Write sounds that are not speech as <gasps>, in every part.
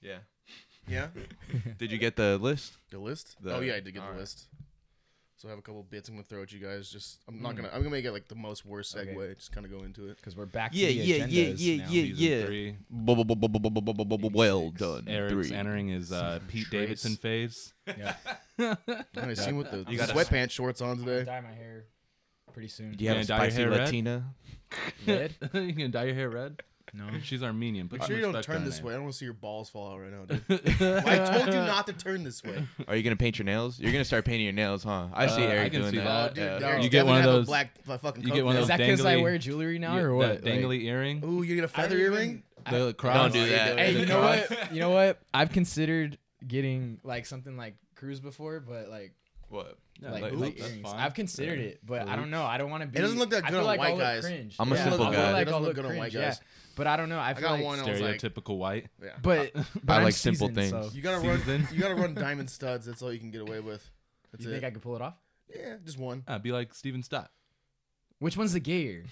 Yeah. Yeah. Did you get the list? <laughs> The list? The- oh yeah, I did get the alright. list. So I have a couple bits I'm gonna throw at you guys. Just I'm not gonna I'm gonna make it like the most worst segue. Okay. Just kind of go into <laughs> it. Because we're back Yeah, to the yeah, yeah, agendas yeah, now. yeah, Season yeah. three. Well done. Eric's Three. entering his uh, Pete Trace. <laughs> Davidson phase. I seen with the You gotta- sweatpants shorts on I'm gonna today. dye my hair pretty soon. Do you have Yeah, a dye your spicy hair red? Latina? <laughs> Red? you can <laughs> dye your hair red. No. She's Armenian. Put Make sure you some don't respect turn on this it. way. I don't want to see your balls fall out right now, dude. <laughs> <laughs> I told you not to turn this way. <laughs> Are you gonna paint your nails? You're gonna start painting your nails, huh? I see Uh, I Eric can doing see that. that. Yeah. Dude, No, You get Devin one of had a those- black f- uh, fucking. you get one of Is those that because I dangly- wear jewelry now Yeah, or what? That dangly earring. Ooh, you get a feather earring. The Don't cross. do that. Like, hey, you The know cross. what? You know what? I've considered getting like something like cruise before, but like What? Yeah, like, like, hoop that's earrings. fine. I've considered it, but I don't know. I don't want to be. doesn't look that I good feel on like white I'll look guys. Cringe. I'm a Yeah, simple I feel guy. It Like doesn't I'll look look good on cringe, white yeah. guys. But I don't know. I feel got like, one on- was like- <laughs> Stereotypical white. Yeah. but, but I I'm like simple seasoned, things. So. You gotta run. Season. <laughs> You gotta run diamond studs. That's all you can get away with. That's You it. think I could pull it off? yeah, just one. Ah, be like <laughs> Steven <laughs> Uh, Stott. Which one's the gayer?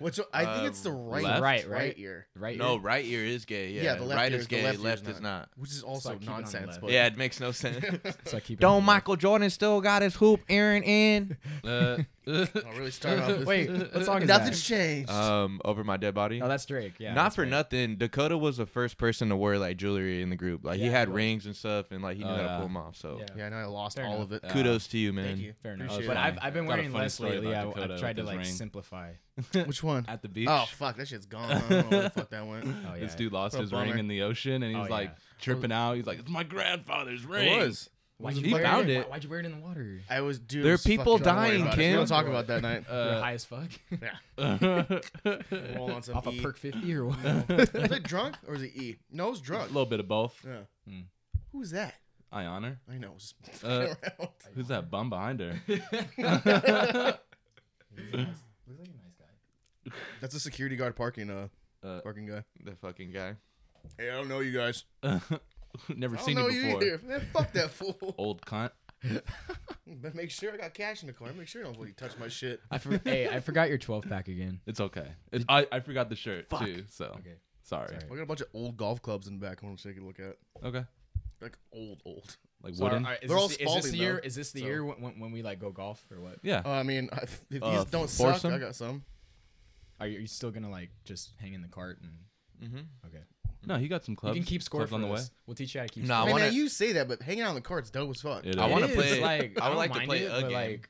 Which I Uh, think it's the right, Um, left? right, Right, right right. ear, Right. No, ear? right ear is gay. Yeah, Yeah, the left right ear is is- the gay. left ear left is is not. which is also keep it on the nonsense. left. But Yeah, it makes <laughs> no sense. So I keep it on Don't the- Michael Jordan still got his hoop iron in? Uh, I'll really start <laughs> off. This. <laughs> Wait, what song is nothing's that? changed. Um, over my dead body. No, that's Drake. Oh, Yeah. not that's for Drake. nothing. Dakota was the first person to wear like jewelry in the group. Like he Yeah, had he was. rings and stuff, and like he knew Oh, how to yeah. pull them off. So Yeah. yeah, I know I lost Fair all enough. of it. Yeah. kudos to you, man. Uh, Thank you. Fair enough. Appreciate But it. I've, I've been Got a wearing funny less story lately. about I, Dakota I've tried to with his like ring. simplify. Which one? at the beach. Oh fuck, that shit's gone. I don't know where the fuck that went. Oh yeah. This dude lost What a his bummer. ring in the ocean and he Oh, was like yeah. tripping out. He's like, it's my grandfather's ring. It was. Why'd He you wear found in- <laughs> it. why- Why'd you wear it in the water? I was dude. There it are was people fucking- don't worry dying, about it. Kim. We don't talk about that night. You're Uh, <laughs> high as fuck. a Roll on some Off a E. perk <laughs> fifty or what? Was I drunk or was it E? No, it was drunk. little bit of both. Yeah. Mm. Who was that? I honor. I know. it was just Uh, around. Who's that bum behind her? He's a nice- looks like a nice guy. That's a security guard parking uh, Uh, parking guy. The fucking guy. Hey, I don't know you guys. Never I don't seen know you you before. Oh. either. Man, fuck that fool. Old cunt. But make sure I got cash in the car. Make sure don't really touch my shit. I for- hey, I forgot your 12 pack again. It's okay. It's, I, I forgot the shirt too. So Okay. sorry. Sorry. I got a bunch of old golf clubs in the back. I want to take a look at. Okay. Like old, old. Like wooden. is, They're all this, the- is this Spalding, the year? though, Is this the so- year when, when, when we like go golf or what? Yeah. Uh, I mean, <laughs> I, if these Uh, don't suck, foursome? I got some. Are you, are you still gonna like just hang in the cart and? Mhm. Okay. no, he got some clubs. you can keep score clubs for on the way. us. We'll teach you how to keep. No, I I score. mean, wanna- now you say that, but hanging out in the cart's dope as fuck. It I is. wanna It is, play- Like, I would don't like to mind play it, a but, game. Like,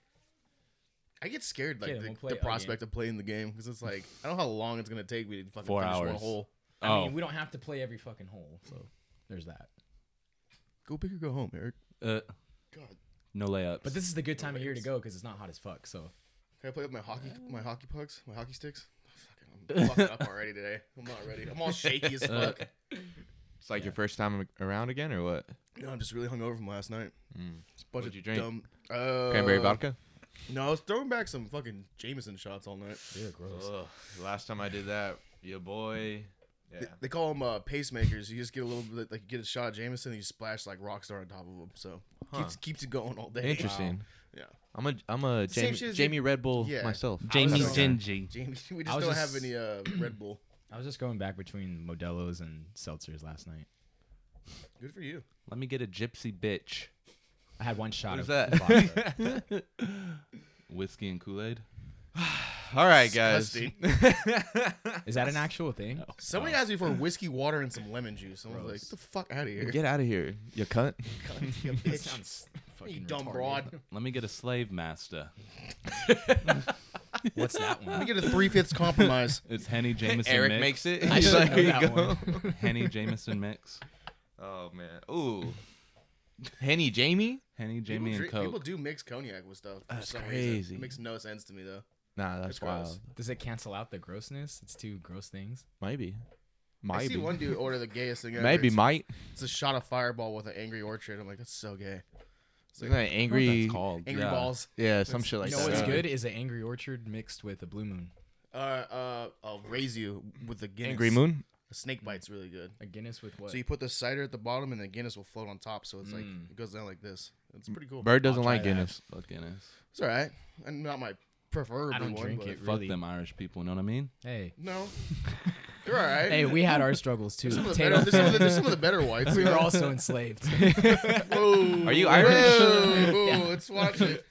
I get scared like Kid, the, we'll play the a prospect of playing the game because it's like I don't know how long it's gonna take me to fucking Four finish one hours. hole. I Oh, mean, we don't have to play every fucking hole, so there's that. Go big or go home, Eric. uh, God, no layups. But this is the good time of year to go because it's not hot as fuck. So can I play with my hockey my hockey pucks, my hockey sticks? Fucking, I'm fucking up already today. I'm not ready. I'm all shaky as fuck. It's like your first time around again, or what? No, I'm just really hungover from last night. Mm. It's a bunch What'd of you drink? dumb. Uh, Cranberry vodka. No, I was throwing back some fucking Jameson shots all night. you're gross. Ugh, last time I did that, your boy. Yeah. They, they call them uh, pacemakers. You just get a little bit, like you get a shot of Jameson, and you splash like Rockstar on top of them. So keeps keeps it going all day. Interesting. Yeah. I'm a I'm a Same Jamie, shit as Jamie you- Red Bull yeah. myself. Jamie That's- Gin- Gingy. Jamie, <laughs> we I just was don't have just- any uh, Red Bull. I was just going back between Modelo's and seltzers last night. Good for you. Let me get a gypsy bitch. I had one shot What is of that? vodka. <laughs> Whiskey and Kool Aid. All right, guys. Is that an actual thing? Somebody asked me for whiskey water and some lemon juice. I was like, "Get the fuck out of here, Get out of here, you cunt. cunt, <laughs> you That bitch, sounds <laughs> you fucking dumb retarded. <laughs> broad." Let me get a slave master. <laughs> What's that <laughs> Let me <laughs> one? get a three fifths compromise. It's Henny Jameson Eric mix. makes it. I He's <laughs> should like, know "Here you that go." one. Henny Jameson mix. Oh man. Ooh. Henny Jamie? Henny, People Jamie, and drink- People Coke. do mix cognac with stuff. for That's some reason. crazy. It makes no sense to me though. Nah, that's That's gross. wild. <laughs> Does it cancel out the grossness? It's two gross things. Might be. I Might see be. one dude order the gayest thing ever. Maybe It's- might. It's a shot of Fireball with an Angry Orchard. I'm like, that's so gay. Isn't that angry? That's called. Angry Oh, yeah. Balls. Yeah, some shit like you know that. what's uh, good is an Angry Orchard mixed with a Blue Moon. Uh, uh, I'll raise you with the Guinness. Angry Moon. The snake bite's really good. A Guinness with what? So you put the cider at the bottom, and the Guinness will float on top. So it's like Mm. it goes down like this. It's pretty cool. Bird doesn't I'll try like that. Guinness. Fuck Guinness. It's all right. And not my preferable I don't one. drink but it. Fuck <laughs> Really? them Irish people. Know what I mean? hey, No. You're all right. Hey, we had our struggles too. Some of the Potato better, there's, some of the, famine. there's some of the better <laughs> whites. we were <laughs> also enslaved. Whoa. Are you Irish? Whoa, whoa, Let's watch it.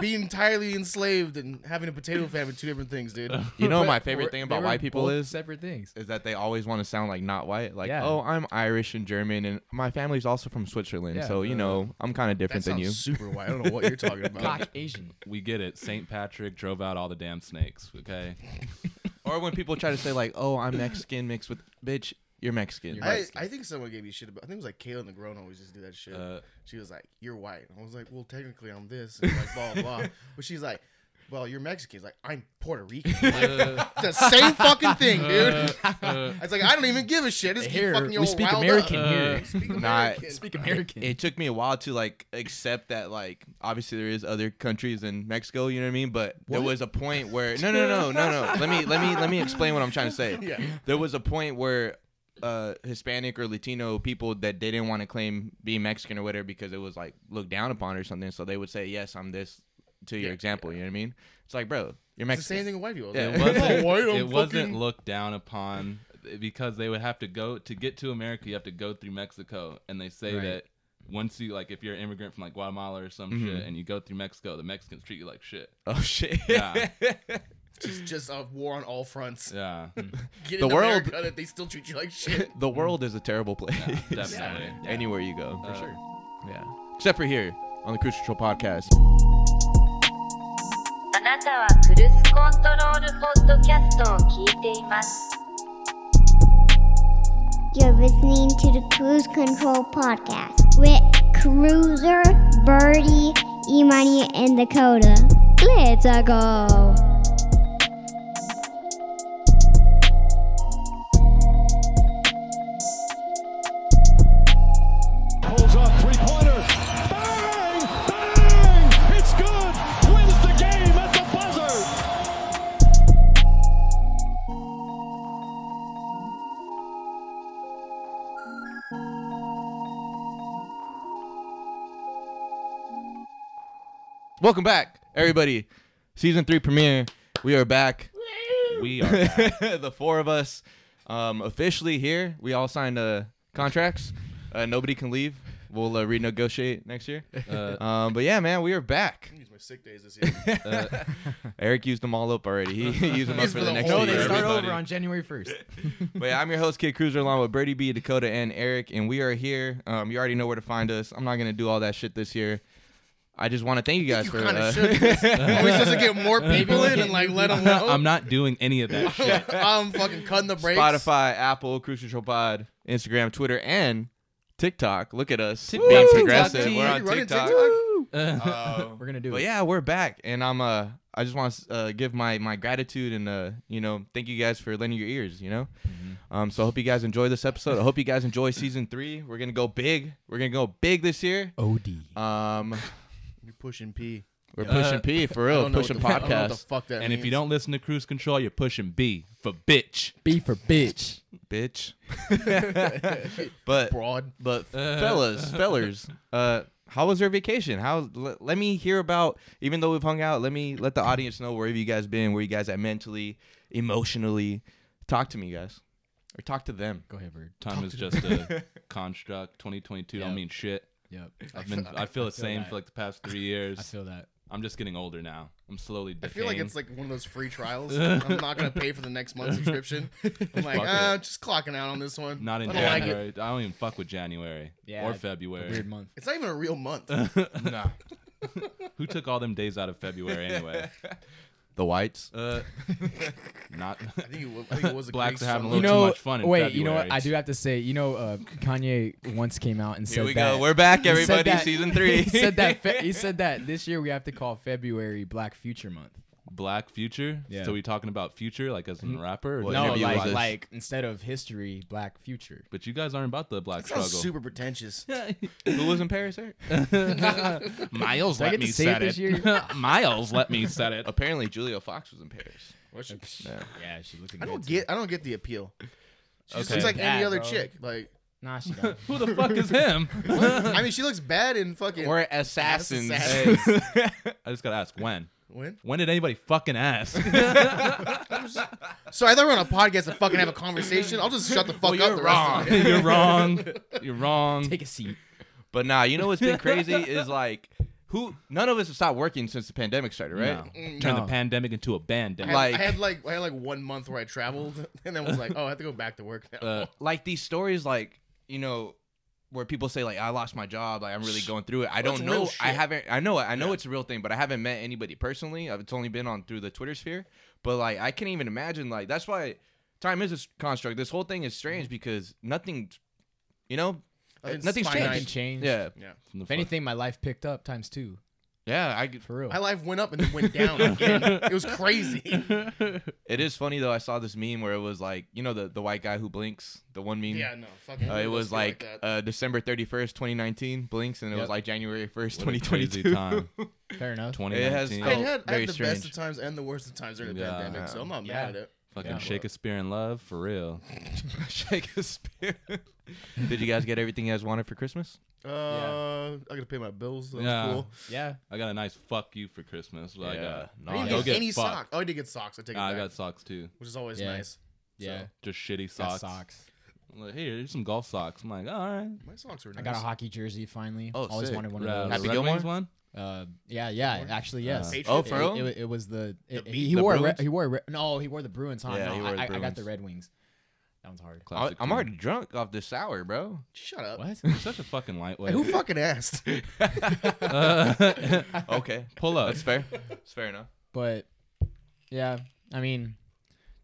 Being entirely enslaved and having a potato famine, two different things, dude. You know But my favorite we're- thing they about were white people both is separate things. is that they always want to sound like not white. Like, Yeah. oh, I'm Irish and German, and my family's also from Switzerland, Yeah, so you uh, know I'm kind of That different than sounds you. super white. I don't know what you're <laughs> talking about. Caucasian. We get it. St. Patrick drove out all the damn snakes. Okay. <laughs> or when people try to say like, oh, I'm Mexican mixed with bitch, you're Mexican. I, I think someone gave you shit about. I think it was like Kayla Negron always used to do that shit. Uh, she was like, "You're white." And I was like, "Well, technically, I'm this," and like blah blah. <laughs> blah. But she's like, "Well, you're Mexican." It's like, "I'm Puerto <laughs> Rican." Like, the same fucking thing, dude. Uh, <laughs> it's like I don't even give a shit. Just Here, keep fucking your we old speak wild American up. here. Speak Nah, American. Speak American. it took me a while to like accept that like obviously there is other countries in Mexico, you know what I mean? But there was a point where no no no no no let me let me let me explain what I'm trying to say. <laughs> Yeah. There was a point where uh Hispanic or Latino people that they didn't want to claim being Mexican or whatever because it was like looked down upon or something, so they would say, Yes, I'm this to your Yeah, example, you know what I mean? It's like, bro, you're It's the Mexican. same thing with white people. Yeah, it It's like, wasn't, "Oh, white, I'm it wasn't fucking-" looked down upon because they would have to go to get to America. You have to go through Mexico, and they say Right. that once you like if you're an immigrant from like Guatemala or some shit, and you go through Mexico, the Mexicans treat you like shit. <laughs> Oh shit. Yeah. just, just a war on all fronts. Yeah, Get The in world- America that they still treat you <laughs> like shit. <laughs> the world is a terrible place. definitely. <laughs> Yeah. Anywhere you go. Uh, Yeah. Except for here on the Cruise Control Podcast. あなたはクルスコントロールポッドキャストを聞いています。 You're listening to the Cruise Control Podcast with Cruiser, Birdie, Imani, and Dakota. Let's go. Pulls up three pointer. Bang! Bang! It's good. Wins the game at the buzzer. Welcome back, everybody. Season three premiere. We are back. <laughs> <laughs> we are. back. the four of us um, officially here. We all signed uh, contracts. Uh, nobody can leave. We'll uh, renegotiate next year. Uh, <laughs> Um, but yeah, man, we are back. Use my sick days this year. Eric used them all up already. He used them up These for were the the next whole no, year. they year, start everybody. over on January first. But yeah, I'm your host, Kid Cruiser, along with Brady B, Dakota, and Eric, and we are here. Um, you already know where to find us. I'm not gonna do all that shit this year. I just want to thank you guys you for. kind uh, of <laughs> should. 'cause Are we supposed to get more people in and like let them know? <laughs> I'm not doing any of <laughs> that shit. I'm fucking cutting the brakes. Spotify, Apple, Cruise Control Pod, Instagram, Twitter, and TikTok. Look at us Tick- being Woo! progressive. TikTok. We're You on running TikTok. TikTok? Um, We're gonna do but it. yeah, we're back, and I'm uh, I just want to uh, give my my gratitude and uh, you know, thank you guys for lending your ears. You know, Mm-hmm. um, so I hope you guys enjoy this episode. I hope you guys enjoy season three. We're gonna go big. We're gonna go big this year. OD. <laughs> Um, You're pushing P. we're pushing P for real. Pushing what the, <laughs> I don't know what the podcast, fuck that And if you means. don't listen to Cruise Control, you're pushing B for bitch. B for bitch. bitch. <laughs> but broad, But <laughs> fellas, fellers, uh, how was your vacation? How let, let me hear about. Even though we've hung out, let me let the audience know wherever you guys been, where you guys at mentally, emotionally. Talk to me, guys, or talk to them. Go ahead, bird. Time is just a construct. 2022 don't Yep. mean shit. Yep. I've been. I feel the same that. for like the past three years. I feel that. I'm just getting older now. I'm slowly I decaying. feel like it's like one of those free <laughs> trials. I'm not gonna pay for the next month's subscription. I'm like, Fuck ah, just clocking out on this one. not in I don't like it. January. I don't even fuck with January Yeah, or it's a February. Weird month. It's not even a real <laughs> month. nah. Who took all them days out of <laughs> February anyway? The whites. Uh, not. I think it was, I think it was a Blacks Greek are having a summer. little You too know, much fun in wait. February. You know what? I do have to say. You know, uh, Kanye once came out and said Here we that. go. We're back, he said everybody. that- Season <laughs> three. he said that. Fe- he said that this year we have to call February Black Future Month. <laughs> Black future. Yeah. So we talking about future, like as a rapper? Or What no, interview was like this? like instead of history, Black Future. But you guys aren't about the black That sounds struggle. super <laughs> pretentious. Who <laughs> <laughs> was in Paris? Eric? Miles Do I let get me to say set it this it. <laughs> Miles let me set it. <laughs> Apparently, Julio Fox was in Paris. Yeah, she looking. I good, don't too. get. I don't get the appeal. She just Okay. looks like any Bad, other bro. chick. Like, Nah, <laughs> she don't. Who the fuck is him? I mean, she looks bad in fucking. Or assassins. Assassins. <laughs> I just gotta ask when. When? When did anybody fucking ask? So I thought we are on a podcast to fucking have a conversation. I'll just shut the fuck up. The rest of <laughs> it. You're wrong. You're wrong. Take a seat. But nah, you know what's <laughs> been crazy is like who none of us have stopped working since the pandemic started, right? No. Turn the No. pandemic into a I pandemic. had, Like- I had like I had like one month where I traveled <laughs> and then was like, oh, I have to go back to work now. <laughs> Uh, <laughs> Like these stories like, you know, where people say like I lost my job, like I'm really going through it. I That's don't real know. I shit. haven't I know I know it's a real thing, but I haven't met anybody personally. I've- It's only been on through the Twitter sphere. But like I can't even imagine like that's why time is a s- construct. This whole thing is strange because nothing you know, Nothing's nothing's finite. Nothing changed. changed. Yeah. yeah. from the If anything, my life picked up times two. Yeah, I could- For real. My life went up and then went down again. it was crazy. It is funny though. I saw this meme where it was like, you know, the, the white guy who blinks, the one meme. Yeah, no, fucking. Uh, it was like, that. uh, December thirty first, twenty nineteen, blinks, and it was Yep. like January first, What a twenty crazy twenty <laughs> time. Fair enough. It has 2019. I felt had, I very had the strange. best of times and the worst of times during the Yeah. pandemic, so I'm not Yeah. mad at it. Fucking Yeah. Shakespeare in love for real. Shakespeare. Did you guys get everything you guys wanted for Christmas? Uh, I gotta pay my bills. So that's Yeah. cool. Yeah. I got a nice fuck you for Christmas. But I got no, I I didn't go get, got- get any fucked. socks. Oh, I did get socks. I take it I back, got socks too. which is always Yeah. nice. Yeah. Just shitty Got socks. socks. I'm like, hey, here's some golf socks. I'm like, all right. My socks were nice. I got a hockey jersey finally. Oh, Always sick. wanted one Uh, of the those. Happy Red Gilmore? Wings one? Uh, yeah, yeah. Actually, yes. Uh, It, Oh, for it, real? it, was the. It, The he Beat- the wore. A re, Bruins? he wore. A re, no, he wore the Bruins. Huh? Yeah, no, he wore the I, I got Bruins. the Red Wings. That one's <laughs> hard. I, Classic I'm Gilmore. already drunk off this sour, bro. <laughs> Shut up. What? <laughs> You're such a fucking Hey, lightweight. <laughs> who fucking asked? Uh, Okay, pull up. that's fair. That's fair enough. but yeah, I mean,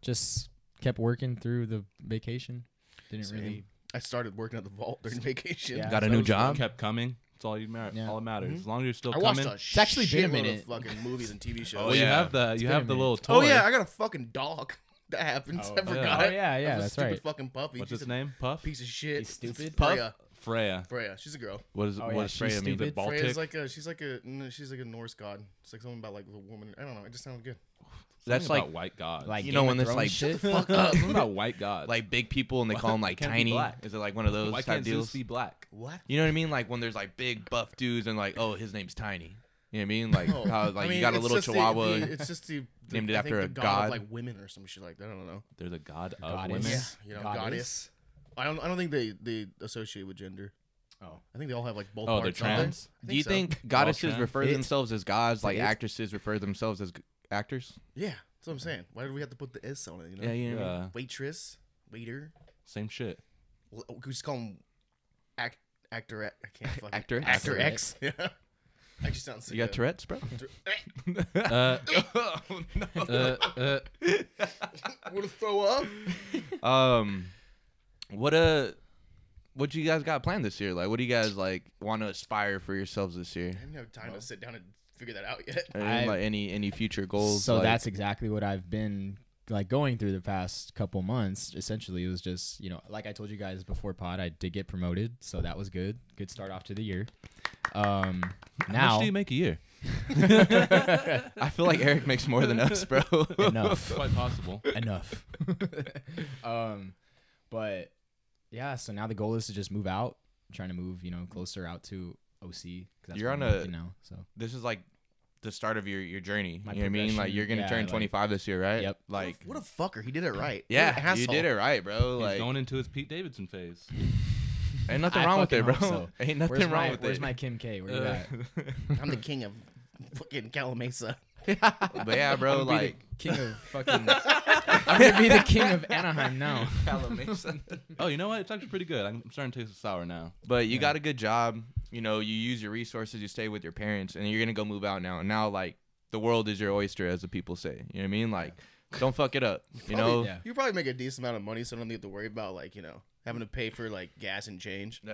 just kept working through the vacation. Didn't Same. really. I started working at the vault during vacation. Yeah. Got a Those new that job. Kept coming. It's all you matter. Yeah. Mm-hmm. All that matters. As long as you're still I watched coming. a It's actually been a shitload minute. of fucking movies and TV shows. Oh, well, you yeah. have the you been have a the minute. little toy. Oh, yeah, I got a fucking dog. <laughs> That happened. Oh, I forgot. yeah. Oh, yeah, yeah, That's a that's stupid right. Fucking puppy. What's She's his a name? Puff. Piece of shit. He's stupid? Freya. Freya. Freya. She's a girl. What is Oh, what yeah, does she's Freya mean? The stupid. Baltic. Freya's like a. She's like a. no, She's like a Norse god. It's like something about like the woman. I don't know. It just sounded good. that's Something like about white gods. Like You Game know of when it's Thrones like- <laughs> shit? Fuck <laughs> up. <laughs> something about white gods. like big people, and they call them like Can't be tiny. black. Is it like one of those why type can't deals? Zeus be black? <laughs> What? You know what I mean? Like when there's like big buff dudes and like, oh, his name's Tiny. You know what I mean? Like Oh. how like you got a little chihuah. <laughs> it's just the, the named it I after think a the god, god. of like women or some shit like that. I don't know. There's a god of Goddess. women. Yeah. You know, goddess. Goddess. I don't. I don't think they they associate with gender. Oh. I think they all have like both. Oh, they're parts, don't they? trans? I Do you so. think goddesses trans. refer It- themselves as gods like it- actresses refer themselves as g- actors? Yeah, that's what I'm saying. Why did we have to put the s on it? You know. you Yeah, Waitress, waiter. same shit. Well, we just call him act, actor. I <laughs> can't fucking Actor. Actor Actor X. Yeah. <laughs> Actually sounds. You got sick, Tourette's, bro? Uh, oh, <laughs> uh, uh, though. Wanna throw up? no. Um, what uh What you guys got planned this year? Like, what do you guys like want to aspire for yourselves this year? I didn't have time to sit down and figure that out yet. Or, I- like any any future goals? So like- that's exactly what I've been like going through the past couple months. Essentially, it was just you know, like I told you guys before pod, I did get promoted, so that was good. Good start off to the year. Um, how much now do you make a year? <laughs> I feel like Eric makes more than us, <laughs> bro. <laughs> <laughs> enough, Quite possible. enough. <laughs> um, but yeah, so now the goal is to just move out, trying to move you know closer out to OC. 'cause that's You're where I'm on a- working now, so this is like the start of your your journey. My you know what I mean? Like progression, you're gonna yeah, turn like- 25 this year, right? Yep. Like What a fucker! He did it right. What an yeah, you asshole. did it right, bro. He's like going into his Pete Davidson phase. ain't nothing <laughs> I wrong with it, fucking bro. hope so. <laughs> Ain't nothing where's wrong my, with where's it. my Kim K? Where you Uh, at? I'm the king of fucking Calamasa. <laughs> but yeah, bro. <laughs> I'm gonna be like the <laughs> king of fucking. I'm gonna be the king of Anaheim now. Oh, you know what? It's actually pretty good. I'm starting to taste the sour now. but you got a good job. You know, you use your resources. You stay with your parents, and you're gonna go move out now. And now, like the world is your oyster, as the people say. You know what I mean? Like, don't fuck it up. You know. yeah. You probably make a decent amount of money, so I don't have to worry about like you know having to pay for like gas and change. <laughs>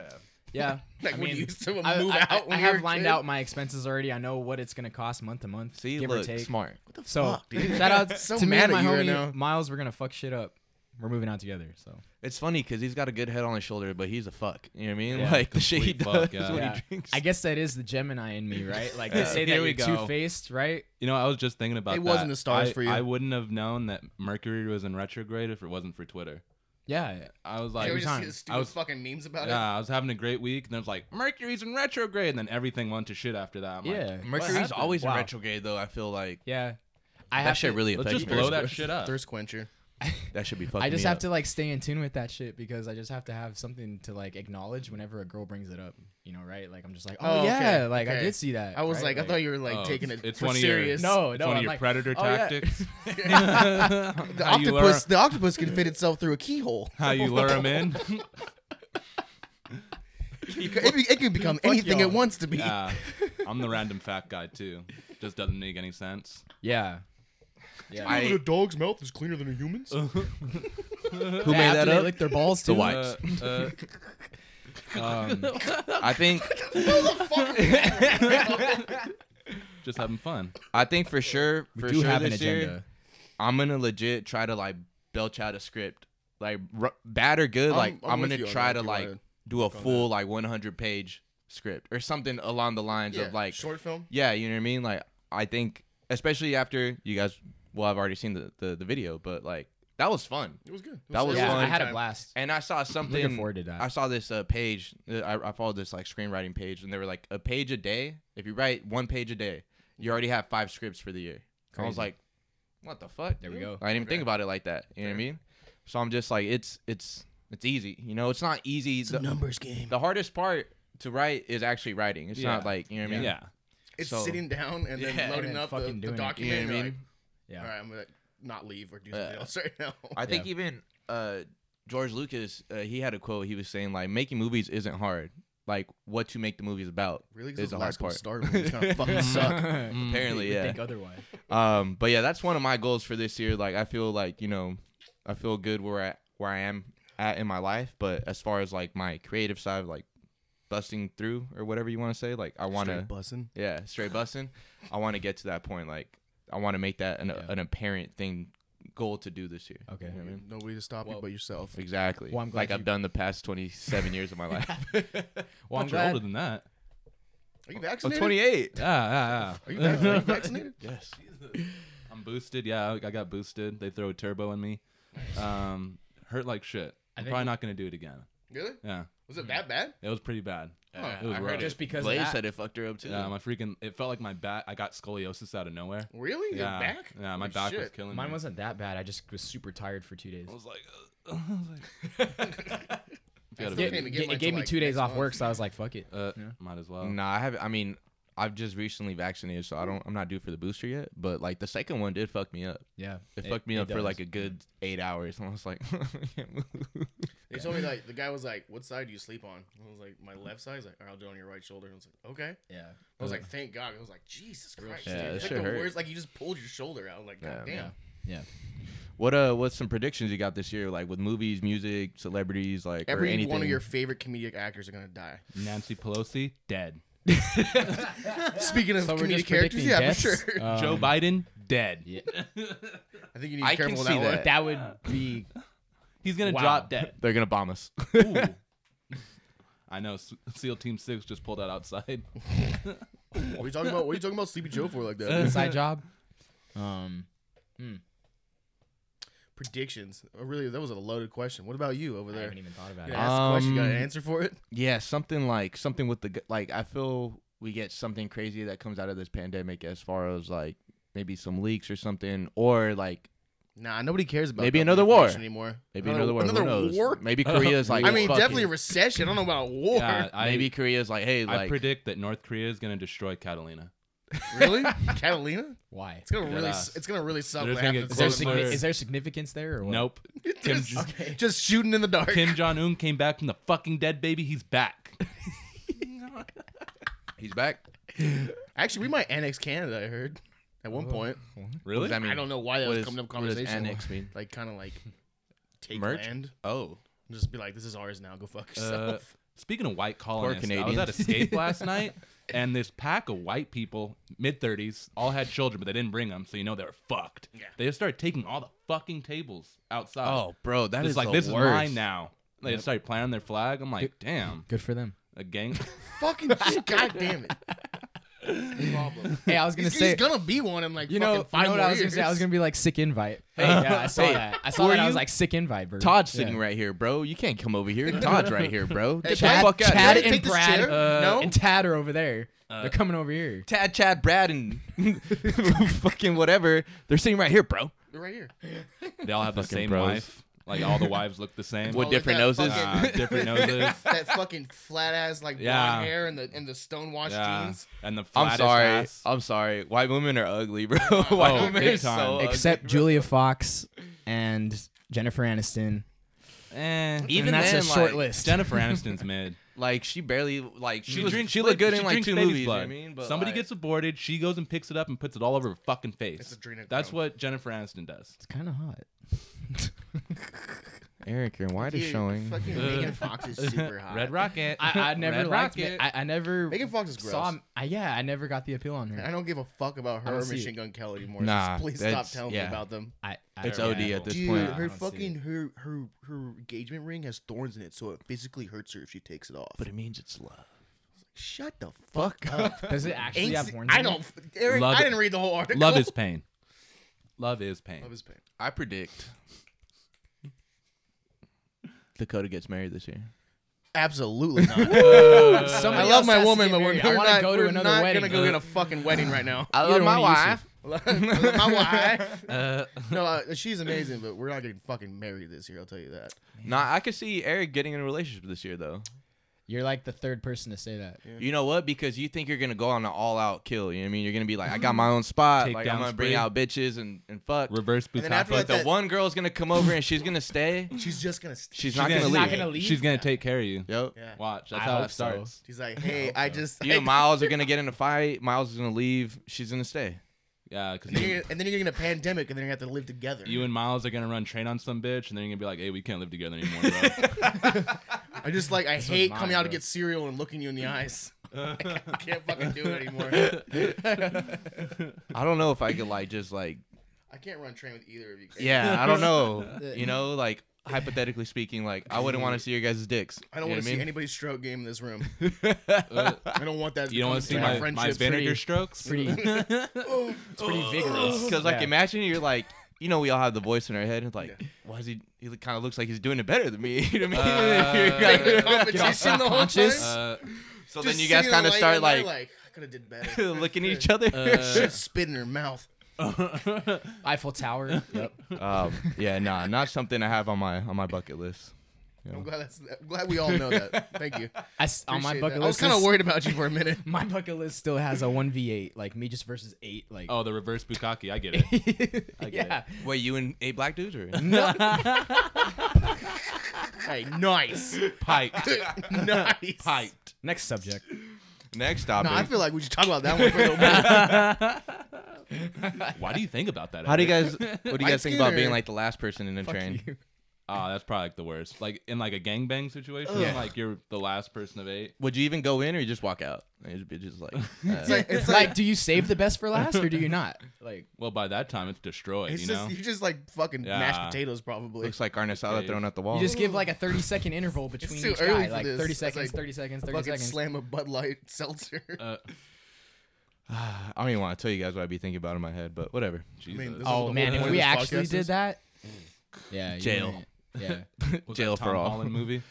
Yeah. Yeah. Like when you used to move I, I- out. When I you were have a lined kid. out my expenses already. I know what it's gonna cost month to month. See, give or look, take. smart. So Fuck, dude. shout <laughs> out So to me mad and at my you homie right now. Miles. We're gonna fuck shit up. We're moving out together. So It's funny because he's got a good head on his shoulder, but he's a fuck. You know what I mean? Yeah, like the shit he does <laughs> complete fuck, yeah. when Yeah. he drinks. I guess that is the Gemini in me, right? Like they say Here that we you're go. two faced, right? You know, I was just thinking about It that. wasn't the stars I, for you. I wouldn't have known that Mercury was in retrograde if it wasn't for Twitter. Yeah. I was Like, like, we just see time. the I stupid was- fucking memes about it. yeah, I was having a great week, and then it's like Mercury's in retrograde, and then everything went to shit after that. I'm like, yeah. Mercury's always Wow. in retrograde, though. I feel like Yeah. I that have shit <laughs> to, really let's affects just me. blow that shit up. Thirst quencher. That should be fucking. I just me have up. to like stay in tune with that shit because I just have to have something to like acknowledge whenever a girl brings it up. You know, right? Like I'm just like, oh, Oh, yeah, okay, like I okay. did see that. I was right? like, I thought you were like Oh, taking it it's- it's for one of your- serious. no, it's no, I'm one of your like, predator oh, yeah. tactics. <laughs> the How you octopus. The octopus can fit itself through a keyhole. How you lure them in? It could- it, be- it could become anything it y'all. wants to be. <laughs> yeah, I'm the random fat guy too. Just doesn't make any sense. <laughs> Yeah. I- a dog's mouth is cleaner than a human's. Who made that after They up? lick their balls too. The white. Uh, uh, Um, I think. <laughs> just having fun. I think for sure. we For do sure have an this agenda. year, I'm gonna legit try to like belch out a script, like r- bad or good. I'm- like I'm I'm, with gonna you on try that, to if you like wanna do a full like 100 page script or something along the lines yeah, of like short film. Yeah, you know what I mean. Like I think, especially after you guys, well, I've already seen the the, the video, but like that was fun. It was good. It That was it yeah, fun. I had a time. blast. And I saw something. forward to that. I saw this uh, page. uh, I, I followed this like screenwriting page, and they were like a page a day. If you write one page a day, you already have five scripts for the year. I was Crazy. like, what the fuck? There we go. I didn't even think about it like that. You know what I mean? So I'm just like, it's it's it's easy. You know, it's not easy. the, numbers game. the hardest part to write is actually writing. It's Yeah. not like you know what I mean. Yeah. It's so- sitting down and then Yeah. loading And then up the, fucking the doing it. You know document. what I and mean? you're like, Yeah. All right, I'm gonna not leave or do something Uh, else right now. I think even uh, George Lucas, uh, he had a quote. He was saying like, making movies isn't hard. Like what you make the movies about <laughs> Really, is because the the hard last one part. started was gonna fucking suck. Apparently, You'd yeah. Mm. Think otherwise. Um, but yeah, that's one of my goals for this year. Like I feel like you know, I feel good where I where I am at in my life. But as far as like my creative side, like busting through or whatever you want to say, like I want to, bussing. yeah, straight busting. I want to get to that point. Like I want to make that an, an apparent thing goal to do this year. Okay. You know what I mean? Nobody to stop you but yourself. Exactly. Well, I'm glad like you- I've done the past 27 years <laughs> of my life. <laughs> Well, I'm You're older glad. than that. Are you I'm vaccinated? 28. Yeah, Are you, vac- yeah, are <laughs> you yeah. vaccinated? Yes. I'm boosted. Yeah, I I got boosted. They throw a turbo in me. Um, hurt like shit. I'm think- probably not gonna do it again. Really? Yeah, Was it that bad? it was pretty bad. Yeah, it was I rough. heard Just because Blaze of that. said it fucked her up too. Yeah, my freaking. It felt like my back. I got scoliosis out of nowhere. Really? Your yeah, back? Yeah, my Holy back was shit. killing Mine me. wasn't that bad. I just was super tired for two days. I was like, uh, I was like- Gotta okay. be- Can't even it, get it mine till, gave me like, two days next off month. work, so I was like, fuck it. <laughs> uh, might as well. Nah, I have. I mean, I've just recently vaccinated, so I don't. I'm not due for the booster yet. But like the second one did fuck me up. Yeah. It, fucked me up for like a good eight hours, <laughs> and I was like, I can't move. They told me like the guy was like, "What side do you sleep on?" I was like, "My left side." He's like, "All right, "I'll do it on your right shoulder." And I was like, "Okay." Yeah. I was like, "Thank God." I was like, "Jesus Christ!" shit. dude." Yeah, it's that like shit the hurt. worst. Like you just pulled your shoulder out. I was like, "God Yeah. damn." Yeah. what uh, what's some predictions you got this year? Like with movies, music, celebrities, like or Every anything? one of your favorite comedic actors are gonna die. Nancy Pelosi dead. <laughs> Speaking of So we're comedic just characters, predicting yeah, deaths. for sure. Um, <laughs> Joe Biden dead. <laughs> I think you need to I be can careful with see that, one. that. That would be He's gonna Wow. drop dead. They're gonna bomb us. <laughs> Ooh. I know. S- SEAL Team Six just pulled <laughs> out outside. What are you talking about? What are you talking about Sleepy Joe for like a <laughs> that? <laughs> side job. Um, Predictions. Oh, really, that was a loaded question. What about you over I there? haven't even thought about You it. Yeah. asked a question, you got an Um, answer for it. yeah, something like something with the g- like. I feel we get something crazy that comes out of this pandemic, as far as like maybe some leaks or something, or like Nah, nobody cares about Maybe that another war. information anymore. Oh, maybe another, war. Another Who knows? war? Maybe <laughs> Korea's like. I mean, fuck it. definitely a recession. I don't know about war. Yeah, I, Maybe Korea's like, hey, I like, predict that North Korea is gonna destroy Catalina. <laughs> Really, Catalina? Why? It's gonna Dead really, ass. it's gonna really suck. They're What just gonna happens get Is there, to closer. us. signi- is there significance there or what? Nope. <laughs> Kim, J- Just shooting in the dark. Kim Jong Un came back from the fucking dead baby. He's back. he's back. Actually, we might annex Canada. I heard at one point. What Really? does that mean? I don't know why that What was is- coming up what does conversation. annex mean? <laughs> Like, kind of like take Merge? land. Oh, And just be like, this is ours now. Go fuck <laughs> Uh, yourself. speaking of white colonists, I was Canadians. at <laughs> a skate last night, and this pack of white people, mid thirties, all had children, but they didn't bring them, so you know they were fucked. Yeah. They just started taking all the fucking tables outside. oh, bro, that it's is like the this is worst. mine now. They just started planting their flag. I'm like, damn, <laughs> Good for them. a gang. Fucking shit. God damn it. problem. Hey, I was gonna He's, say. he's gonna be one in like you fucking know, you five know what more I was gonna years. say? I was gonna be like sick invite. Hey, yeah, I saw Hey, that. I saw were that. I was you- like sick invite, bro. Todd's sitting Yeah. right here, bro. You can't come over here. Todd's right here, bro. Get the Chad, fuck out. Chad here. Take and this Brad chair? uh, No? Uh, and Tad are over there. They're coming over here. Tad, <laughs> Chad, Brad, and <laughs> fucking whatever. They're sitting right here, bro. <laughs> right here. They all have the same bros. wife. Like all <laughs> the wives look the same. With Oh, different that noses. fucking- uh, <laughs> <laughs> different noses. <laughs> That fucking flat ass like Yeah. blonde hair and the and the stonewashed Yeah. jeans. And the I'm flattest sorry. ass. I'm sorry. White women are ugly, bro. <laughs> White Oh, women big are time. uh, so ugly. Except <laughs> Julia Fox and Jennifer Aniston. Eh, Even and that's then, a short like, list. Jennifer Aniston's mid. Like she barely like she, was drinks she looked baby- good in she like drinks two baby's movies. you know what I blood. mean, but Somebody like, gets aborted. She goes and picks it up and puts it all over her fucking face. It's adrenochrome. That's what Jennifer Aniston does. It's kind <laughs> of hot. Eric, your white is Dude, showing. Fucking Megan Fox is super hot. Red Rocket. I, I never Red liked Rocket. Ma- I, I never Megan Fox is gross. saw. I, yeah, I never got the appeal on I her. don't give a fuck about her don't or see it. Machine Gun Kelly anymore. Nah, Just please stop that's- telling yeah. me about them. I, I, It's yeah. OD at this Dude, point. her I don't see fucking her her her engagement ring has thorns in it, so it physically hurts her if she takes it off. But it means it's love. shut the fuck up. <laughs> <laughs> Does it actually have Angst- horns? Uh, I in it? don't. Eric, Love I it. didn't read the whole article. Love is pain. Love is pain. Love is pain. I predict Dakota gets married this year. Absolutely not. Somebody I love else my has to woman, get but we're, married. we're I wanna not, go to we're another not wedding. gonna go get a fucking wedding right now. I love Either one my of you, wife. Love my wife. no, uh, she's amazing, but we're not getting fucking married this year. I'll tell you that. Nah, I could see Eric getting in a relationship this year though. You're like the third person to say that. You know what? Because you think you're gonna go on an all-out kill. You know what I mean? You're gonna be like, I got my <laughs> own spot. Take like I'm down gonna bring spree. out bitches and and fuck. <laughs> Reverse And then bukkake. after but the that- one girl's gonna come over and she's gonna stay. She's, She's just gonna. St- not She's gonna, She's leave. not gonna leave. She's gonna take care of you. Yep. yeah. Watch. I That's how hope it starts. so. She's like, hey, I just. You I- and Miles are gonna get in a fight. Miles is gonna leave. She's gonna stay. Yeah, because and then, you're, <laughs> and then you're gonna get a pandemic, and then you're gonna have to live together. you and Miles are gonna run train on some bitch, and then you're gonna be like, "Hey, we can't live together <laughs> anymore." Bro. I just like I hate mine, coming out to bro. get cereal and looking you in the eyes. <laughs> I can't fucking do it anymore. I don't know if I could like just like I can't run train with either of you. guys. yeah. I don't <laughs> know. You know, like hypothetically speaking, like I wouldn't want to see your guys' dicks. I don't You know want what to see anybody's stroke game in this room. I don't want that. you don't want to see my, my, my friendships. vinegar strokes. Pretty, <laughs> <laughs> it's pretty <gasps> vigorous. <laughs> Because like Yeah. imagine you're like you know we all have the voice in our head. It's like why is he? He kind of looks like he's doing it better than me. <laughs> you know what I mean? <laughs> You Like, the gotta- <laughs> competition the whole time. Uh, so Just then you guys seeing her kind of light start and I like, I could have did <laughs> better. looking at each other. <laughs> Shit, spit in her mouth. Uh, <laughs> <laughs> Eiffel Tower. Yep. um, yeah, nah, not something I have on my on my bucket list. I'm glad that's. I'm glad we all know that. Thank you. I s on my Appreciate bucket that. list. I was kind of is- worried about you for a minute. <laughs> <laughs> My bucket list still has a one v eight, like me just versus eight, like. <laughs> oh, the reverse bukkake. I get <laughs> it. yeah. Wait, you and eight black dudes <laughs> or <laughs> Hey, nice, Piped. nice. Piped. Next subject. next topic? No, I feel like we should talk about that one for a little bit. Why do you think about that? How do you Eric? guys? What do you guys think about being like the last person in a train? Oh, that's probably like the worst. Like in like a gangbang situation, like you're the last person of eight. Would you even go in or you just walk out? It's it's just like, <laughs> uh, It's like, it's Like, like do you save the best for last or do you not? Like, Well, by that time it's destroyed. it's you just know. you just like fucking Yeah. mashed potatoes probably. looks like Arnasala Okay. thrown at the wall. you just give like a thirty second interval between too each early guy, for like this. thirty It's like seconds, thirty seconds, thirty Fucking seconds. slam a Bud Light <laughs> seltzer. uh, I don't even want to tell you guys what I'd be thinking about in my head, but whatever. Jesus. this is the Oh whole man, point if of we this actually podcast did is- that, yeah, you Jail. wouldn't- Yeah. Was that Jail Tom for all. <laughs> Holland movie.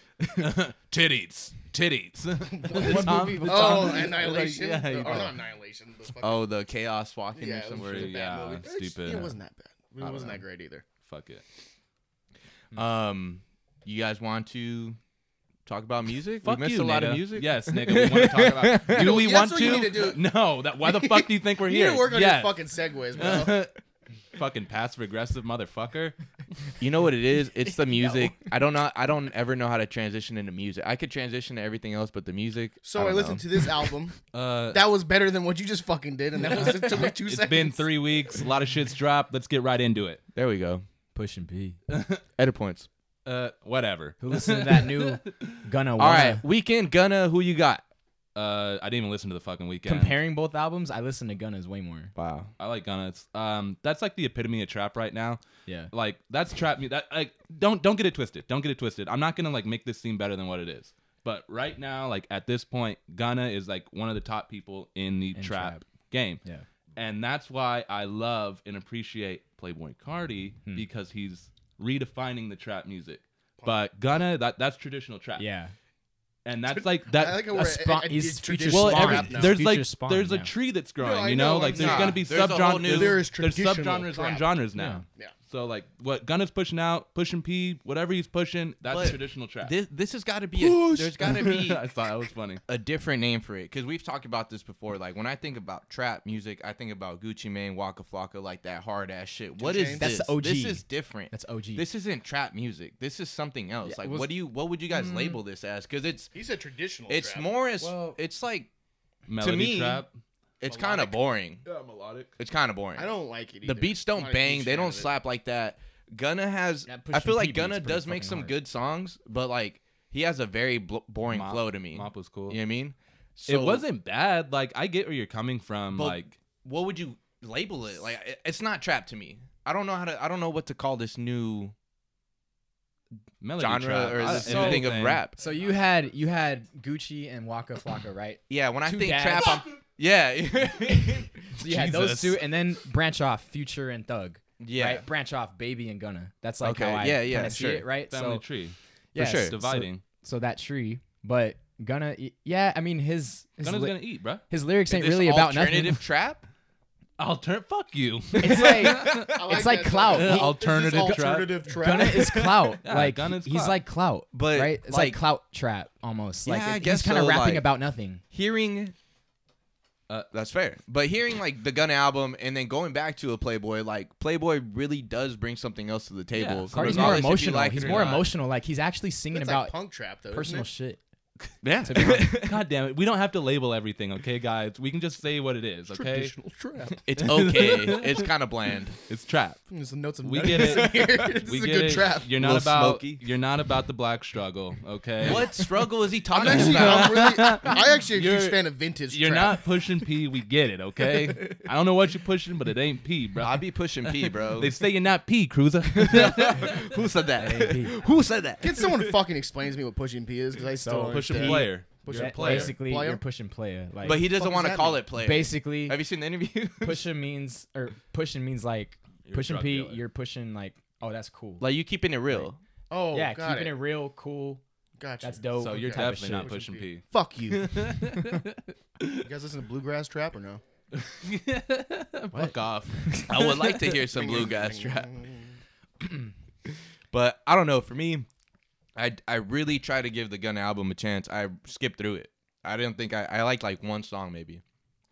titties, titties. What movie was Oh, on? Annihilation. Yeah, you or know. not Annihilation. The fucking, Oh, the chaos walking yeah, or it was somewhere. just a bad yeah, movie. It's- stupid. It wasn't that bad. It wasn't that great either. Fuck it. Um, you guys want to talk about music? we missed you, a lot of nigga. music. Yes, nigga. We want to talk <laughs> about. Do we That's want what to? you need to do. <laughs> No. <laughs> That. Why the fuck do you think we're You here? need to work on Yes. <laughs> your fucking segues, bro. Fucking passive aggressive motherfucker. You know what it is? It's <laughs> the music. I don't know. I don't ever know how to transition into music. I could transition to everything else, but the music. So I, don't listened to know. this album. <laughs> Uh, That was better than what you just fucking did, and that was it <laughs> took me two it's seconds. been three weeks. A lot of shit's dropped. Let's get right into it. There we go. <laughs> Push and P. Edit points. Uh, whatever. Who listened to that new Gunna? All right, weekend gonna. Who you got? Uh, I didn't even listen to the fucking weekend. Comparing both albums, I listen to Gunna's way more. Wow. I like Gunna. It's, um, that's like the epitome of trap right now. Yeah. Like that's trap me. That like don't don't get it twisted. Don't get it twisted. I'm not gonna like make this seem better than what it is. But right now, like at this point, Ghana is like one of the top people in the In trap, trap. game. Yeah. And that's why I love and appreciate Playboy Cardi Hmm. because he's redefining the trap music. But Ghana, that that's traditional trap. Yeah. And that's like that I like how a we're spawn- I- I he's did future traditional well, spawn rap every, now. there's Future like spawn there's a now. tree that's growing, I you know. know, Like I'm there's not. gonna be There's a whole subgenres. new- There is there's traditional subgenres on trap. genres now. Yeah. So like what Gunna's pushing out, pushing P, whatever he's pushing, that's But traditional trap. <laughs> This this has got to be a, there's got to <laughs> be I thought that was funny. a different name for it because we've talked about this before. Like when I think about trap music, I think about Gucci Mane, Waka Flocka, like that hard ass shit. What is Chainz. this? That's the OG. This is different. That's OG. This isn't trap music. This is something else. like was- what do you what would you guys label this as? Because it's He said traditional. it's trap. more as Well- it's like Melody me- trap. it's kind of boring. Yeah, melodic. It's kind of boring. I don't like it. the either. beats I'm don't not a bang. huge They fan don't of it. slap like that. Gunna has. That I Pusha feel T like beat's Gunna pretty does make fucking some hard. good songs, but like he has a very bl- boring Mop- flow to me. Mop was cool. You know what I mean? it So- wasn't bad. Like I get where you're coming from. But- like What would you label it? Like it- it's not trap to me. I don't know how to. I don't know what to call this new melody genre trap. or I- this and new the thing of rap. So you had you had Gucci and Waka Flocka, right? Yeah, when I Two think dads. trap, <laughs> I'm, yeah, <laughs> So you had those two, and then branch off Future and Thug. Yeah. Right? Branch off Baby and Gunna. That's like Okay, how I yeah, yeah, kind of sure. see it, right? Family so tree. for sure. so- Dividing. So, that tree, but Gunna, yeah, I mean his his, Gunna's li- gonna eat, bruh. his lyrics ain't This really about nothing. alternative trap. I'll turn. Fuck <laughs> you. <laughs> <laughs> It's like I it's like that clout. song. He- Alternative This is trap. alternative trap. Gunna is clout. Yeah, like Gunna's he's clout. like clout, But, right? It's like, like- clout trap almost. Yeah, like I it- guess he's kind of so, rapping like- about nothing. Hearing. Uh, that's fair. But hearing like the Gunna album and then going back to a Playboy, like Playboy really does bring something else to the table. Yeah. So Cardi's more regardless if you emotional. like it he's or more not- emotional. Like he's actually singing That's about like punk trap though. personal isn't shit. Yeah. to be honest. <laughs> God damn it. We don't have to label everything, okay, guys? We can just say what it is, it? okay? Traditional trap. <laughs> It's <laughs> okay. it's kind of bland. It's trap. <laughs> There's some notes of We <laughs> get it. This we is a get good it. trap. You're not Little about smoky. you're not about the black struggle, okay? What struggle is he I'm talking actually, about? <laughs> I'm really, I actually a You're- huge fan of vintage. You're trap. not pushing P, we get it, okay? I don't know what you're pushing, but it ain't P, bro. I be pushing P, bro. They say you're not P, Cruiser. <laughs> Who said that? <laughs> Who said that? Can someone <laughs> fucking explains me what pushing P is? Because I still don't Push a understand. player. Push You're a player. Basically, Player? you're pushing player. Like, But he fuck doesn't does want to that call mean? it player. basically Have you seen the interview? pushing means or pushing means like a pushing drug P. dealer. You're pushing like oh that's cool. <laughs> like you keeping it real. Oh, yeah, got keeping it. it. real cool. Gotcha. That's dope. So you're type of definitely not shit. pushing P. Fuck you. <laughs> you guys listen to bluegrass trap or no? Fuck off. I would like to hear some bluegrass trap. But I don't know. For me, I I really try to give the Gunna album a chance. I skipped through it. I didn't think I I liked like one song maybe.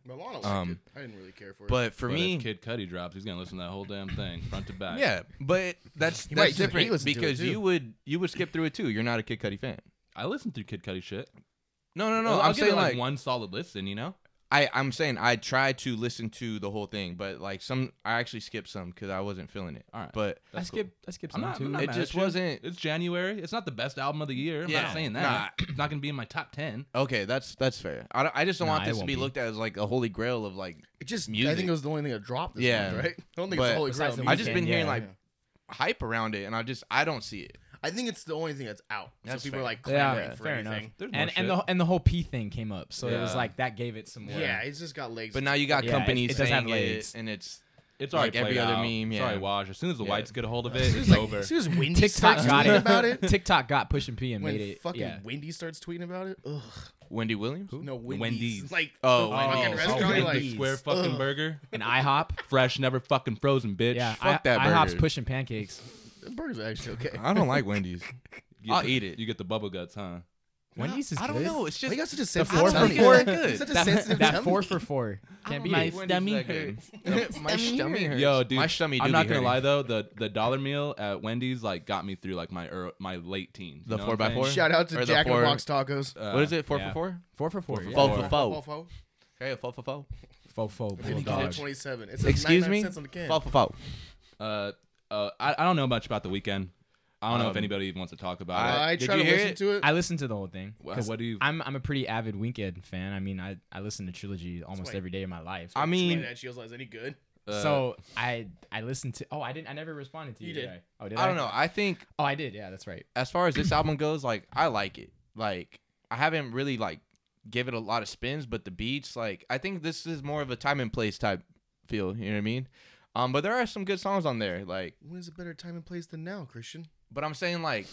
Milano liked Um, it. I didn't really care for it. But for But me, if Kid Cudi drops, he's gonna listen to that whole damn thing, front to back. yeah. But that's might- he- that's he different listened to it, because too. you would you would skip through it too. You're not a Kid Cudi fan. I listened to Kid Cudi shit. No, no, no. I'll I'm give it, saying like, like one solid listen, you know? I, I'm saying I try to listen to the whole thing, but like some, I actually skipped some because I wasn't feeling it. All right. But I That's cool. skip. I skip some I'm not, too. I'm not It mad just at you. wasn't- It's January. It's not the best album of the year. I'm Yeah. not saying that. It's not going to be in my top 10. okay, that's that's fair. I, don't- I just don't Nah, want it this to won't be, be. looked at as like a holy grail of like. it just, I music. think it was the only thing that dropped this Yeah. month, right? I don't think But it's the holy grail. besides the of I music. just Weeknd, been hearing yeah. like hype around it, and I just I don't see it. I think it's the only thing that's out. That's so people fair. are like Yeah, clamoring for fair anything. There's enough. more And and the shit. and the whole P thing came up, so it was Yeah. like that gave it some more. Yeah. it's just got legs. But now you got Yeah, it- companies it does have saying legs. it, and it's It's Like already every played other out. meme, It's yeah. already washed. As soon as the Yeah. whites get a hold of <laughs> it, it's over. as soon as Wendy <laughs> TikTok starts got tweeting it. about it, <laughs> TikTok got pushing P and when made it. fucking yeah. Wendy starts tweeting about it, ugh. Wendy Williams. No, Wendy's. Wendy's. Like, Oh, the Wendy's. fucking Oh, restaurant. Wendy's. like, square fucking ugh. burger, and IHOP. fresh, never fucking frozen, bitch. Yeah, fuck I, that IHOP's burger. pushing pancakes. The burger's are actually okay. I don't like <laughs> Wendy's. You get I'll the- eat it. You get the bubble guts, huh? Wendy's is I don't good. know. It's just They got such a sensitive four tummy. for It's four? not good. It's such a That, sensitive that tummy. four for <laughs> four can't be. my beat. stomach hurts. <laughs> my stomach hurts. Yo, dude, my stomach. do I'm be not gonna hurting. lie though, the the dollar meal at Wendy's like got me through like my er, my late teens. you The know four what I'm by four? saying? Shout out Or to the Jack in four- the Box Tacos. Uh, What is it? Four yeah. for four? Four for four. Four four. for four. Fofo. Okay, four for four. Faux faux I think you bulldog. said 27. It says Excuse 99 me. cents on the can. Four for four. Uh, uh, I, I don't know much about the weekend. I don't know if Um, anybody even wants to talk about it. I- I Did try you to hear listen it? to it. I listened to the whole thing. Wha- 'cause what do you- I'm I'm a pretty avid Winked fan. I mean, I I listen to Trilogy almost why- every day of my life. I mean, that she was like, "Is any good?" Uh, so I I listened to. Oh, I didn't. I never responded to you. You did. I? Oh, did I? I don't know. I think Oh, I did. Yeah, that's right. as far as this album goes, like I like it. Like I haven't really like give it a lot of spins, but the beats, like I think this is more of a time and place type feel. You know what I mean? Um, but there are some good songs on there. Like, When is a better time and place than now, Christian? but I'm saying like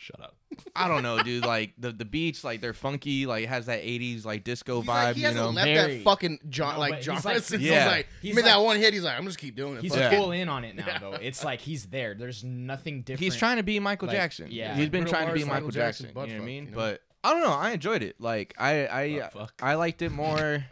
Shut up. <laughs> I don't know, dude. Like the the beats, like they're funky. Like it has that '80s like disco He's vibe. like, he you hasn't know? left Very. that fucking John No, like but John he's like- since Yeah. he's like He's he made that like- one hit. He's like, I'm just keep doing it. He's fuck it." full in on it now, though. It's like he's there. There's nothing different. He's trying to be Michael Like, Jackson. yeah. he's been Bruno trying to Mars, be Michael Michael Jackson, Jackson. you know what I buttfuck, mean? you know? But I don't know. I enjoyed it. Like I I Buttfuck. I liked it more.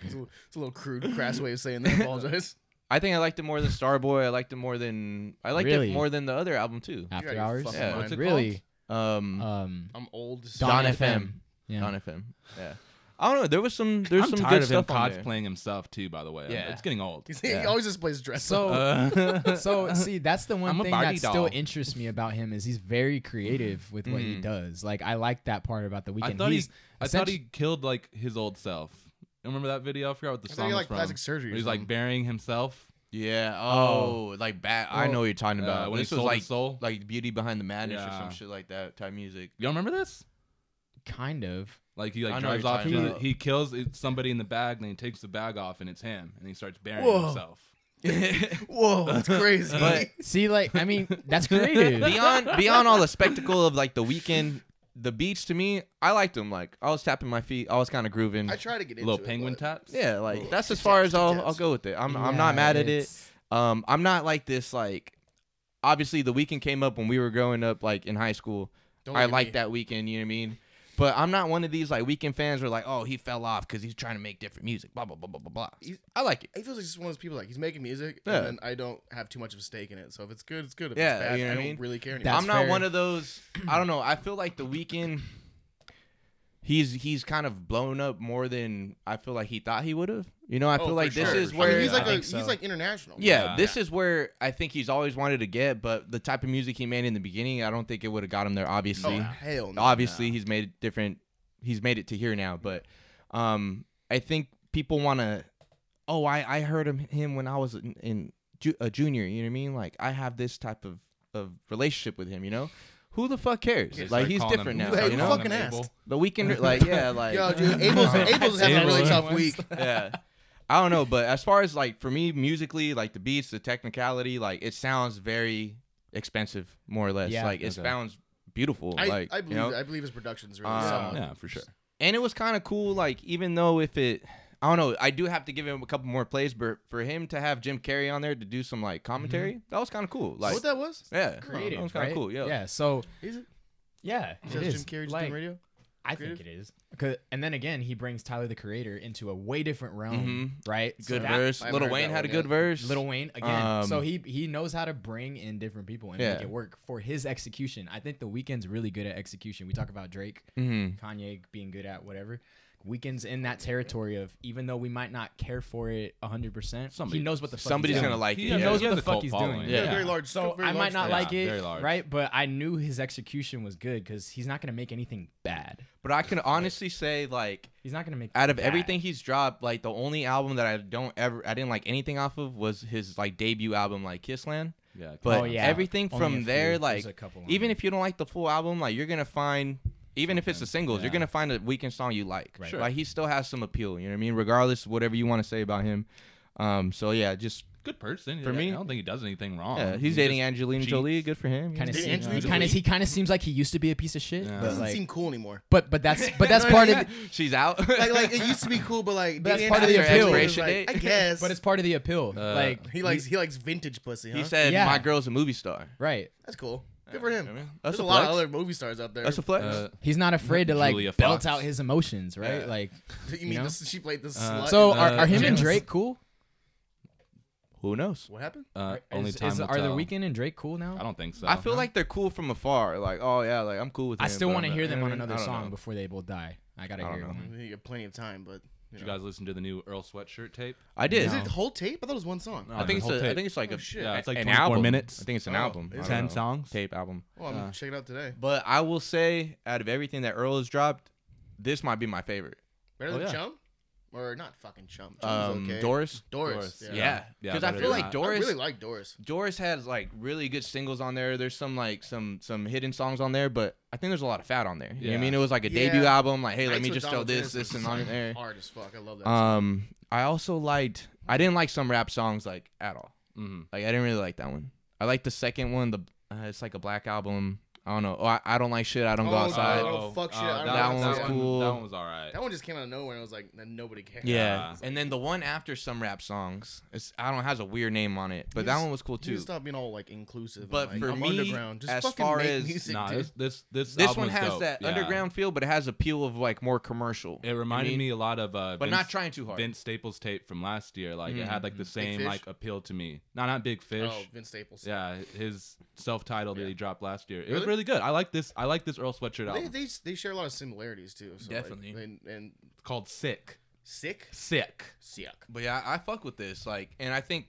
It's a, it's a little crude, crass way of saying that. I apologize. I think I liked it more than Starboy. I liked it more than I liked Really? it more than the other album too. out of after your hours. fucking Yeah. mind. What's it really? Uh, Um, oh, Um, I'm old. as Don, FM. Don FM. yeah. Don FM. Yeah. I don't know. There was some. There's I'm some tired good of stuff him on there. cosplaying himself too. By the way, Yeah. it's <laughs> getting old. He's- <laughs> He <laughs> always just plays dress up. So, <laughs> Uh, so <laughs> see, that's the one I'm a thing Barbie that doll. Mm-hmm. still interests me about him is he's very creative with what he Mm. does. Like I like that part about the I weekend. thought he's he, I thought he essentia- killed like his old self. You Remember that video? I forgot what the I thought song he was had, like, from. plastic surgery or He's like something. burying himself. Yeah. Oh, like bad. I know what you're talking uh, about. when he this was sold his like soul. like beauty behind the madness or Yeah. some shit like that type music. Y'all remember this? kind <laughs> of. Like he I like know what drives you're off. talking He, about. he kills uh, somebody in the bag, and then he takes the bag off, and it's him, and he starts burying Whoa. himself. <laughs> Whoa, that's crazy. But See, like I mean, <laughs> that's creative. beyond beyond all the spectacle of like the weekend, the beach to me, I liked them. Like I was tapping my feet. I was kind of grooving. I try to get into Little it, penguin but- taps. yeah, like Little that's as far jazz, as I'll, jazz. I'll go with it. I'm I'm not mad at it. Um, I'm not like this like. Obviously, the weekend came up when we were growing up, like in high school. Don't I look at like me. that weekend. You know what I mean? But I'm not one of these like weekend fans who are like, oh, he fell off because he's trying to make different music. Blah blah blah blah blah blah. He's- I like it. He feels like just one of those people like he's making music, Yeah. and then I don't have too much of a stake in it. So if it's good, it's good. If Yeah, it's bad, you know what I I don't mean? really care anymore. That's I'm not fair. one of those. I don't know. I feel like the weekend. He's he's kind of blown up more than I feel like he thought he would have. You know, I Oh, feel for like this sure. is I where mean, he's like I a, think he's so. like international. yeah, Yeah. this is where I think he's always wanted to get, but the type of music he made in the beginning, I don't think it would have got him there. Oh, Obviously, hell no. obviously he's made it different. He's made it to here now, but um, I think people want to. Oh, I I heard him him when I was in, in ju- a junior. You know what I mean? Like I have this type of of relationship with him. You know, who the fuck cares? They like start he's calling him- different they now. start Hey, you who know, fucking calling him asked? Abel. the <laughs> weekend. Like yeah, like Yo, <laughs> dude, Abel's, Abel's having a really Abel's- tough week. yeah. I don't know, but as far as like for me musically, like the beats, the technicality, like it sounds very expensive, more or less. Yeah. like it Okay. sounds beautiful. I, like I you believe know? I believe his production's really Uh, solid. Yeah, for sure. and it was kind of cool. Like even though if it, I don't know, I do have to give him a couple more plays, but for him to have Jim Carrey on there to do some like commentary, that was kind of cool. Like, Like what that was? yeah, Creative, that was kind right? of cool. Yeah, Yeah. So Is it? yeah, it Just Jim is. Carrey just Like, doing radio? I Creative? think it is. 'Cause- And then again, he brings Tyler the Creator into a way different realm, Mm-hmm. right? So good that- verse. I haven't Little heard Wayne that had a one good yet. verse. Little Wayne again. so Um, he he knows how to bring in different people and Yeah. make it work for his execution. I think the weekend's really good at execution. We talk about Drake, Mhm. Kanye being good at whatever. Weekend's in that territory of even though we might not care for it hundred percent, Somebody he knows what the fuck Somebody's he's gonna doing. like He it. yeah. knows has what a the fuck cult he's following. doing. Yeah. Very large. So very I might large not fan. like Yeah, it, very large. right? But I knew his execution was good because he's not gonna make anything bad. But I can honestly say like He's not gonna make out of bad. everything he's dropped, like the only album that I don't ever, I didn't like anything off of was his like debut album, like Kissland. Yeah, But Oh, yeah. everything Only a from few. there, There's like a couple on even there. if you don't like the full album, like you're gonna find, even if it's the singles, you're yeah. gonna find a weekend song you like. Right. Sure. Like he still has some appeal. You know what I mean? Regardless, of whatever you want to say about him. Um. So yeah, just good person. For For me- me, I don't think he does anything Oh, wrong. yeah, he's He dating just Angelina cheats. Jolie. Good for him. you kind of know? <laughs> Did seems, Angelina he kind of Jolie- he kind of seems like he used to be a piece of shit, Yeah. but Doesn't like seem cool anymore. but but that's <laughs> but that's You know what part I of the, she's out. Like, like it used to be cool, but like But that's dating part of the after appeal. expiration Like, date, I guess. but it's part of the appeal. Uh, like he likes he likes vintage pussy. <laughs> Huh? he said, Yeah. "My girl's a movie star." right. that's cool. Good for him. I mean, that's There's a a lot of flex. other movie stars out there. That's a flex. Uh, He's not afraid to like Julia belt Fox. out his emotions, right? Yeah. Like <laughs> you you mean know? this, she played this Uh, slut? so uh, are, are him and James- Drake cool? Who knows? what happened? uh, only is, time is- will are the tell. weekend and Drake cool now? I don't think so. I feel like they're cool from afar. Like, oh yeah, like I'm cool with. I him, still but want to I'm not- hear you them know on what I mean? another I don't song know. before they both die. I gotta I don't hear know. one. You got plenty of time, but you Did you know. guys listen to the new Earl Sweatshirt tape? I did. is it the whole tape? I thought it was one song. No. I think the it's. whole A, I tape. think it's like a. Oh, shit. Yeah, it's like Uh, an 24 album. minutes. I think it's an Oh, album. is I it? don't 10 know. songs. Tape album. Oh, I'm Uh, gonna check it out today. But I will say, out of everything that Earl has dropped, this might be my favorite. Better oh, than yeah. Chum? or not fucking Chum. Chum's Um, okay. Doris. Doris. Doris, Yeah. Yeah, Yeah, because I better feel than like not. Doris. I really like Doris. Doris has like really good singles on there. There's some like some some hidden songs on there, but I think there's a lot of fat on there. You know what I Yeah. mean? It was like a Yeah. debut album. Like, hey, let Nights me with just throw Donald this, Denison this, is and on like <laughs> there. Hard as fuck. I love that. song. Um, I also liked. I didn't like some rap songs like at all. Mm-hmm. Like I didn't really like that one. I like the second one. The uh, it's like a black album. I don't know. Oh, I, I don't like shit. I don't go Oh, outside. dude. Oh, fuck shit, I don't know. That Uh, that one's cool. One, that one was all right. That one just came out of nowhere and I was like, "Nah, nobody cares. Yeah. Yeah. And then the one after some rap songs, it's I don't know, has a weird name on it, but You that just- one was cool You too. stop being all like inclusive. But and, like, for I'm me, underground. Just as fucking far make as- music, Nah, dude. this this this, This album one was has dope. that Yeah. underground feel, but it has appeal of like more commercial. It reminded mean? me a lot of uh, But not trying Mm-hmm. too hard. Vince Staples tape from last year. Like it had like the same Fish? like appeal to me. No, not Big Fish. oh, Vince Staples. Yeah, his self-titled that he dropped last year. It was Really? really good. I like this. I like this Earl Sweatshirt They, album. they they share a lot of similarities too. So like, Definitely. and, and It's called Sick. sick, Sick. sick. But yeah, I fuck with this. Like, and I think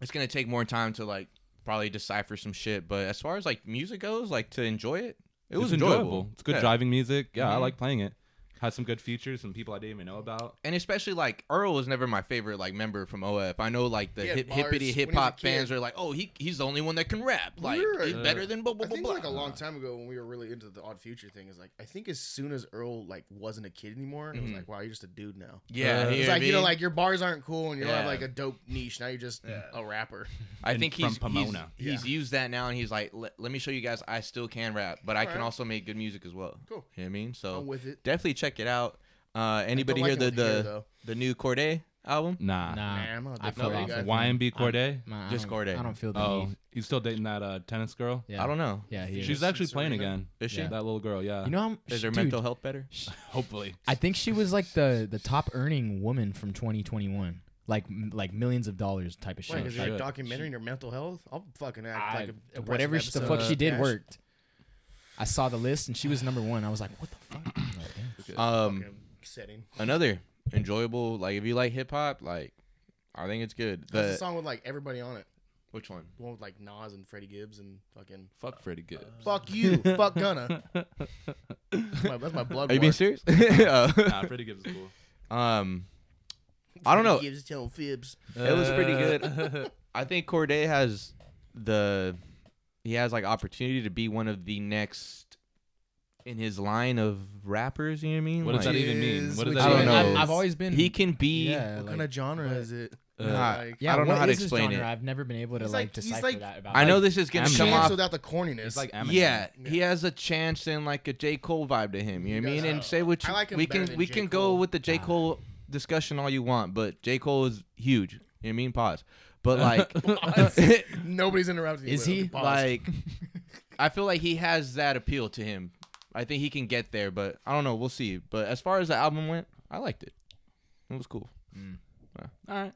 it's gonna take more time to like probably decipher some shit. But as far as like music goes, like to enjoy it, it was enjoyable. It's good Yeah. driving music. Yeah, Mm-hmm. I like playing it. Has some good features. Some people I didn't even know about. and especially like Earl was never my favorite like member from OF. I know like the He had hip, bars hippity when he was hip hop a kid. fans are like, oh, he he's the only one that can rap. Like We're- he's better than blah blah I blah. think blah. like a long time ago when we were really into the Odd Future thing is like I think as soon as Earl like wasn't a kid anymore, and it was like wow, you're just a dude now. yeah, Uh, Mm-hmm. you It's know like what you know, I mean? like your bars aren't cool, and you don't have Yeah. like a dope niche. Now you're just a rapper. I and think from he's Pomona. He's, he's used that now, and he's like, let, let me show you guys, I still can rap, but I can Alright. also make good music as well. Cool. You know what I mean? So I'm with it. definitely check it out. Uh, Oh. anybody like hear him the with hair, the, though. the new Corday album? Nah, Nah. Nah, I'm not a I big fell Cordae off. guy. of- YMB Corday. Nah, I don't- Discord it. I don't feel the Oh, need. he's still dating that uh, tennis girl. Yeah. I don't know. Yeah, he She's is. actually playing Serena? again. Is she? That little girl. Yeah. You know, I'm, Is their dude, mental health better? hopefully. I think she was like the the top earning woman from 2021, like m- like millions of dollars type of Wait, shit. is Sure. there a documentary in your mental health? I'll fucking act like a I- depressive whatever sh- the episode fuck of she did Cash. worked. I saw the list and she was number one. I was like, what the fuck? I'm like, "Damn." Um, Fucking Setting. another enjoyable. Like if you like hip hop, like I think it's good. That's The- the song with like everybody on it. which one? The one with like Nas and Freddie Gibbs and fucking Fuck Freddie Gibbs. fuck you, fuck Gunna. That's my, that's my blood. Are you being work. serious? <laughs> <laughs> <laughs> Oh. nah, Freddie Gibbs is cool. <laughs> um, I don't know. Freddie Gibbs telling fibs. It was pretty good. I think Corday has the he has like opportunity to be one of the next in his line of rappers. You know what I mean? What does that Like, even mean? What does Which is- that even I don't mean? know. I've always been. He can be. Yeah, What like- kind of genre is it? Nah, like, I don't know what how to is his explain genre? it. I've never been able to He's like, like- he's decipher like- that about. I know like, this is gonna Eminem. come chance off. without the corniness. <laughs> It's like Eminem. Yeah, he Yeah. has a chance in like a J Cole vibe to him. You know what I He mean? does. And say what I you, like him we better can than we J. can go Cole. with the J Cole discussion all you want, but J Cole is huge. You know what I mean? Pause. <laughs> But like, nobody's interrupting. you Is with he? it. Pause. like I feel like he has that appeal to him. I think he can get there, but I don't know. We'll see. But as far as the album went, I liked it. It was cool. All right.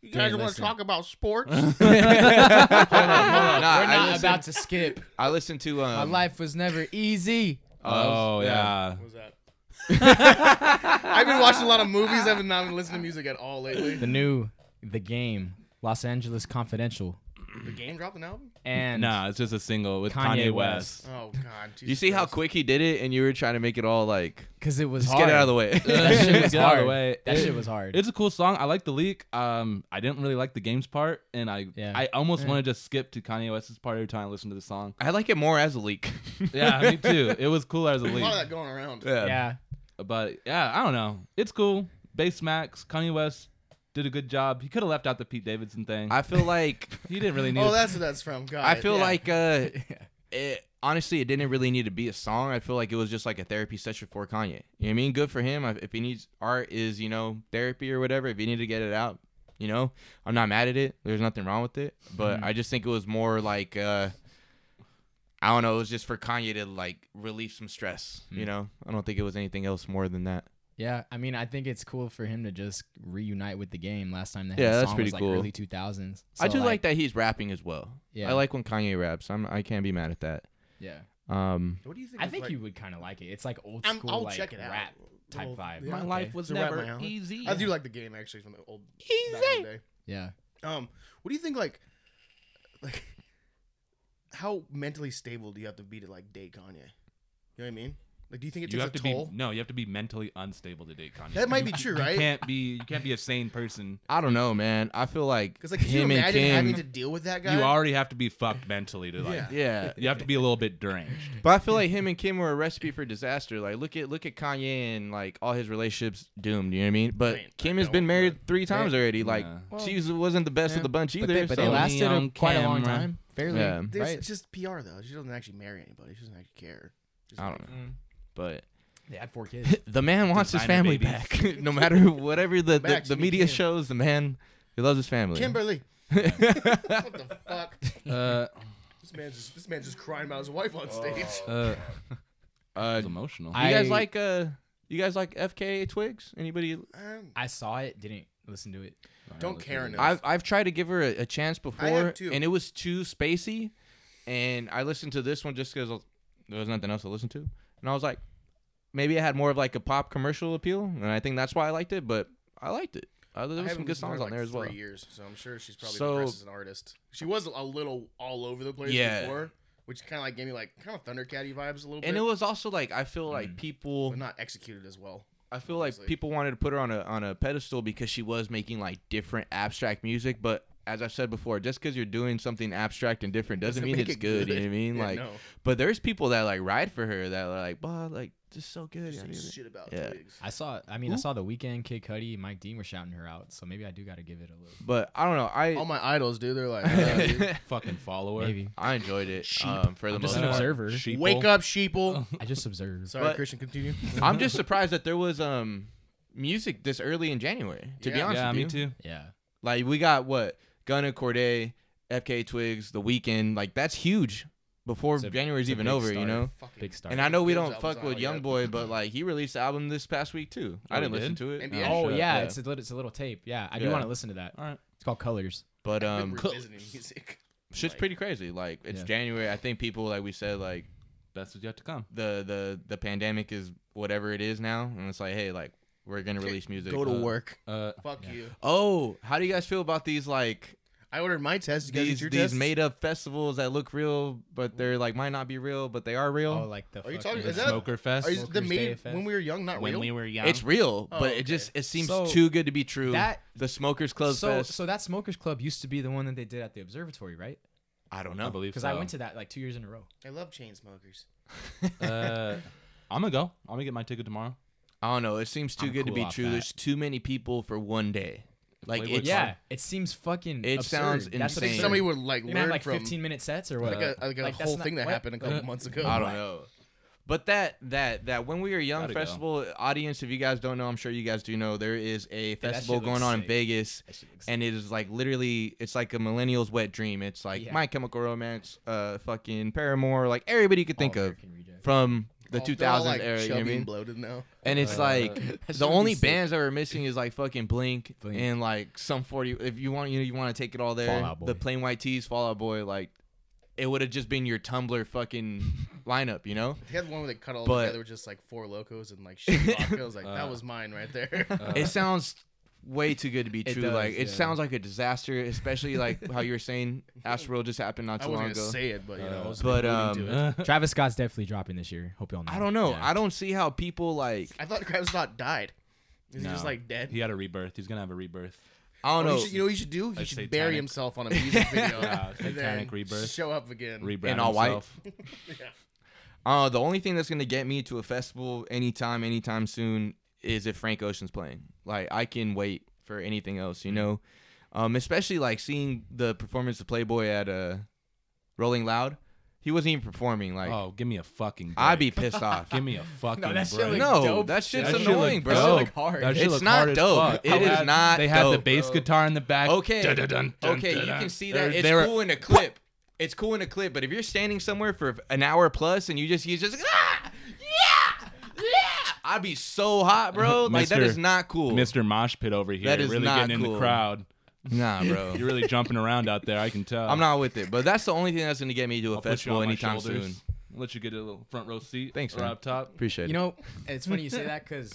you guys Dang, want to listen. talk about sports? Nah, We're I, not listened, about to skip. I listened to um, uh, My life was never easy. Oh yeah. What was <laughs> that? I've been watching a lot of movies. I've not been listening to music at all lately. <laughs> The new, the game, Los Angeles Confidential, The game dropped an album. and Nah, it's just a single with Kanye, Kanye West. Oh God! Jesus You see how Christ. quick he did it, and you were trying to make it all like because it was just hard. get it out of the way. <laughs> That <laughs> shit was Get out of the hard. way. That It- shit was hard. It's a cool song. I like the leak. Um, I didn't really like the games part, and I Yeah. I almost want to just skip to Kanye West's part every time I listen to the song. I like it more as a leak. Yeah, <laughs> me too. It was cool as A a lot of leak, that going around. yeah. but yeah, I don't know. It's cool. Bass Max, Kanye West did a good job. He could have left out the Pete Davidson thing. I feel like he didn't really need. Oh, that's what that's from. God. I feel yeah. like <laughs> uh, it, honestly, it didn't really need to be a song. I feel like it was just like a therapy session for Kanye. You know what I mean? Good for him. If he needs art is you know therapy or whatever. If he need to get it out, you know, I'm not mad at it. There's nothing wrong with it. But I just think it was more like uh, I don't know. It was just for Kanye to like relieve some stress. You know, I don't think it was anything else more than that. Yeah, I mean, I think it's cool for him to just reunite with the game. Last time they had Yeah, a that's song pretty was like cool. early two thousands. I do like, that he's rapping as well. Yeah. I like when Kanye raps. I'm I can't be mad at that. Yeah, Um, What do you think? I is, think like- you would kind of like it. It's like old I'm- school, I'll like check it out. rap type Well, vibe. yeah. My life was It's a rap never my alley. easy. I do like the game actually from the old back in the day. Yeah, Um, what do you think? Like, like, how mentally stable do you have to be to like date Kanye? You know what I mean? Like, do you think it you takes have a to toll? be no, you have to be mentally unstable to date Kanye. That might be You- true, You right? can't be you can't be a sane person. I don't know, man. I feel like Because like, could you him and imagine having Kim. to deal with that guy? You already have to be fucked mentally to like. Yeah. <laughs> <laughs> yeah, You have to be a little bit deranged. but I feel like him and Kim were a recipe for disaster. Like, look at look at Kanye and like all his relationships doomed. You know what I mean? But I mean, Kim I has been don't, married three times already. Like, Yeah. she was- wasn't the best of the bunch either. but they, but they so- lasted on a, quite a long camera. time. Fairly, Yeah. There's right? just PR though. She doesn't actually marry anybody. She doesn't actually care. Just I like- don't Mm. know, <laughs> but They had four kids. the man wants his Designer family babies. back. <laughs> no matter who- whatever the, the, Back the to me, media Kim. shows, the man he loves his family. Kimberly. what the fuck? Uh, This man's just, this man's just crying about his wife on stage. Oh. <laughs> uh, Uh, it's emotional. you guys I- like uh, you guys like FK Twigs? Anybody? Um, <laughs> I saw it, didn't listen to it. don't care enough. I've I've tried to give her a, a chance before, too. and it was too spacey. And I listened to this one just because there was nothing else to listen to, and I was like, maybe it had more of like a pop commercial appeal, and I think that's why I liked it. But I liked it. Uh, there I was haven't some good listened to her in, songs on like, there as well. Three years, so I'm sure she's probably So- progressed as an artist. She was a little all over the place Yeah. before, which kind of like gave me like kind of Thundercatty vibes a little bit. And it was also like I feel like people Mm. but not executed as well. I feel like Obviously. people wanted to put her on a on a pedestal because she was making like different abstract music, but as I've said before, just because you're doing something abstract and different doesn't, Doesn't mean make it's it good, You know what good. I mean? <laughs> Yeah, Like, no. but there's people that like ride for her that are like, "Bah, like just so good." Just yeah, like yeah, shit about yeah. twigs. I saw. I mean, I saw the weekend. Kid Cudi, Mike Dean were shouting her out. So maybe I do got to give it a <laughs> little. But I don't know. I All Oh my idols, dude. They're <laughs> like, uh, dude, fucking follower. Maybe. I enjoyed it um, for the I'm most just an part. observer. Sheeple. wake up, sheeple. I just observed. Sorry, Oh. But- <laughs> Christian. Continue. I'm just surprised that there was um music this early in January. To be Yeah. honest, <laughs> Yeah, with me you. too. yeah. Like we got what Gunna Corday, FK Twigs, The Weeknd. Like that's huge before It's a- January's it's a even big over. You start. know. Fucking- Big star. And I know we Bill's don't album's fuck not with out yet. Youngboy, <laughs> but like he released an album this past week too. I Oh, didn't he listen did? to it, Maybe no. I Oh Shut yeah, yeah. it's a little, it's a little tape. Yeah, I do Yeah. want to listen to that. All right. It's called Colors. but We're um, <laughs> revisiting music. shit's like- pretty crazy. Like it's Yeah. January. I think people, like we said, like Best is yet to come. the the the pandemic is whatever it is now, and it's like, hey, like we're gonna release music. Go to Uh, work. Uh, Fuck you. Oh, how do you guys feel about these like I ordered my test. You guys these get your these tests? made up festivals that look real, but they're like might not be real, but they are real. Oh, like the. Are you fucking- talking- is that- Smoker Fest. Are you, the Smoker's Day made Fest? when we were young, not real. were young. It's real, Oh, but okay. it just it seems So- too good to be true. That- the Smokers Club so Fest. so that Smokers Club used to be the one that they did at the observatory, right? I don't Oh, I know. believe Because Oh. so. I <laughs> went to that like two years in a row. I love chain smokers. Uh, I'm gonna go. I'm gonna get my ticket <laughs> tomorrow. I don't know. It seems too I'm good cool to be off true. that. There's too many people for one day. Like Playboy it's, Cardi. Yeah, it seems fucking. It absurd. sounds That's insane. absurd. Somebody would like They gonna have learn like from 15 minute sets or what? like a, like a Like, that's whole not- thing that what? Uh, happened a <laughs> couple months ago. I don't know. But that that that when we were young Gotta go. festival audience, if you guys don't know, I'm sure you guys do know, there is a that festival shit looks going on in sick. Vegas, shit looks and it is like literally, it's like a millennial's wet dream. It's like Yeah. My Chemical Romance, uh, fucking Paramore, like everybody you could think of from the All- 2000s Oh, they're all, like, era. You know chubby what I mean? and bloated now. And it's like the would be only sick. bands that were missing is like fucking Blink, Blink. and like some forty. If you want, you know, you want to take it all there. Fall Out Boy. The plain white tees, Fallout Boy, like it would have just been your <laughs> Tumblr fucking lineup, you know. They had one where they cut all But- together with just like four locos and <laughs> like shit vodka. I was like, that Uh, was mine right there. <laughs> it sounds way too good to be Uh-huh. It true. does, like it yeah. sounds like a disaster, especially like how you were <laughs> saying Astroworld just happened not I too wasn't long gonna ago. Uh, say it, but you know, I was but, um, alluding to it. Travis Scott's definitely dropping this year. Hope y'all know. I don't know. Yeah. I don't see how people like. I thought Travis Scott died. Is he just No. like dead? he had a rebirth. He's gonna have a rebirth. I Oh, don't know. You, should, you know what you should do? He Like should satanic. bury himself on <laughs> a music video. Yeah, and satanic then rebirth. Show up again. Rebrand In all white. himself. Uh, the only thing that's gonna get me to a festival anytime, anytime soon is if Frank Ocean's playing. Like I can wait for anything else, Mm-hmm. you know. Um, especially like seeing the performance of Playboy at uh, Rolling Loud. He wasn't even performing. Like Oh, give me a fucking. Break. I'd be pissed off. <laughs> <laughs> Give me a <laughs> fucking. that shit break. look no, dope. that shit's That shit annoying, look bro. dope. That shit look hard. That shit It's look not hard as dope. fuck. It They is had- not They had the dope, bass bro. guitar in the back. Okay. Dun, dun, dun, dun, okay, dun, you dun. can see They're- that it's they were- cool in a clip. It's cool in a clip, but if you're standing somewhere for an hour plus and you just he's just ah, yeah, yeah, I'd be so hot, <laughs> bro. Like that Mr. is not cool, Mr. Mosh Pit over here. That is really not getting in cool. <laughs> the crowd. Nah, bro. You're really jumping around out there. I can tell. I'm not with it, but that's the only thing that's gonna get me to a I'll put you festival on my anytime shoulders. soon. I'll let you get a little front row seat. Thanks, or man. up top. Appreciate You know, it's funny you say that <laughs> because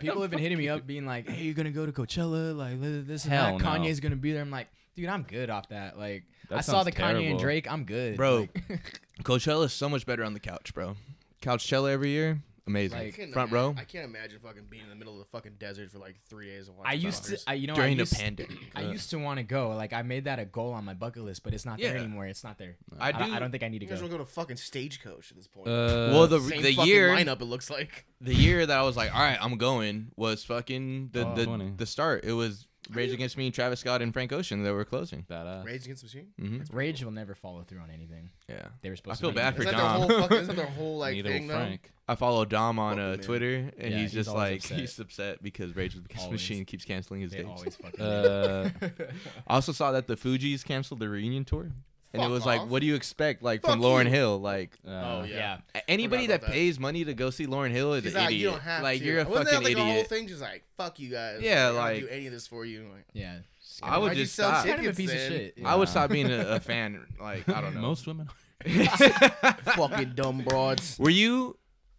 people have been hitting me up being like, "Hey, you're gonna go to Coachella? Like this- this and Hell that. no. Kanye's gonna be there." I'm like, dude, I'm good off that. Like, That I saw sounds the Kanye terrible. and Drake. I'm good, Bro. <laughs> Like, <laughs> Coachella is so much better on the couch, bro. Couchella every year. amazing. Like- can't Front imagine- row I can't imagine fucking being in the middle of the fucking desert for like three days and watching. I used to, Dodgers. I, you know, during I the used, pandemic. uh. I used to want to go. Like I made that a goal on my bucket list, but it's not there Yeah. anymore. It's not there. I don't- do- I don't think I need to you guys go. will go to fucking stagecoach at this point. Uh, well, the Same the fucking year lineup. It <laughs> looks like the year that I was like, all right, I'm going was fucking the Oh, the, funny. the start. It was Rage Against Me, Travis Scott, and Frank Ocean that were closing. badass. Rage Against the Machine. hmm Rage will never follow through on anything. Yeah, They were supposed feel to. be- bad for Is that their Dom. whole fucking? Is <laughs> that their whole like Neither thing will though? Frank. I follow Dom on Welcome uh, in. Twitter, and Yeah, he's he's just always like upset. he's upset because Rage Against the Always. Machine keeps canceling his They dates. always fucking. Uh, I also saw that the Fugees canceled the reunion tour, and it Fuck was like, off. what do you expect like Fuck from Lauren you. Hill? Like uh, Oh, <laughs> yeah. yeah. anybody Forgot that, about that. pays money to go see Lauren Hill is She's an like, idiot. you don't have like to. you're a Wasn't fucking that, like, The whole idiot. thing, she's like, "Fuck you guys." Yeah, like, I don't like- do any of this for you. Like, <laughs> Yeah. Just I would Why'd you just sell stop. kind of a tickets piece then? of shit. I would Yeah. stop being a, a fan. Like <laughs> I don't know. Most women. <laughs> fucking dumb broads. Were you?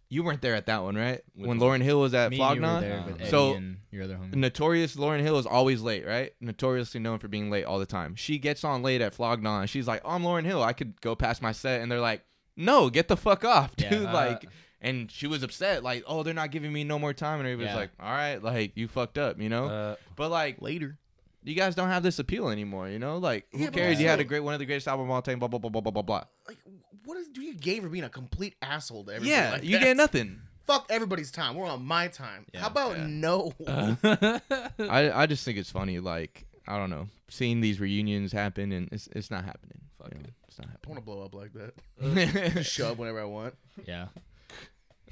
You weren't there at that one, right? Which when one? Lauren Hill was at Me and you were Flogna. there with Eddie So- and your other homie. Notorious Lauren Hill is always late, right? Notoriously known for being late all the time. She gets on late at Flogna and she's like, oh, I'm Lauren Hill. I could go past my set. And they're like, no, get the fuck off, <laughs> dude. Yeah. like, and she was upset, like, oh, they're not giving me no more time. And everybody's Yeah. like, all right, like, you fucked up, you know? <laughs> Uh, but like, Later. you guys don't have this appeal anymore, you know? Like, who Yeah, but cares? You had also- a great, one of the greatest album of all time, blah, blah, blah, blah, blah, blah, blah. Like, what is, do you gain for being a complete asshole to everybody? Yeah, like you that? get nothing. <laughs> Fuck everybody's time. We're on my time. Yeah. How about Yeah. <laughs> no? I, I just think it's funny, like, I don't know, seeing these reunions happen and it's, it's not happening. Fuck you know? it. It's not I want to blow up like that. <laughs> happening. <laughs> Just shove whenever I want. yeah.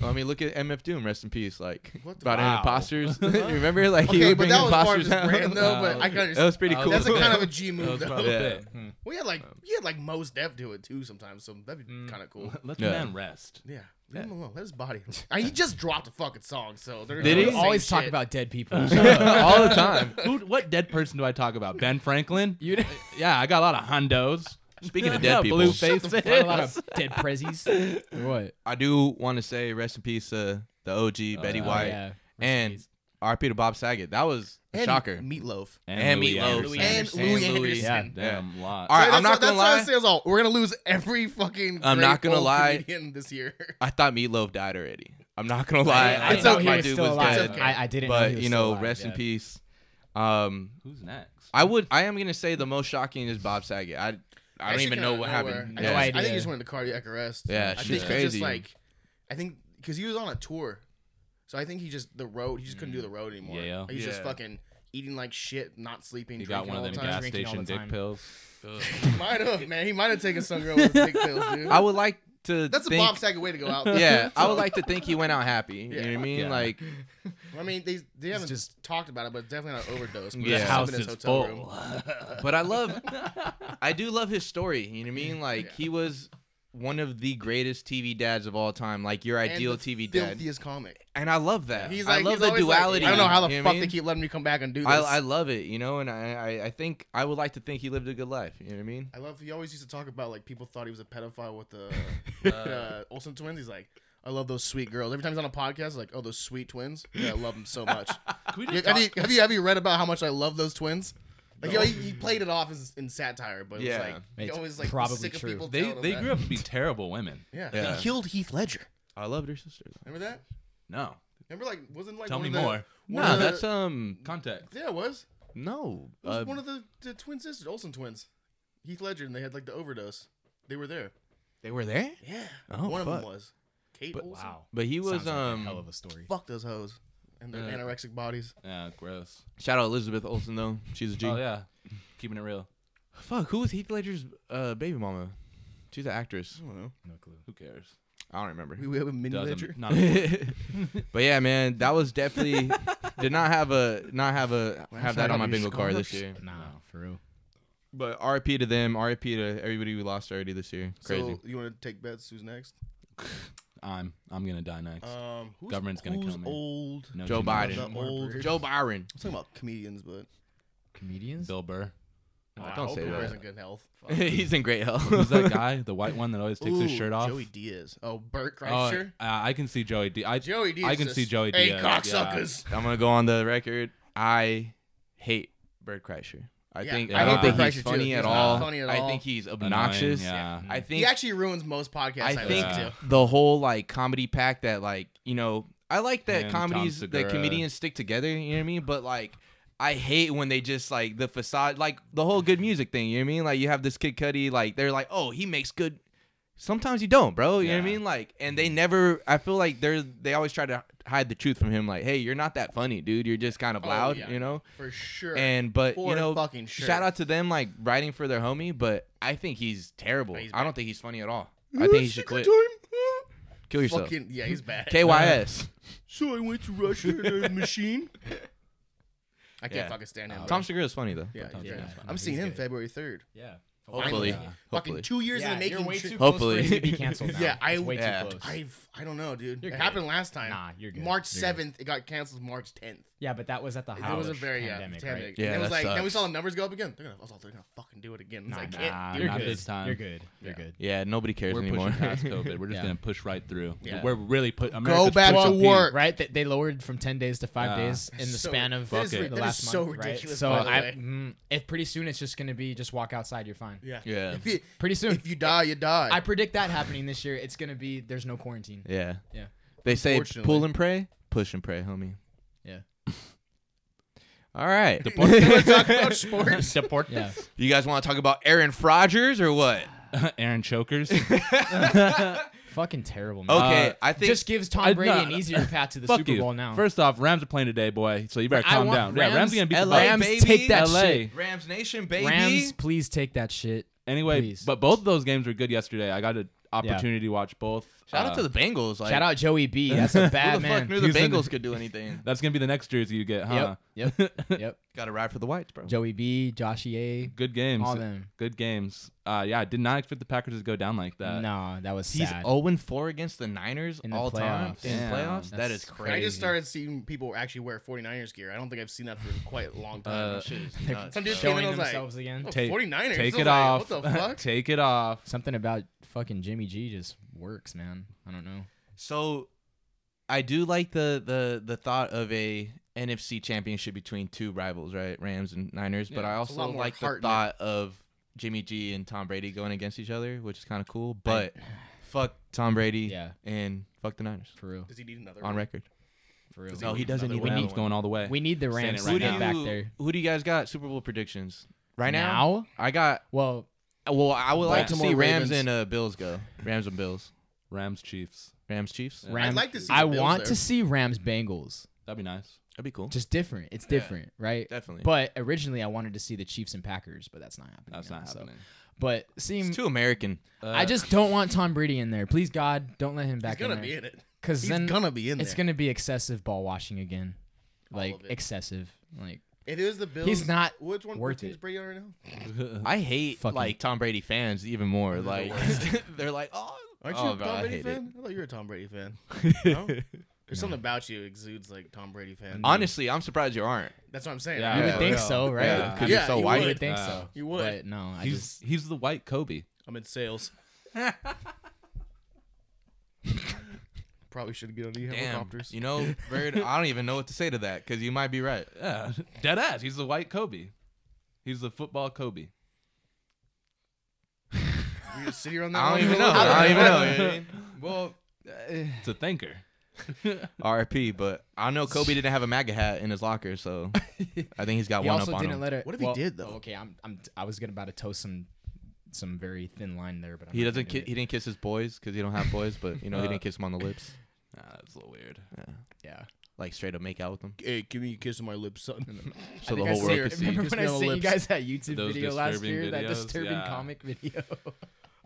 Well, I mean, look at MF Doom, rest in peace. Like What the- about Wow. <laughs> imposters. <laughs> you remember, like he Okay, would but bring that was part imposters of his out. brand though. But Wow. I can <laughs> understand. that was pretty That cool. was That's a kind of a G move That was though. probably Yeah. it. We had like we had like most Def do it too sometimes, so that'd be Mm. kind <laughs> of cool. Let Yeah. the man rest. Yeah, leave him alone. Let his body. <laughs> I, he just dropped a fucking song, so they're Did he? they're saying always talk shit. about dead <laughs> people. <laughs> all the time. Who? What dead person do I talk about? Ben Franklin. You? Yeah, I got a lot of hondos. <laughs> Speaking of dead people, blue Not a lot <laughs> of dead prezzies. what? I do want to say rest in peace uh, the OG Betty yeah. White Oh, yeah. and R.P. to Bob Saget. That was a and shocker. Meatloaf. And Meatloaf. Anderson. Louis And Anderson. Louis And Louis. Anderson. Yeah. Damn lot. All right, Yeah, I'm not that's gonna what- that's what I lie. say is all. We're gonna lose every fucking. I'm not great gonna folk lie. comedian this year. <laughs> I thought Meatloaf died already. I'm not gonna lie. I, I, didn't know thought he my was dude still was alive. dead. I, I didn't. know But he was you still know, alive, rest in yeah. peace. Um, Who's next? I would. I am gonna say the most shocking is Bob Saget. I I don't Actually, even kinda know out what of happened. nowhere. No I, Yeah. just, I think idea. he just went into cardiac arrest. Yeah, I shit's think he crazy. just like, I think because he was on a tour, so I think he just the road. He just couldn't do the road anymore. Yeah. he's just Yeah. fucking eating like shit, not sleeping. He got drinking one of all them the gas time. drinking all station the dick time. pills. might have man. <laughs> He might have taken some girl with big pills, dude. I would like to. That's a think- Bob Saget way to go out. <laughs> yeah, I would like to think he went out happy. You know what I Yeah. mean? Yeah. Like, I mean, they they haven't just- just talked about it, but definitely not an overdose. But Yeah. yeah, The House is full. <laughs> but I love, I do love his story. You know what I mean? Like, Yeah. he was one of the greatest TV dads of all time. Like your ideal TV dad, Filthiest comic. and I love that. He's I like, love he's the always duality. Like, I don't know how the you what I fuck mean? they keep letting me come back and do this. I, I love it, you know, and I, I, I think I would like to think he lived a good life. You know what I mean? I love. He always used to talk about like people thought he was a pedophile with the the Olsen twins. He's like, I love those sweet girls. Every time he's on a podcast, like, oh, those sweet twins. Yeah, I love them so much. we Yeah, just have, talk- you, have you have you read about how much I love those twins? Like, you know, he, he played it off as, in satire, but it Yeah. was like he It's always like probably sick true. of people. They telling him they that. grew up to be terrible women. Yeah. Yeah. he killed Heath Ledger. I loved her sister. though. Remember that? No Remember like wasn't like Tell one me of the, more. one nah, of the- that's um, context. yeah, it was. no. It was uh, one of the, the twin sisters, Olsen twins, Heath Ledger, and they had like the overdose. They were there. they were there, Yeah, Oh, one of them fuck. was Kate But- Olsen. Wow. but he was Sounds like um. a hell of a story. Fuck those hoes and their Yeah. anorexic bodies. Yeah, gross. shout out Elizabeth Olsen though. She's a G. Oh yeah, keeping it real. Fuck, who was Heath Ledger's uh, baby mama? She's an actress. I don't know. No clue. Who cares? I don't remember. We, we have a mini Ledger. Doesn't <laughs> not but yeah, man, that was definitely did not have a not have a have that on my bingo card this year. Nah, for real. But RIP to them, RIP to everybody we lost already this year. Crazy. So you want to take bets? Who's next? I'm I'm gonna die next. Um, who's, Government's gonna who's kill me. old? No Joe team Biden. The motion. old. I'm Joe Byron. talking about comedians, but Comedians? Bill Burr. Oh, I don't hope say he that. was in good <laughs> health. Fuck. <laughs> He's in great health. Who's <laughs> that guy? The white one that always takes his Ooh, shirt off. Joey Diaz. Oh, Bert Oh, Kreischer. uh, I can see Joey D. I, Joey Diaz. I can just, see Joey Hey, Diaz. cocksuckers. I'm gonna go on the record. I hate Bert Kreischer. I Yeah, think I I, don't hate think Bert he's Kreischer, too. funny He's at not all. funny at I all. think he's Annoying, obnoxious. Yeah. I He think actually ruins most podcasts. I I, think listen to. the whole like comedy pack that like you know, I like that And Tom comedies that Segura. comedians stick together. You know what I mean? But like. I hate when they just like the facade, like the whole good music thing. You know what I mean? Like you have this Kid Cudi, like they're like, oh, he makes good. Sometimes you don't, bro. You know what I Yeah. mean? Like, and they never. I feel like they're they always try to hide the truth from him. Like, hey, you're not that funny, dude. You're just kind of Oh, loud. yeah. You know? for sure. And but For you know, fucking sure. shout out to them like writing for their homie. But I think he's terrible. he's I don't think he's funny at all. I think he should quit. Kill yourself. Fucking yeah, he's bad. KYS. So I went to Russia <laughs> in a machine. I can't Yeah. fucking stand him. Tom bro. Segura is funny though. yeah, Tom he's Segura's great. funny. I'm seeing He's him good. February third. Yeah. Hopefully. Yeah. Hopefully. Fucking two years in the making. you're way shit- too close close for Hopefully. it for to it be to be canceled <laughs> canceled now. Yeah, I- It's way way too Yeah. too close. I've- I don't know, dude. You're it good. happened last time. Nah, you're good. March You're good. seventh, it got canceled. March tenth. yeah, but that was at the height It was a of very yeah, pandemic, pandemic. right? Yeah, and it was that like then we sucks. saw the numbers go up again. They're gonna, I was like, they're gonna fucking do it again. It's Nah, like, eh, nah, I can't do you're not good. this time. You're good. You're Yeah. good. Yeah, nobody cares We're anymore. <laughs> pushing <laughs> past COVID. We're just Yeah. gonna push right through. Yeah. We're really put. Go America's back pushing to peace. <laughs> work. Right, they, they lowered from ten days to five Ah. days in the So- span of that is the ri- that last is so month, ridiculous, Right? So by the I, way. mm, if pretty soon it's just gonna be just walk outside, you're fine. Yeah. Yeah. If you, Pretty soon, if you die, you die. I predict that happening this year. It's gonna be there's no quarantine. Yeah. Yeah. They say Unfortunately. pull and pray, push and pray, homie. Yeah. All right. We're talking <laughs> about sports. Deport Yeah, <laughs> <laughs> you guys want to talk about Aaron Rodgers or what? <laughs> Aaron Chokers. fucking terrible. Man. Okay, Uh, I think just gives Tom I- Brady no, an no. easier path to the <laughs> Fuck Super you. Bowl now. First off, Rams are playing today, boy. So you better I calm want down. yeah, Rams are gonna beat the LA, Bucks. Rams baby. take that LA. shit. Rams Nation, baby. Rams, please take that shit. Anyway, Please. but both of those games were good yesterday. I got an opportunity to watch both. Shout out Uh, to the Bengals. Like, Shout out Joey B. That's a Who bad the fuck knew man. the He's in the- Bengals could do anything? <laughs> That's gonna be the next jersey you get, huh? Yep. <laughs> Yep. yep. Got to ride for the Whites, bro. Joey B. Josh E. Good games. All them. Good games. Uh, yeah, I did not expect the Packers to go down like that. No, that was He's sad. 0 4 against the Niners In the all time playoffs. in Damn. playoffs. that That's is crazy. crazy. I just started seeing people actually wear 49ers gear. I don't think I've seen that for quite a long time. Uh, Shit <laughs> is They're nuts, Some bro. dude came in showing and was like, themselves again. oh, Take- 49ers. Take I was it like, off. <laughs> What the fuck? Take it off. Something about fucking Jimmy G just works, man. I don't know. So I do like the the the thought of a NFC championship between two rivals, right? Rams and Niners, but Yeah, I it's a also lot more like the heart in it. thought of Jimmy G and Tom Brady going against each other, which is kind of cool, but fuck Tom Brady Yeah. and fuck the Niners For real. Does he need another on one? record. For real. No, he doesn't another even We one? need need going all the way. We need the Saying it Rams right to now. get back Who do you- there. Who do you guys got Super Bowl predictions? Right now? Now? I got Well, well, I would like to Baltimore see Rams Ravens. and uh, Bills go. Rams and Bills. Rams Chiefs. Rams Chiefs. Yeah. Rams. Uh, like to see I the Bills want there. to see Rams Bengals. That'd be nice. That'd be cool. Just different. It's different, right? Definitely. But originally, I wanted to see the Chiefs and Packers, but that's not happening. That's now, not so. happening. But seeing, it's too American. I Uh, just don't want Tom Brady in there. Please God, don't let him He's back gonna in be there. in it. Because He's then gonna be in it's there. gonna be excessive ball washing again, All like of it. excessive. Like It is the Bills. He's not Which one? worth which team's it. Brady on right now? I hate Fucking- like Tom Brady fans even more. Like <laughs> they're like, oh, Aren't oh, you a Tom bro, I Brady hate it. fan? I thought you were a Tom Brady <laughs> fan. No? There's something about you exudes like Tom Brady fan. Honestly, I'm surprised you aren't. That's what I'm saying. Yeah. you would for think real. so, right? Yeah, 'cause Yeah, you're so you white. you would. <laughs> would think Uh, so. you would. But no, I he's just he's the white Kobe. I'm in sales. Probably should get on the Damn, helicopters. you know, Bird. I don't even know what to say to that because you might be right. Yeah, <laughs> dead ass. He's the white Kobe. He's the football Kobe. You just sit here on that. I don't one even know. <laughs> hill? I don't even know. Yeah. you know what I mean? Well, It's a thinker. R.I.P. But I know Kobe didn't have a MAGA hat in his locker, so I think he's got he one also up on didn't him. let it. What if he well, did, though? Okay, I'm I'm I was gonna about to toast some some very thin line there, but I'm he not doesn't. gonna Ki- do he didn't kiss his boys because he don't have boys, but you know he Uh, didn't kiss them on the lips. Nah, that's a little weird. it. yeah. Like straight up make out with them, <laughs> Hey, give me a kiss on my lips, son. so the think I whole world sent- could see. <laughs> Remember Just when I no sent you lips. guys that YouTube Those video last disturbing year? That videos, disturbing yeah. comic video.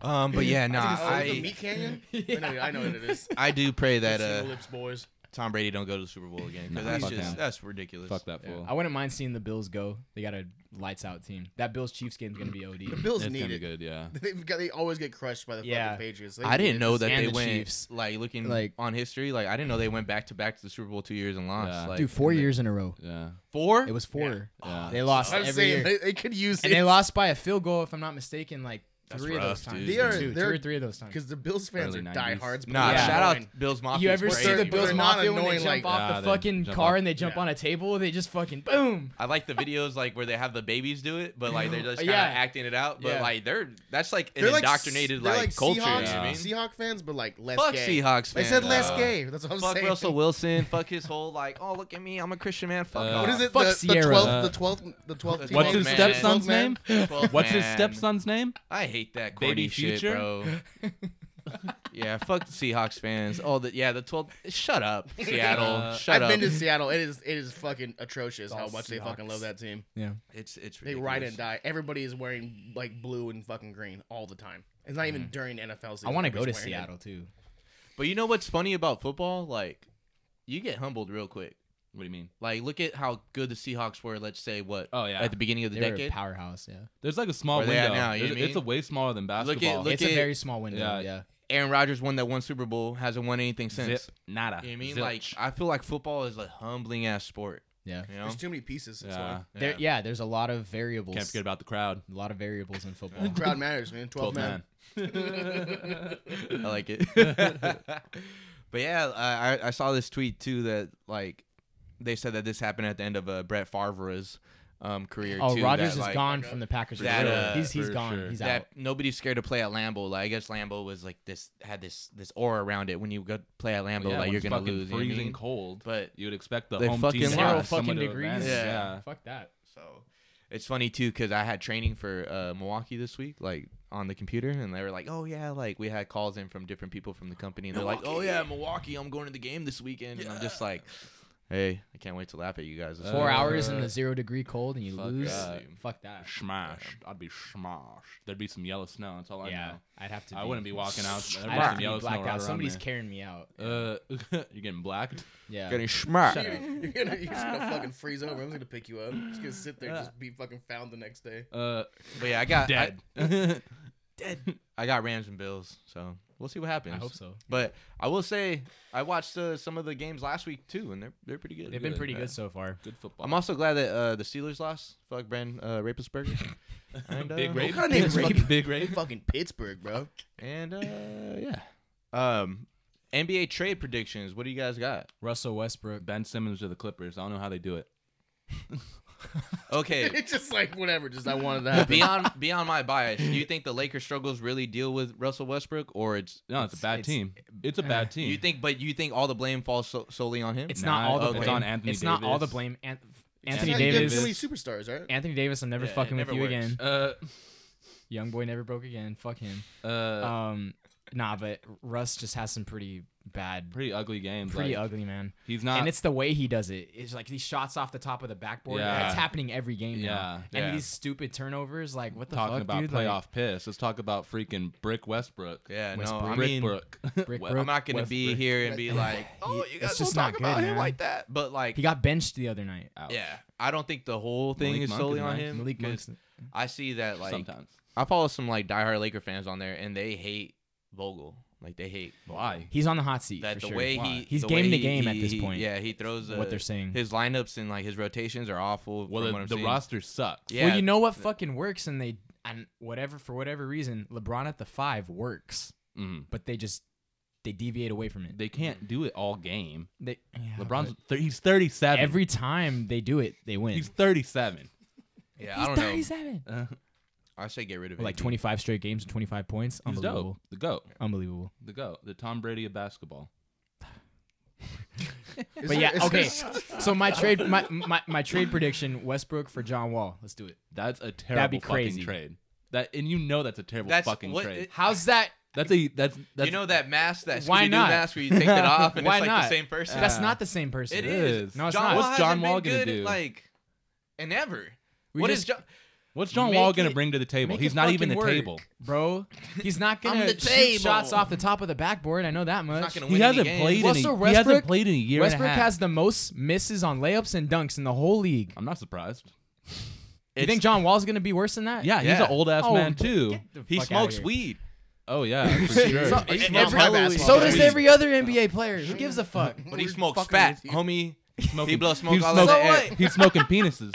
Um, but yeah, nah, Oh, <laughs> is it the I <laughs> meat canyon. I, know, I know what it is. I do <laughs> pray that Kiss on uh, the lips, boys. Tom Brady don't go to the Super Bowl again because Nah, that's fuck just him. that's ridiculous. Fuck that Yeah, fool. I wouldn't mind seeing the Bills go. They got a lights out team. That Bills Chiefs game's gonna be The OD. Bills It's gonna need be it. <laughs> good. Yeah. They've got, they always get crushed by the Yeah. fucking Patriots. They I need didn't it. know Just- that And they the went Chiefs. like looking like Like- on history. Like I didn't know they went back to back to the Super Bowl two years and lost. Yeah. Like, Dude, four in the- years in a row. Yeah. Four. It was four. Yeah. They lost I'm every saying year. they, they could use <laughs> and it. they lost by a field goal, if I'm not mistaken, like That's three of rough, those times. dude. They are- two, two they're- or three of those times. Because the Bills fans Early are 90s. diehardds. but Nah, they're Yeah. shout out annoying. Bills Mafia. You is ever see crazy, the bro. Bills They're not Mafia when they annoying jump like- Nah, off the they fucking jump car off- and they jump Yeah. on a table? They just fucking boom. I like the videos like where they have the babies do it, but <laughs> like they're just kind of Yeah. acting it out. But Yeah. like they're that's like an They're like indoctrinated they're like, culture. you Seahawks, know what I mean? Seahawk fans, but like less Fuck gay. Seahawks They fans, said less though. gay. That's what I'm fuck saying. Russell Wilson. Fuck his whole like, oh look at me, I'm a Christian man. Fuck. Uh, off. What is it? Fuck the, Sierra. The twelfth. The twelfth. What's The 12th. What's Twelve his man. stepson's name? Twelve What's his Oh, man. stepson's name? I hate that corny Baby shit, Future? bro. <laughs> yeah, fuck the Seahawks fans. Oh, the yeah, the 12. Shut <laughs> up, Seattle. Uh, shut I've up. been to Seattle. It is it is fucking atrocious all how much they fucking Seahawks. love that team. Yeah. it's it's They ridiculous. ride and die. Everybody is wearing like blue and fucking green all the time. It's not even during NFL season. I want to go to Everybody's wearing it. Seattle too. But you know what's funny about football? Like, you get humbled real quick. What do you mean? Like, look at how good the Seahawks were. Let's say what? Oh, yeah. at the beginning of the They were a decade. powerhouse. Yeah. There's like a small Where they at window. now, you There's- know what I it's a mean? way smaller than at- basketball. Look it's at- a very small window. Yeah. Yeah. Aaron Rodgers won that one Super Bowl. Hasn't won anything since. Zip, nada. You know what I mean? Zilch. Like, I feel like football is a humbling ass sport. Yeah. You know? There's too many pieces. That's yeah. why. There, yeah. There's a lot of variables. Can't forget about the crowd. a lot of variables in football. Crowd matters, man. Oh, Twelve, 12 man. man. <laughs> I Mm. like it. <laughs> <laughs> but yeah, I, I- I saw this tweet too that like they said that this happened at the end of uh, Brett Favre's um, career. oh, too, Rodgers that, is like, gone from the Packers. that, forever. uh, he's he's for gone. sure. He's That out. nobody's scared to play at Lambeau. Like I guess Lambeau was like this had this this aura around it when you go play at Lambeau, Yeah, like when you're it's gonna fucking lose. you know what I Freezing mean? cold. But you would expect the They home fucking team to lost. have Zero someone fucking to degrees. advance. Yeah. yeah. Fuck that. So it's funny too because I had training for uh, Milwaukee this week, like on the computer, and they were like, "Oh yeah," like we had calls in from different people from the company, and they're like, "Oh yeah, Milwaukee, I'm going to the game this weekend," and I'm just like, "Hey, I can't wait to laugh at you guys." Uh, It's Four like, hours in the zero degree cold and you fuck lose. that. Fuck that. Smashed. I'd be smashed. There'd be some yellow snow. That's all I Yeah. know. I'd have to. I be- wouldn't be walking out. There'd I'd be have some to be yellow snow blacked out. right Somebody's around carrying me out. there. Uh, <laughs> you're getting blacked. Yeah. Getting smart. Shut up. You're gonna, you're just gonna fucking freeze over. I'm just gonna pick you up. I'm just gonna sit there, and just be fucking found the next day. <laughs> Uh, But yeah, I got I, dead. <laughs> I got Rams and Bills, so we'll see what happens. I hope so. But I will say I watched uh, some of the games last week too, and they're they're pretty good. They've been pretty Yeah. good so far. Good football. I'm also glad that uh, the Steelers lost. Fuck Brand uh, Rapisberger. And, big uh, rape. kind of name is Big fucking- Big rape. Fucking Pittsburgh, bro. And uh, yeah. Um, NBA trade predictions. What do you guys got? Russell Westbrook. <laughs> Ben Simmons to the Clippers. I don't know how they do it. <laughs> Okay. <laughs> It's just like whatever. Just I wanted to happen. beyond beyond my bias, do you think the Lakers struggles really deal with Russell Westbrook, or it's No, it's, a bad team. It's a bad team. you think? But you think all the blame falls so, solely on him? It's Nah, oh, not all the okay. blame. It's on Anthony It's not all the Davis. blame. An- Just Anthony how you get Davis. Philly superstars, right? Anthony Davis. I'm never Yeah, it fucking never with you works. again. Uh, Young boy never broke again. Fuck him. uh, Um, nah, but Russ just has some pretty bad, pretty ugly games. pretty like, ugly man. He's not. and it's the way he does it. It's like these shots off the top of the backboard. Yeah. That's happening every game Yeah. now. And Yeah. these stupid turnovers. Like what the talking fuck, about dude? Like, playoff piss. Let's talk about freaking Brick Westbrook. yeah, no. Westbrook. I mean, <laughs> Brickbrook. Brick Well, I'm Brook. not gonna be Westbrook. here and be like, oh, He- you it's guys don't just not talk about good, him man. like that. But like, he got benched the other night. Ouch. yeah, I don't think the whole thing Malik is Monk solely is on nice. him. Malik 'cause Monk's I see that like Sometimes. I follow some like diehard Laker fans on there, and they hate Vogel. Like they hate Why? He's on the hot seat. that for the sure. way he he's the game way to he- game at he- this he- point. Yeah, he throws uh, what they're saying. His lineups and like his rotations are awful. Well, from the, what I'm the seeing. roster sucks. Yeah, Well, you know what fucking works, and they and whatever for whatever reason, LeBron at the five works, Mm-hmm. Mhm. but they just they deviate away from it. They can't do it all game. They, yeah, LeBron's Oh, but th- he's 37. every time they do it, they win. he's 37. Yeah, He's I don't know. thirty-seven. Uh, I say get rid of With, it. Like twenty-five straight games and twenty-five points. he's Unbelievable. dope. The goat. Unbelievable. The goat. The Tom Brady of basketball. Is But there- is yeah, there okay. s- So my trade, my, my my trade prediction: Westbrook for John Wall. Let's do it. That's a terrible be crazy. fucking trade. That and you know that's a terrible That's fucking what- trade. it- How's that? That's a that's that's you know that mask, that Why Scooby-Doo not? mask where you take that off <laughs> and Why it's like the not? same person. That's Uh, not the same person. it is. No, it's John not. Wall What's John hasn't been Wall gonna good, do? Like, and ever. We What is just- John? What's John Make Wall gonna it- bring to the table? Make He's it not even the fucking work, table. bro. He's not <laughs> I'm gonna the shoot table. shots off the top of the backboard. I know that much. not gonna win He any hasn't games. played. In Russell a, he hasn't Westbrook- played in a year. and a Westbrook half. has the most misses on layups and dunks in the whole league. I'm not surprised. you think John Wall's gonna be worse than that? Yeah, he's Yeah. an old ass Oh, man but- too. Get the He fuck outta smokes here. weed. <laughs> Oh yeah, <laughs> for sure. So, He He smokes smokes my hella weed. basketball. so does every other NBA player. Who gives a fuck? But he We're smokes fucking fat, with you. homie. Smoking, blow smoke he's all smoking, over the air. He's smoking penises.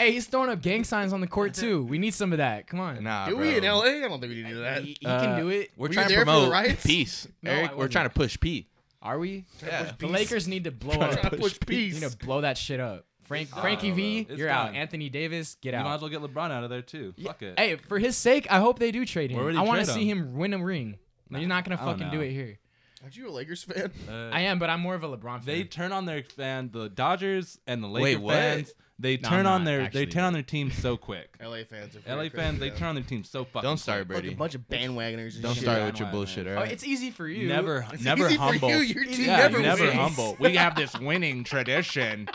<laughs> Hey, he's throwing up gang signs on <laughs> the court too. We need some of that. Come on. Nah, Do bro. we in LA? I don't think we do that. He, he Uh, can do it. We're Were you trying to there for the promote riots? peace, No, I Eric. We're wasn't. trying to push P. Are we? Yeah. The Lakers need to blow up. Push peace. You need to blow that shit up. Frank, done, Frankie V, bro. It's you're out. done. Anthony Davis, get You might out. as well get LeBron out of there too. Fuck it. Hey, for his sake, I hope they do trade him. Where would he I want to trade see him win a ring. Nah, You're not gonna I don't fucking do know. it here. Aren't you a Lakers <laughs> fan? Uh, I am, but I'm more of a LeBron fan. They turn on their fan, the Dodgers and the Wait, Lakers what? fans. They No, turn I'm on not, their actually, they turn on but- their team so quick. LA fans. Are pretty LA crazy, fans, they yeah. turn on their team so fucking. Don't start, quick. Like a Brady. bunch of bandwagoners. And Don't shit. start Yeah, with your why not? bullshit, oh, Eric. it's easy for you. <laughs> Never, It's never easy humble. For you. Your team yeah, never, never wins. humble. We have this winning tradition.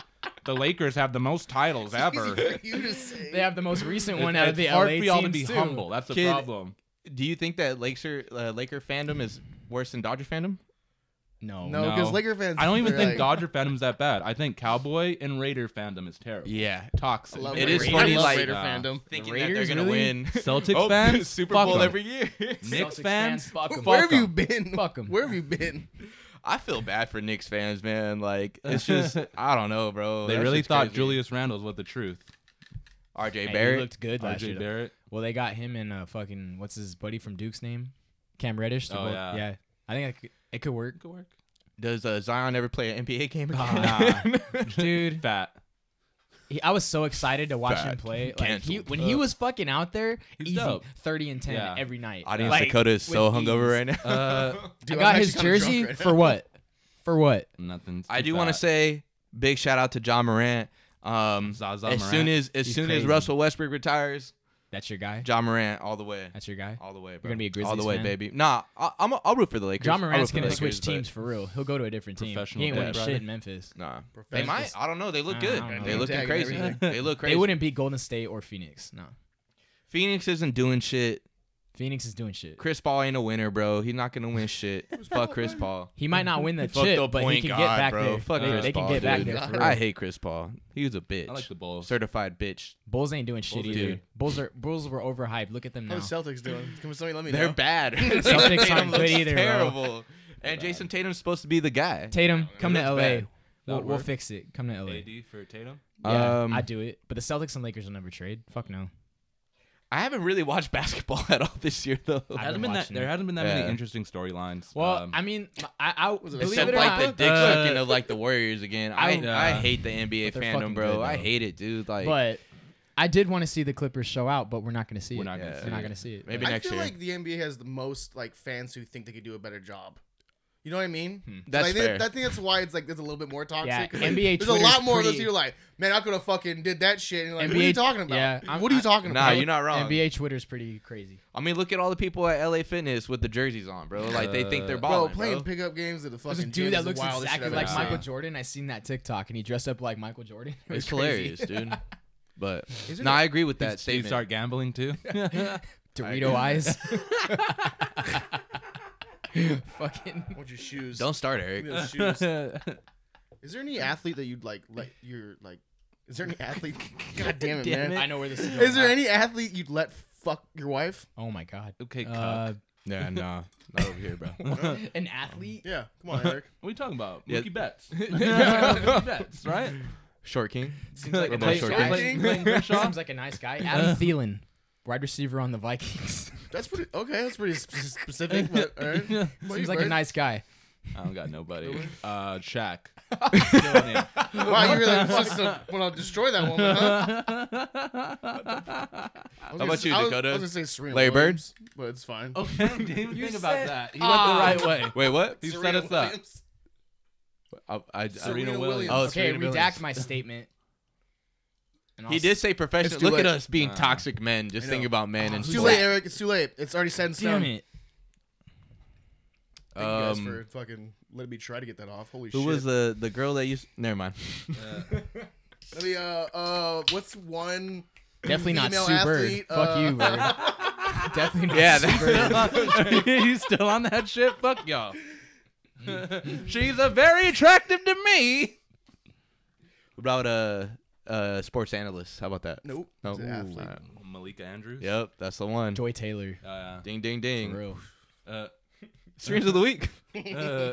The Lakers have the most <laughs> titles ever. Easy for you to say. They have the most recent It's- one out of it's the hard LA for y'all to teams, be too. humble. That's the Kid- problem. Do you think that Laker uh, Laker fandom is worse than Dodger fandom? Oh, No. no, because No. Laker fans. I don't even they're like, think Dodger fandom's that bad. I think Cowboy and Raider fandom is terrible. Yeah. Toxic. I love It Raider- is funny, I love like- Raider Nah. <laughs> fandom. Thinking that they're Raiders, gonna gonna really? <laughs> win. Celtic fans, Oh, Super fuck Bowl 'em. every year. Knicks Celtics fans, fans, fuck 'em. fuck Where have you 'em. been? Fuck 'em. Where have you been? <laughs> I feel bad for Knicks fans, man. Like it's <laughs> just I don't know, bro. They That really shit's thought crazy. Julius Randle's was the truth. R.J. Hey, Barrett. he looked good last year. RJ though. Barrett. Well, they got him and uh, fucking what's his buddy from Duke's name, Cam Reddish. They're Oh, both- yeah. I think it could, it could work, Good work. Does uh, Zion ever play an NBA game again? <laughs> <laughs> Nah. <laughs> dude. Fat. He, I was so excited to watch him Fact. play. Like he, Canceled. when he was fucking out there, He's easy dope. thirty and ten Yeah. every night. Audience Like, Dakota is so with hungover ease. right now. Uh, Dude, I'm I got actually kinda his drunk jersey right now. for what? For what? nothing. <laughs> I do want to say big shout out to John Morant. Um, Zaza as Morant. soon as as He's soon as crazy. Russell Westbrook retires, That's your guy. John Morant all the way, That's your guy. all the way. Bro. gonna be a all the Grizzlies way, fan? baby. Nah, I, I'm a, I'll root for the Lakers. John I'll root Morant's for the gonna Lakers, switch but- teams for real. He'll go to a different team. Professional He ain't winning dad, shit brother. in Memphis. Nah, they Professional might. just- I don't know. They look I good. don't know. They looking Tag crazy. everything. They look crazy. They wouldn't beat Golden State or Phoenix. No, Phoenix isn't doing shit. Phoenix is doing shit. Chris Paul ain't a winner, bro. He's not gonna win shit. Fuck <laughs> Chris Paul. He might not win the Fuck chip, the but he point can guard, get back bro. there. Fuck they, Chris they can Paul, get back dude. there. For real. I hate Chris Paul. He was a bitch. I like the Bulls. Certified bitch. Bulls ain't doing shit Bulls either. do. Bulls are Bulls were overhyped. Look at them now. How's Celtics doing? Can somebody let me They're know? bad. <laughs> <laughs> Celtics aren't good looks either, bro. Terrible. And Jason Tatum's supposed to be the guy. Tatum, come to That's LA. bad. We'll, That'll we'll work. fix it. Come to LA. AD for Tatum. Yeah, Um, I do it. But the Celtics and Lakers will never trade. Fuck no. I haven't really watched <laughs> basketball at all this year though. I've Hasn't been been that, watching there it. hasn't been that Yeah. many interesting storylines. Well, Um, I mean, I, I was it, believe Except it or like not, the dick Uh, sucking of like the Warriors again. I I- I Yeah. hate the NBA But fandom, they're fucking bro. good, I though. hate it, dude. Like but I did want to see the Clippers show out, but we're not going to see We're it. not gonna Yeah. see we're not it. going to see it. maybe I next feel year. like the NBA has the most like fans who think they could do a better job. You know what I mean? So Hmm. That's like, fair. I think that's why it's like there's a little bit more toxic. Yeah, 'cause, like, NBA There's a lot Twitter's more of those pretty- who are like, man, I could have fucking did that shit. And you're like, what are NBA you talking about? yeah, I'm- what are you I- talking nah, about? you're not wrong. NBA Twitter's pretty crazy. I mean, look at all the people at LA Fitness with the jerseys on, bro. Like they think they're Uh, balling, bro, playing bro. pickup games at the There's a fucking dude gym that is the looks wildest shit exactly I've like ever Yeah. seen. Michael Jordan. I seen that TikTok, and he dressed up like Michael Jordan. <laughs> It was It's crazy. hilarious, dude. <laughs> But Isn't no, it- I agree with that that you statement. start <laughs> gambling too. Dorito eyes. Fucking. I want your shoes. Don't start, Eric. Give me those <laughs> shoes. Is there any athlete that you'd like <laughs> let your like? Is there any athlete? <laughs> God <laughs> damn it, man! I know where this is. Going Is there any athlete you'd let fuck your wife? Oh my god. okay, Uh, cuck. Yeah, nah, not over <laughs> here, bro. an athlete. Yeah, come on, Eric. what are we talking about? Yeah. Mookie <laughs> Betts. <laughs> Mookie Betts, right? Short <laughs> King. Seems like, a Remote nice short guy. <laughs> Clayton- Clayton Kershaw? Seems like a nice guy. Adam Thielen, wide receiver on the Vikings. <laughs> <laughs> That's pretty okay. That's pretty sp- specific. But, all right. Well, you Seems like a bird. nice guy. <laughs> I don't got nobody. Uh, Shaq. <laughs> Wow, you really just want to destroy that woman, <laughs> huh? How about you, Dakota? I was, gonna say Serena Larry Bird? Williams, but it's fine. Oh, okay, didn't even think about <laughs> said- <laughs> that. You Ah. went the right way. Wait, what? You set Serena us up. Williams. I, I, I, Serena Serena Williams. Williams. oh, Okay, Serena Williams. redact my statement. And I'll He s- did say professional. It's too Look at late. us being Uh, toxic men. Just I know. think about men. and It's too late, Eric. It's too late. It's already set in stone. Damn it. Thank you guys Um, for fucking letting me try to get that off. Holy Who shit. was the the girl that used? Never mind. Let me, uh, uh, what's one? Definitely not female Sue athlete, Bird. Fuck uh, you, Bird. Definitely not Yeah, Sue that's- <laughs> Bird. you still on that shit? Fuck y'all. She's a very attractive to me. About uh uh sports analyst. How about that? Nope. No. It's an Ooh, athlete. alright. Malika Andrews. Yep, that's the one. Joy Taylor. Uh, Ding ding For ding. real. uh, Streams of the week. Uh,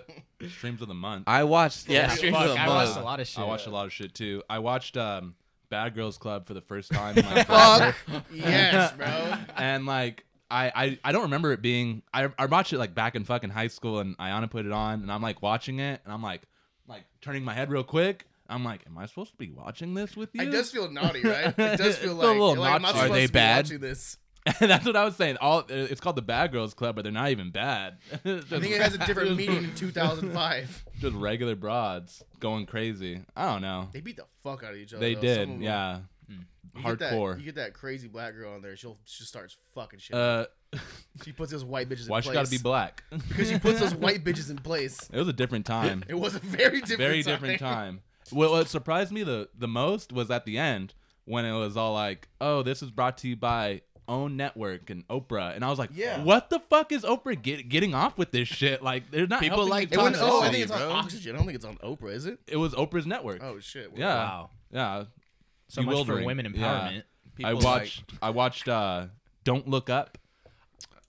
streams of the month. I watched. Yeah, Streams fuck, of the I Month. watched a lot of shit. I watched a lot of shit too. I watched um, Bad Girls Club for the first time. in, Like, Fuck. forever. yes, <laughs> bro. and like I, I I don't remember it being I I watched it like back in fucking high school and Ayana put it on and I'm like watching it and I'm like like turning my head real quick. I'm like, am I supposed to be watching this with you? It does feel naughty, right? It <laughs> does feel It's like, a little like I'm not naughty. Are supposed they to be bad? watching this. <laughs> That's what I was saying. All it's called the Bad Girls Club, but they're not even bad. <laughs> It's I just, think it has a <laughs> different meaning in 2005. just regular broads going crazy. I don't know. They beat the fuck out of each other. They though. Some of did, them. yeah. Hmm. You get that- Hardcore. you get that crazy black girl on there. She'll she starts fucking shit. up. Uh, she puts those white bitches. why in she place. gotta <laughs> be black? Because she puts those white bitches in place. It was a different time. It was a very different, very time. <laughs> different time. What, what surprised me the, the most was at the end when it was all like, "Oh, this is brought to you by OWN Network and Oprah," and I was like, Yeah. what the fuck is Oprah get, getting off with this shit? Like, they're not People helping like the It was, toxicity, oh, I think it's on bro. Oxygen. I don't think it's on Oprah, is it? It was Oprah's network. Oh shit. yeah, yeah. so much for Bewildering. women Yeah. empowerment. I People like- watched. I watched. uh Don't look up.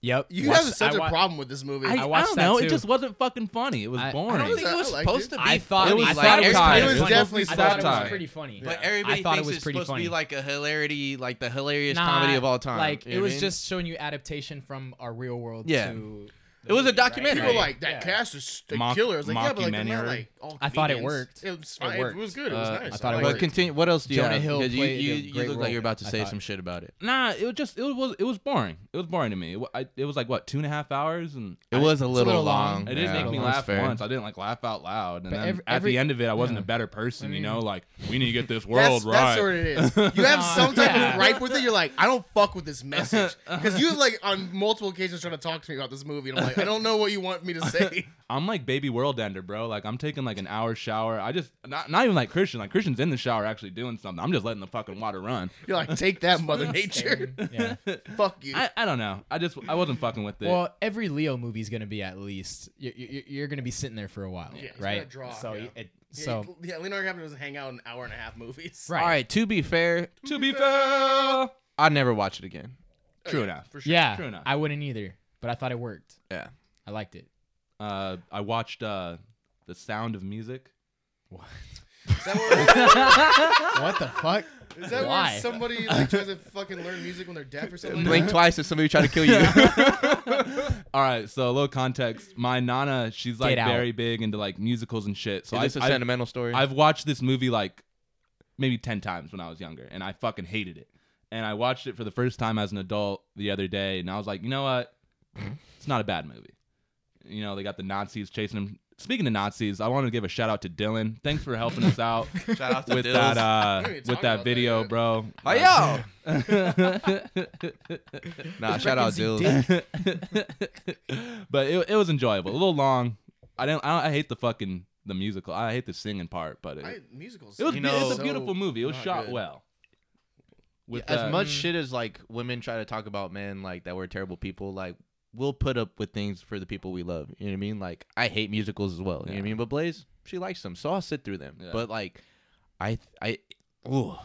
Yep. You Watched- have such I a wa- problem with this movie. I watched don't that know. too. It just wasn't fucking funny. It was I- I boring. I don't think I it was liked supposed it. to be. I thought It funny. was I thought satire. kind It of was funny. definitely I thought it satire. was pretty funny. But I everybody thought thinks it was it's pretty supposed funny. to be like a hilarity, like the hilariest comedy of all time. Like You know it what I was mean? just showing you adaptation from our real world. Yeah. to It was a documentary. People were like that Yeah. cast is a Mock- killer. I was like, yeah, but like, they're mockumentary. not, like all I thought it comedians. worked. It was, It it worked. was good. It was Uh, nice. I thought it liked But worked. continue. What else do you Jonah have? Hill 'Cause you, played you, a you great look like role. you're about to I say thought. some shit about it. Nah, it was just it was it was boring. It was boring to me. It, wa- I, it was like what two and a half hours, and It was a little, little long. long. it didn't Yeah, make me that's laugh fair. once. I didn't like laugh out loud, and But then every- at every- the end of it, I wasn't yeah. a better person. mean- you know, like we need to get this world That's, right. that's what it is. You have some type Yeah. of gripe with it. You're like, I don't fuck with this message because you like on multiple occasions trying to talk to me about this movie, and I'm like, I don't know what you want me to say. <laughs> I'm like baby world ender, bro. Like I'm taking like an hour shower. I just not not even like Christian. Like Christian's in the shower actually doing something. I'm just letting the fucking water run. You're like, take that, Mother Nature. <laughs> <laughs> Yeah. <laughs> fuck you. I, I don't know. I just I wasn't fucking with it. Well, every Leo movie is going to be at least you're, you're, you're going to be sitting there for a while, Yeah, he's right? gotta draw, so yeah. it, Yeah, so you- yeah, Leonardo DiCaprio doesn't hang out in hour and a half movies. right. All right. To be fair, to be fair, I'd never watch it <laughs> again. true enough. <laughs> For sure. Yeah, True enough. I wouldn't either, but I thought it worked. Yeah. I liked it. Uh, I watched uh, The Sound of Music. Is that where, what the fuck? is that Why? where somebody like tries to fucking learn music when they're deaf or something? Blink twice if somebody tried to <laughs> kill you. All right, so a little context. My nana, she's like Get out. very big into like musicals and shit. So Is this a I, I, sentimental story? I've watched this movie like maybe 10 times when I was younger and I fucking hated it. And I watched it for the first time as an adult the other day and I was like, you know what? It's not a bad movie. You know, they got the Nazis chasing them. Speaking of Nazis, I want to give a shout out to Dylan. Thanks for helping <laughs> us out Shout out to with Dills. that uh, We ain't with talking about that that video, yet. bro. Oh, <laughs> yo. Nah, shout out Dills. but it, it was enjoyable. A little long. I don't, I don't. I hate the fucking the musical. I hate the singing part, but it, I, musicals. it was. You be- know- it's a beautiful movie. It was not shot good. well. With as that- much shit as like women try to talk about men like that we're terrible people like we'll put up with things for the people we love you know what i mean like i hate musicals as well you know what i Yeah. mean but blaze she likes them so i'll sit through them Yeah. but like i i ooh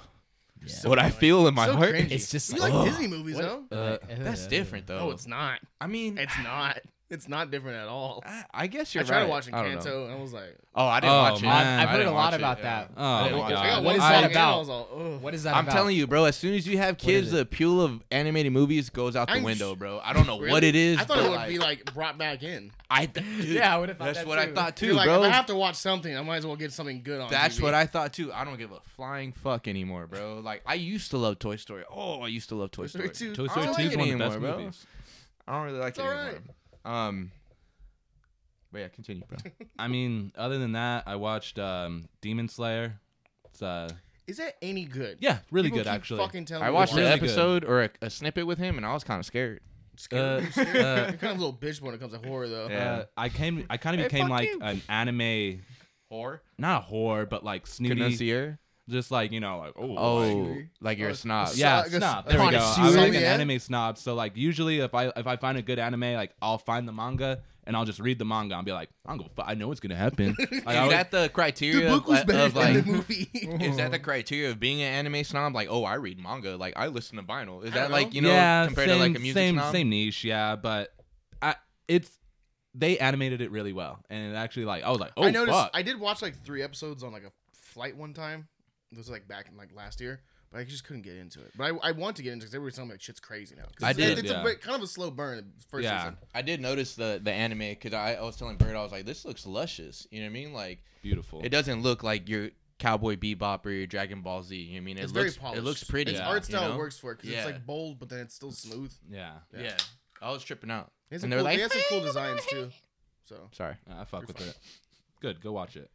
So what i cringy. feel in my So heart cringy. <laughs> It's just you like, like ugh. Disney movies, though. Uh, that's different though No, it's not. i mean It's not. It's not different at all. I I, I guess you're tried right. watching I don't know. Canto, and I was like, oh i didn't Oh, watch it man. I've I heard a didn't lot watch it, about yeah. that. oh my What I is got one god! What is song that in, and I about? was all, ugh. What is that? I'm about? telling you, bro. As soon as you have kids, is the it? appeal of animated movies goes out the I'm window, sh- bro. I don't know Really? what it is. I thought but, it would be like brought back in. I dude, Yeah, I would've thought that's that what I too. thought too, You're like, bro. if I have to watch something, I might as well get something good on. That's TV. what I thought too. I don't give a flying fuck anymore, bro. Like I used to love Toy Story. Oh, I used to love Toy Story. Story two. Toy I don't Story like 2 it is one of the anymore, best bro. movies. I don't really like It's it all anymore. Um, but yeah, continue, <laughs> bro. I mean, other than that, I watched um, Demon Slayer. It's uh, Is that any good? yeah, really People good keep actually. Uh, Fucking telling I me watched why. an Really good. episode or a, a snippet with him, and I was kind of scared. Scared. Uh, Scared. uh, <laughs> You're kind of a little bitch when it comes to horror, though. <laughs> Yeah. Uh, I came. I kind of Hey, became fuck like you. an anime, Whore, not a whore, but like snooty, connoisseur. just like you know, like oh, Oh, like you're a snob. so- Uh, Yeah, I guess- snob. There we go. I was Connoisseur. like an Yeah. anime snob, so like usually if I if I find a good anime, like I'll find the manga and I'll just read the manga and be like, I'm gonna, I know what's <laughs> gonna happen. Like, I Is always- that the The criteria book of, was of, better than like? the movie. <laughs> Is that the criteria of being an anime snob? Like, oh, I read manga. Like, I listen to vinyl. Is I that don't like know. you know yeah, compared same, to like a music same snob? same niche, yeah, but I it's they animated it really well, and it actually like I was like, oh I noticed. fuck, I did watch like three episodes on like a flight one time. This was like back in like last year, but I just couldn't get into it. But I, I want to get into because everybody's telling me like shit's crazy now. 'Cause I it's- did, It's a yeah. bit- kind of a slow burn the first Yeah. season. I did notice the the anime because I, I was telling Bird I was like, this looks luscious. You know what I mean? Like beautiful. it doesn't look like your Cowboy Bebop or your Dragon Ball Z. You know what I mean? It It's very looks polished. it looks pretty. Its yeah, art style you know? works for it because Yeah. it's like bold, but then it's still smooth. yeah, Yeah. I was tripping out. It's and a they're cool, like, they had some cool "Hey!" designs too. So Sorry. I fuck with it. Good, go watch it.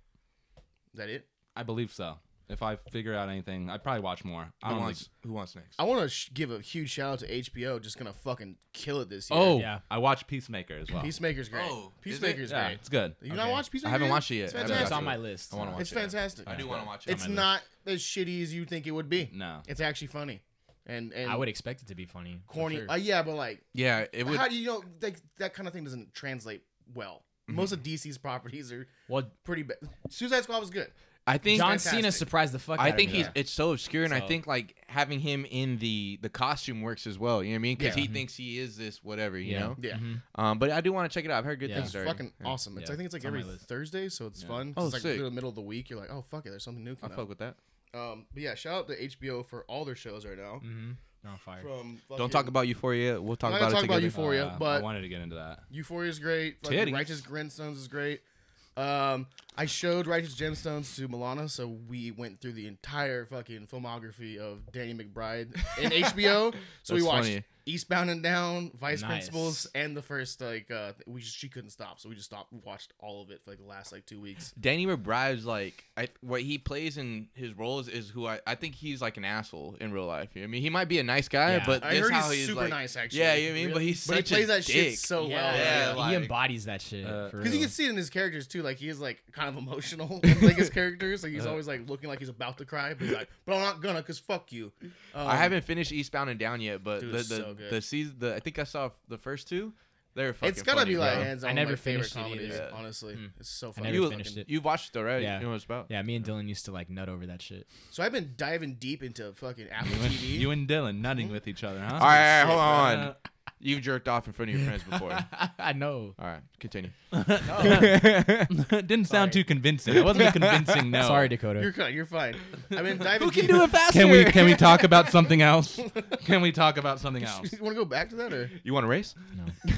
is that it? I believe so. If I figure out anything, I'd probably watch more. I Who don't wants think- Who wants next? I want to sh- give a huge shout out to HBO. Just gonna fucking kill it this year. Oh, Yeah. I watched Peacemaker as well. Peacemaker's great. Oh, is Peacemaker's it? yeah, great. it's good. You not watch Peacemaker? I haven't yet? watched it yet. It's I haven't fantastic. It's on watched my it. list. I want to watch It's it. fantastic. I Mm. do want to watch it. It's not as shitty as you think it would be. No. It's actually funny. And and I would expect it to be funny. for corny. sure. Uh, yeah, but like Yeah, it would. how do you know like that kind of thing doesn't translate well. Mm-hmm. Most of DC's properties are well, pretty bad. Suicide Squad was good. I think John fantastic. Cena surprised the fuck. I out think of me. he's it's so obscure, and I So- think like having him in the the costume works as well. You know what I mean? Because Yeah. Mm-hmm. he thinks he is this whatever. You Yeah. Mm-hmm, know. Yeah. Um, but I do want to check it out. I've heard good Yeah. things. It's already. fucking awesome. It's, I Yeah, think it's like it's on my every list. Thursday, so it's fun. 'cause Oh, it's like sick. in the middle of the week, you're like, oh fuck it, there's something new I coming fuck out. with that. Um, but yeah, shout out to HBO for all their shows right now. Mm-hmm. On fire. From Don't talk fucking- about Euphoria. We'll talk I'm not about gonna it talk about together. Euphoria, Uh, I but wanted to get into that. Euphoria's great. Fucking Titties. Righteous Gemstones is great. Um, I showed Righteous Gemstones to Milana, so we went through the entire fucking filmography of Danny McBride <laughs> in HBO. So we That's watched funny. Eastbound and Down, Vice Nice. Principals, and the first like uh, we just, she couldn't stop, so we just stopped and watched all of it for like the last like two weeks. Danny McBride's like I, what he plays in his roles is who I, I think he's like an asshole in real life. I mean, he might be a nice guy, Yeah. but I this heard how he's, super like- nice actually. Yeah, you know what I mean, but he's but he such a plays that dick. shit so well. Yeah, Yeah, like- he embodies that shit. Uh, for Because you real. can see it in his characters too, like he is like kind <laughs> of emotional, in, like his characters. Like he's Uh-huh. always like looking like he's about to cry, but he's like, "But I'm not gonna, cause fuck you." Um, I haven't finished Eastbound and Down yet, but Dude, the the, it's so good. the season the I think I saw the first two. They're fucking. It's gotta funny, be like bro. hands on. I never my favorite finished it Hmm. comedies, either. honestly. It's so I funny. never you finished it. You've watched it, right? Yeah. You know what it's about. Yeah, me and Dylan used to like nut over that shit. <laughs> so I've been diving deep <laughs> into fucking Apple You and, TV. you and Dylan nutting with each other, huh? <laughs> All right, all right, hold on. You've jerked off in front of your friends <laughs> before. All I know. right, continue. <laughs> Didn't sound too convincing. <laughs> It wasn't a convincing no. Sorry, Dakota. you're good. You're fine. <laughs> I've been diving. Who can deep. do it faster? Can we can we talk about something else? <laughs> Can we talk about something else? <laughs> You want to go back to <laughs> that or <laughs> You want to race?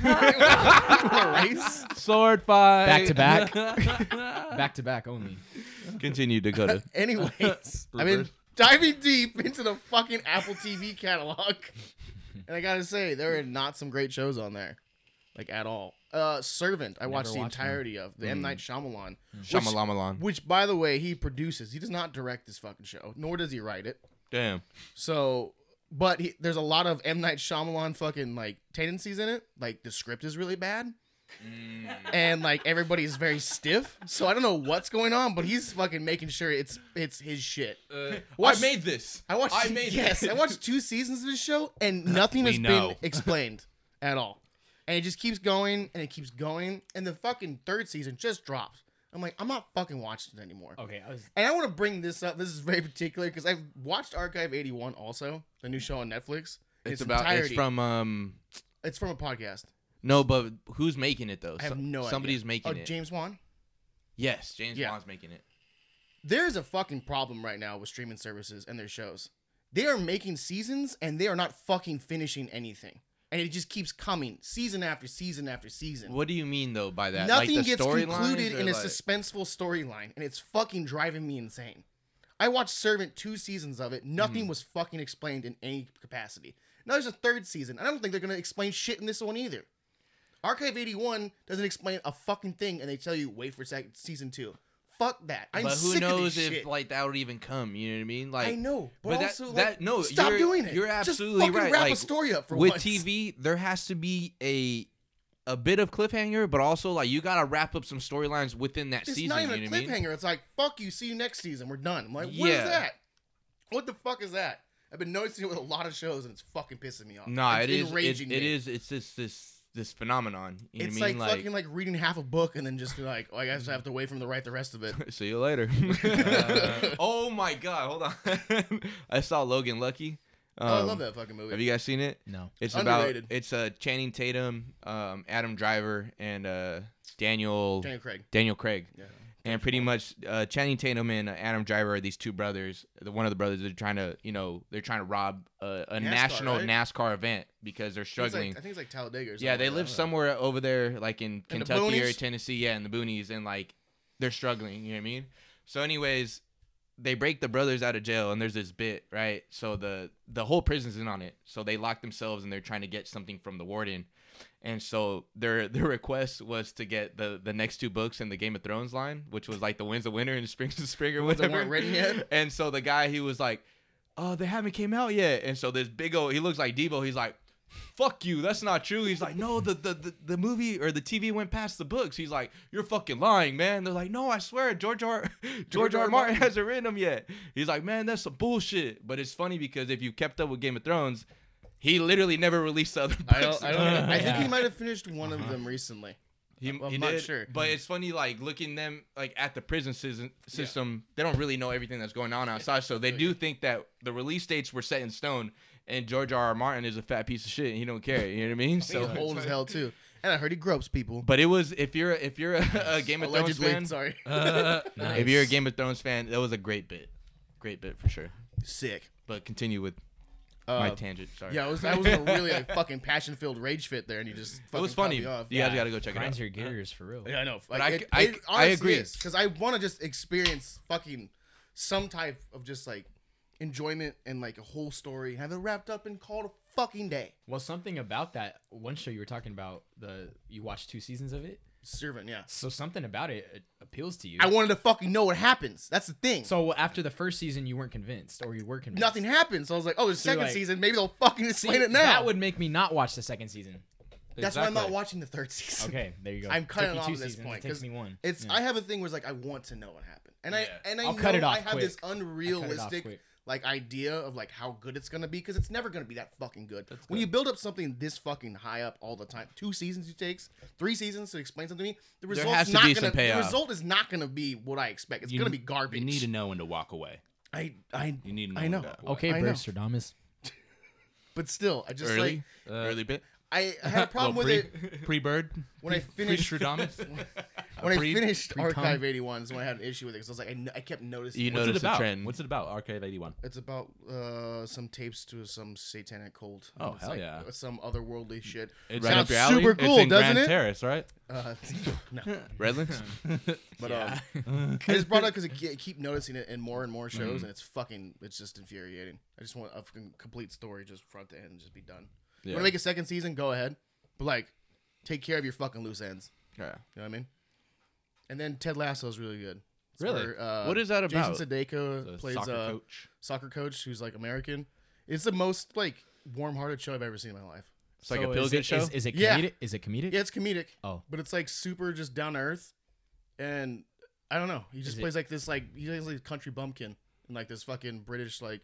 wanna race? Sword fight. Back to back. <laughs> back to back only. Continue, Dakota. Anyways, I've been diving deep into the fucking Apple TV catalog, <laughs> and I gotta say there are not some great shows on there, like at all. Uh, Servant, I watched the watched one. entirety of the M Night Shyamalan, Shamalamalan. which by the way he produces. He does not direct this fucking show, nor does he write it. Damn. So, but he, there's a lot of M Night Shyamalan fucking like tendencies in it. Like the script is really bad, and like everybody's very stiff. So I don't know what's going on, but he's fucking making sure it's it's his shit. I made this. I watched. I made yes, this. I watched two seasons of this show, <laughs> and nothing We has been know. explained at all. And it just keeps going, and it keeps going, and the fucking third season just dropped. I'm like, I'm not fucking watching it anymore. Okay, I was And I want to bring this up. This is very particular because I've watched Archive 81 also, the new show on Netflix. in It's, about. It's entirety. from um. It's from a podcast. No, but who's making it though? I have So- no idea. Somebody's making oh, it. James Wan. yes, James Yeah. Bond's making it. There's a fucking problem right now with streaming services and their shows. They are making seasons and they are not fucking finishing anything. And it just keeps coming season after season after season. What do you mean though by that? Nothing like the gets storylines concluded or, in a like- suspenseful storyline, and it's fucking driving me insane. I watched Servant two seasons of it. Hmm. Nothing was fucking explained in any capacity. Now there's a third season. I don't think they're gonna explain shit in this one either. Archive 81 doesn't explain a fucking thing, and they tell you wait for sec- season two. Fuck that. I'm but who sick of knows this if shit. like that would even come? You know what I mean? Like I know, but, that, also, like, that no, stop you're- doing it. You're Just absolutely fucking right. Wrap like, a story up for with once. TV, there has to be a a bit of cliffhanger, but also like you gotta wrap up some storylines within that It's season. not even you a know what I mean? cliffhanger. It's like, fuck you, see you next season. We're done. I'm like, what is Yeah. that? What the fuck is that? I've been noticing it with a lot of shows and it's fucking pissing me off. Nah, it's it is. It, enraging it me. is. It's this this this phenomenon. You It's know what I like, mean? fucking like reading half a book and then just be like, oh, I guess I have to wait for them to write the rest <laughs> of it. See <laughs> <laughs> you later. oh my god, hold on. I saw Logan Lucky Oh, I love that fucking movie. Have you guys seen it? No. It's Underrated. about it's uh Channing Tatum, um, Adam Driver, and uh Daniel Daniel Craig. Daniel Craig. Yeah. And pretty much uh, Channing Tatum and uh, Adam Driver are these two brothers. The one of the brothers are trying to, you know, they're trying to rob a, a NASCAR, national right? NASCAR event because they're I think it's struggling. Like, I think it's like Talladega. Or Yeah, something they like live that. somewhere over there, like in In the Kentucky or boonies? Tennessee. Yeah, in the boonies, and like they're struggling. You know what I mean? So, anyways, they break the brothers out of jail, and there's this bit, right? So the the whole prison's in on it. So they lock themselves, and they're trying to get something from the warden. And so their <laughs> their request was to get the the next two books in the Game of Thrones line, which was like the Winds of Winter and Springs of Spring or that whatever. weren't written yet? <laughs> And so the guy he was like, "Oh, they haven't came out yet." And so this big old he looks like Debo. He's like, "Fuck you, that's not true." He's like, "No, the the the, the movie or the TV went past the books." He's like, "You're fucking lying, man." They're like, "No, I swear, George R. <laughs> George R. R. Martin hasn't written them yet." He's like, "Man, that's some bullshit." But it's funny because if you kept up with Game of Thrones. He literally never released the other books. I <laughs> don't. I, don't I think he might have finished one Uh-huh. of them recently. He, I'm- he I'm not did, sure. but it's funny, like looking them like at the prison sys- system, they don't really know everything that's going on outside, so they do think that the release dates were set in stone, and George R. R. Martin is a fat piece of shit, and he don't care. You know what I <laughs> mean? He's So, old as hell too, and I heard he gropes people. but it was if you're a- if you're a, <laughs> a Game of Allegedly, Thrones fan, sorry. if you're a Game of Thrones fan, that was a great bit, great bit for sure. Sick. But continue with Uh, my tangent. Sorry. yeah, it was, that was a really like, fucking passion-filled rage fit there, and you just fucking it was cut funny. me You Off. guys got to go check it out. Grinds your gears for real. Yeah, I know. Like, I it, c- I it c- I agree. because I want to just experience fucking some type of just like enjoyment and like a whole story, have it wrapped up and called a fucking day. Well, something about that one show you were talking about the you watched two seasons of it. Servant, yeah. So something about it, it appeals to you. I wanted to fucking know what happens. That's the thing. so after the first season, you weren't convinced, or you were convinced. nothing happened. So I was like, oh, the So you're second like- season, maybe they'll fucking explain See, it now. That would make me not watch the second season. That's why I'm not Exactly. watching the third <laughs> season. Okay, there you go. I'm Took cutting you it off two at this seasons, point. It takes 'cause me one. It's Yeah. I have a thing where it's like I want to know what happened, and I and I I'll know cut it off I have this quick. unrealistic quick. like idea of like how good it's gonna be because it's never gonna be that fucking good. When you build up something this fucking high up all the time, two seasons you takes, three seasons to explain something to me, the result's has to not be some gonna the payoff. result is not gonna be what I expect. It's You- gonna be garbage. You need to know when to walk away. I I You need to know. I when to know. walk away. okay, I know. Burstradamus. but still I just Early, like <laughs> early bit. I, I <laughs> had a problem with it Pre bird. <laughs> when I finished <laughs> when I finished Archive 81s when I had an issue with it because I was like I, kn- I kept noticing You it. know- What's it Notice the about? trend. What's it about? Archive 81. It's about uh, some tapes to some satanic cult. Oh, It's hell like yeah. Some otherworldly shit. It's Right up Sounds your alley? super It's cool, in doesn't Grand it? Terrace, right? Uh, <laughs> no, <laughs> Redlands. <laughs> but um, <laughs> I just brought it up because I ke- keep noticing it in more and more shows, Mm-hmm. and it's fucking, it's just infuriating. I just want a fucking complete story, just front to end, and just be done. You Yeah. want to make a second season? Go ahead, but like, take care of your fucking loose ends. yeah. You know what I mean? And then Ted Lasso is really good. It's Really? where, uh, What is that about? Jason Sudeikis The plays uh, soccer a coach. soccer coach who's like American. It's the most like warm-hearted show I've ever seen in my life. It's like a feel good show. Is, is it comedic? Yeah. Is it comedic? Yeah, it's comedic. Oh. but it's like super just down to earth, and I don't know. He just Is it- plays like this like he plays like a country bumpkin in like this fucking British like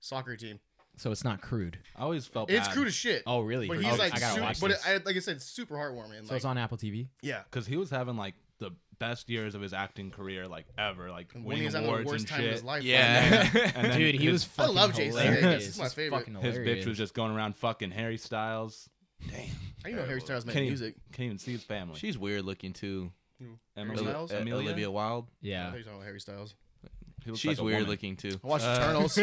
soccer team. So it's not crude. I always felt It's bad. crude as shit. Oh, really? But Crude. he's Okay, like, I gotta super, watch but this. I, like I said, super heartwarming. So like, it's on Apple TV. yeah. because he was having like the best years of his acting career, like ever, like And when winning he's having the awards worst and time shit. of his life, Yeah. <laughs> And then Dude, he his- was I fucking love Jason Sudeikis. hilarious. He's my He's favorite. fucking His hilarious. bitch was just going around fucking Harry Styles. I <laughs> didn't know Harry Styles made Can't even, music. can't even see his family. She's weird looking too. Harry Emily, Styles? Uh, Amelia? Olivia Wilde. I Yeah. thought you were talking about Harry Styles. He looks She's like a weird woman. looking too. I watched Uh, <laughs> Eternals.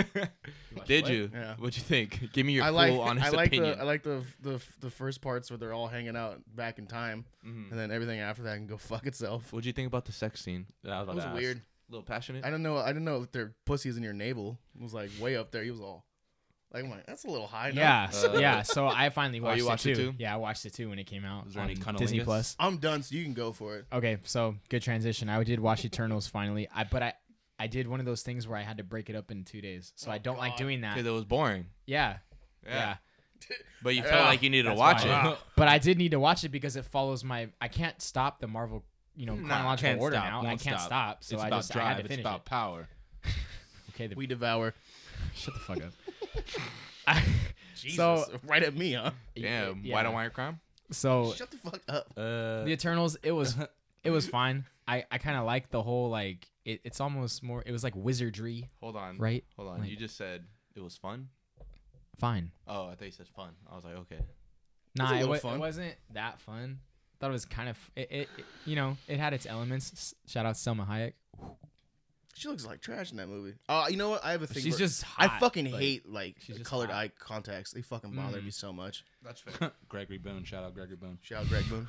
Did you? Yeah. What'd you think? <laughs> Give me your I full like honest I like opinion. the I like the, the the first parts where they're all hanging out back in time, Mm-hmm. and then everything after that can go <laughs> fuck itself. What'd you think about the sex scene? Yeah, I was, It about was to ask. weird. A little passionate. I don't know. I don't know if their pussies in your navel It was like way up there. He was all like, I'm like, that's a little high. no?" Yeah, yeah. So I finally watched, you watched it, it too. too? Yeah, I watched it too when it came out Was there on any cunnilingus? Disney Plus. I'm done. So you can go for it. Okay, so good transition. I did watch Eternals finally. I but I I did one of those things where I had to break it up in two days. So I don't like doing that. Because it was boring. Yeah, Yeah. yeah. But you felt like you needed to That's watch why. it. But I did need to watch it because it follows my. I can't stop the Marvel, you know, chronological Can't order stop, now. won't I can't stop. so it's I about just drive. I had to it's finish about it. power. Okay, the, We devour. shut the fuck up. <laughs> Jesus, So- <laughs> right at me, huh? Damn. Yeah. White on wire crime? So Shut the fuck up. Uh, the Eternals, <laughs> it was it was fine. I I kind of like the whole like it, it's almost more. It was like wizardry. Hold on. Right? Hold on. Like- you just said it was fun. Fine. Oh, I thought you said fun. I was like, okay. Nah, a it, little wa- it fun. wasn't that fun. Thought it was kind of it, it, it- You know, it had its elements. S- Shout out Selma Hayek. She looks like trash in that movie. Uh, you know what? I have a thing. She's for- just I hot, fucking like, hate like she's just colored hot. Mm. eye contacts. They fucking bother me so much. That's fair. <laughs> Gregory Boone, shout out Gregory Boone. <laughs> Shout out Greg Boone.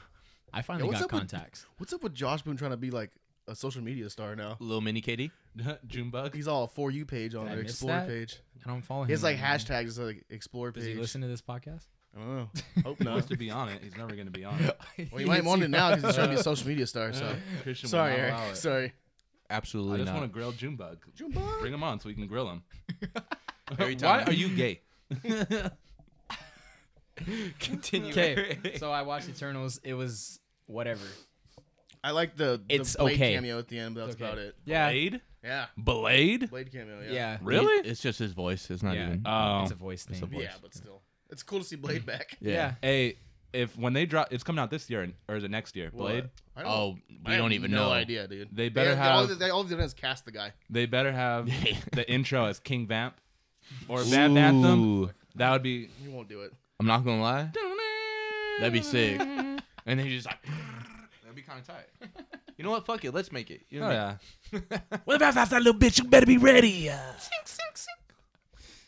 I finally what's got up with- contacts. What's up with Josh Boone trying to be like a social media star now? Little mini Katie. Junebug. He's all for you page on Did I their miss explore that? page. I don't follow him. He has like anymore. hashtags it's like explore page. Does he listen to this podcast? I don't <laughs> know. Hope He wants not. to be on it. He's never gonna be on it. <laughs> well, you might want it now because he's trying to be a social media star. <laughs> So Christian sorry, will not allow Eric. it. Sorry. Absolutely I just not. want to grill Junebug. Junebug. Bring him on so we can grill him. <laughs> <laughs> Every Why time. are you gay? continue? <laughs> Okay, so I watched Eternals. It was whatever. <laughs> I like the, the It's Blade okay. cameo at the end, but that's about it. Yeah, Blade? Yeah. Blade? Blade cameo. Yeah. yeah, Really? It's just his voice. It's not Yeah. even. Oh. It's a voice thing. Yeah, but still, it's cool to see Blade <laughs> back. yeah. Hey, if when they drop, it's coming out this year or is it next year? Blade. I don't- Oh, I we have don't even no know. idea, dude. They better all have- they- All they've done is cast the guy. They better have the intro as King Vamp or Vamp Anthem. Ooh, That would be. He won't do it. I'm not gonna <laughs> lie. That'd be sick. and then you just like. <laughs> That'd be kind of tight. You know what? Fuck it. Let's make it. You know Oh what I mean? <laughs> yeah. What about that little bitch? You better be ready.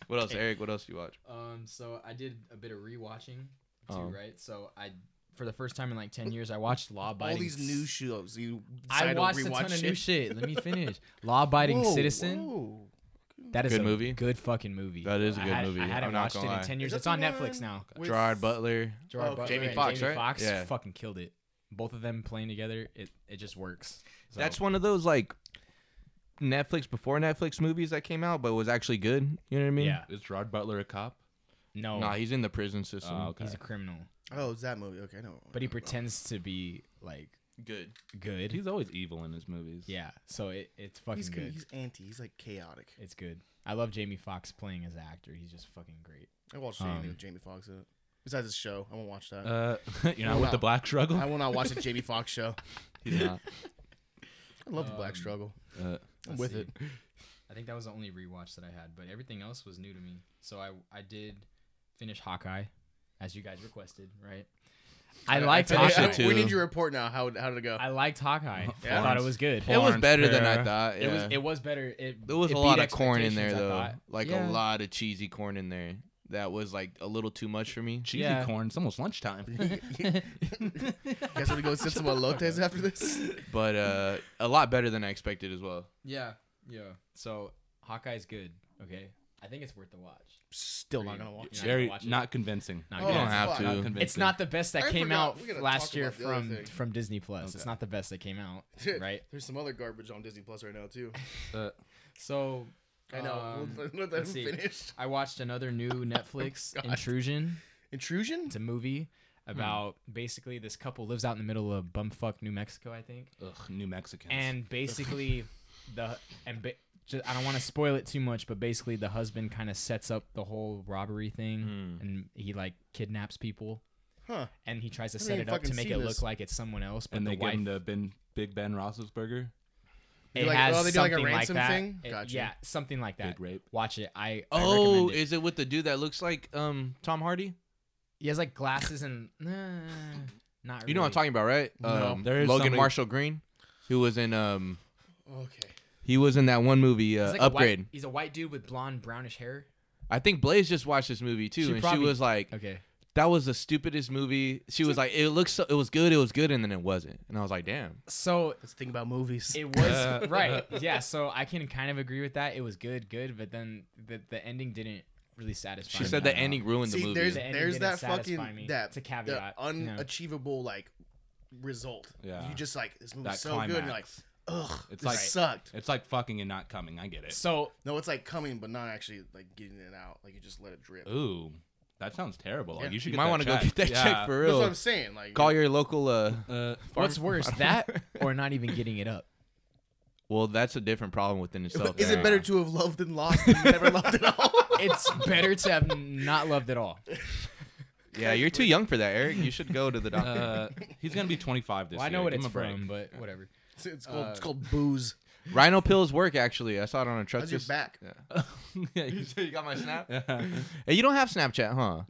What else, Eric? What else do you watch? Um, so I did a bit of rewatching too, Oh. right? So I, for the first time in like ten years, I watched Law Abiding. all these c- new shows. You I decided to watched a rewatch ton of new shit. Let me <laughs> finish. Law Abiding Whoa, Citizen. whoa. That is Good a movie. Good fucking movie. That is a good I had, movie. I hadn't I'm not watched it gonna in lie. ten years. Is that It's on the Netflix one now. with- Gerard Butler. Gerard Oh, Butler Jamie and Foxx, Jamie right? Foxx Yeah. fucking killed it. Both of them playing together, it it just works. So, That's one of those like Netflix before Netflix movies that came out, but was actually good. You know what I mean? yeah. Is Gerard Butler a cop? No, Nah, he's in the prison system. Oh, okay. he's a criminal, Oh, it's that movie. Okay, no. but he pretends to be like Good. good. He's always evil in his movies. yeah, so it, it's fucking he's good. He's anti. He's like chaotic. It's good. I love Jamie Foxx playing as an actor. He's just fucking great. I watched anything Um, with Jamie Foxx in it. Besides his show, I won't watch that. Uh, <laughs> you're not Oh, Wow. with the Black Struggle. I will not <laughs> watch a Jamie Foxx show. He's not. I love the Black Um, Struggle. Uh, I'm with it. <laughs> I think that was the only rewatch that I had, but everything else was new to me. So I I did finish Hawkeye, as you guys requested, right? I liked finished Hawkeye. it too. We need your report now. How, how did it go? I <laughs> liked Hawkeye. I thought it Florence. was good. it was Florence better than I Pugh. thought. It was yeah. it was better. It There was it a beat lot of corn in there expectations, I though, thought. like Yeah. a <laughs> lot <laughs> of cheesy corn in there. That was like a little too much for me. cheesy Yeah. corn. It's <laughs> almost lunchtime. <laughs> Guess <laughs> we go sip some elotes after this. But uh, a lot better than I expected as well. Yeah, yeah. So Hawkeye's good. Okay, I think it's worth the watch. Still not gonna watch. You're not gonna Very watch it? not convincing. Oh, Not You good. don't have fuck. to. Not convincing. It's not the best that I came forgot. out We gotta last talk year about the other from thing. from Disney Plus. It's Okay. not the best that <laughs> came out, right? There's some other garbage on Disney Plus right now too. Uh, So I know. Oh um, Let- let them let's see. finish. <laughs> I watched another <laughs> new Netflix intrusion. Intrusion. It's a movie Hmm. about basically this couple lives out in the middle of bumfuck New Mexico, I think, ugh, New Mexicans. <laughs> and basically the and ba- ju- I don't want to spoil it too much, but basically the husband kind of sets up the whole robbery thing, Hmm. and he like kidnaps people. Huh. And he tries to haven't set even it up to fucking make seen it this. look like it's someone else, but and the they give wife him the ben, Big Ben Roethlisberger. it Like, has oh, they do, like, a something like, ransom that. thing? It- Gotcha. Yeah, something like that. Big rape. Watch it. I I Oh, recommend it. is it with the dude that looks like um Tom Hardy? he has like glasses and nah, not. You know what I'm really. talking about, right? Um, There is Logan somebody- Marshall Green, who was in um Okay. he was in that one movie uh, He's like a white- Upgrade. he's a white dude with blonde brownish hair. I think Blaze just watched this movie too, She and probably- she was like, Okay. "That was the stupidest movie." She was like, "It looks, so, it was good, it was good," and then it wasn't, and I was like, "Damn." So Let's think about movies. it <laughs> was right. Yeah. So I can kind of agree with that. It was good, good, but then the the ending didn't really satisfy. She me. said the ending ruined the See, movie. there's The ending there's didn't that satisfy fucking me. that It's a caveat, the you know. unachievable like result. Yeah. You just like this movie's That so climax. good. And you're like, ugh, It's this like- sucked. It's like fucking and not coming. I get it. So No, it's like coming, but not actually like getting it out. Like you just let it drip. Ooh, that sounds terrible. Like Yeah. you should. you might want to go get that check for That's what real. I'm saying. Like Call your local. uh Uh, what's worse, that <laughs> or not even getting it up? Well, that's a different problem within itself. <laughs> Is Yeah. it better to have loved and lost than <laughs> never loved at all? It's better to have not loved at all. Yeah, you're too young for that, Eric. You should go to the doctor. <laughs> uh, he's gonna be 25 this Well, I year. know what Give it's him a break. from, but whatever. Uh, It's, it's called it's called booze. <laughs> Rhino pills work actually. I saw it on a truck. How's your this- back? <laughs> yeah, <laughs> You you- <laughs> said <laughs> you got my snap? yeah, Hey, you don't have Snapchat, huh?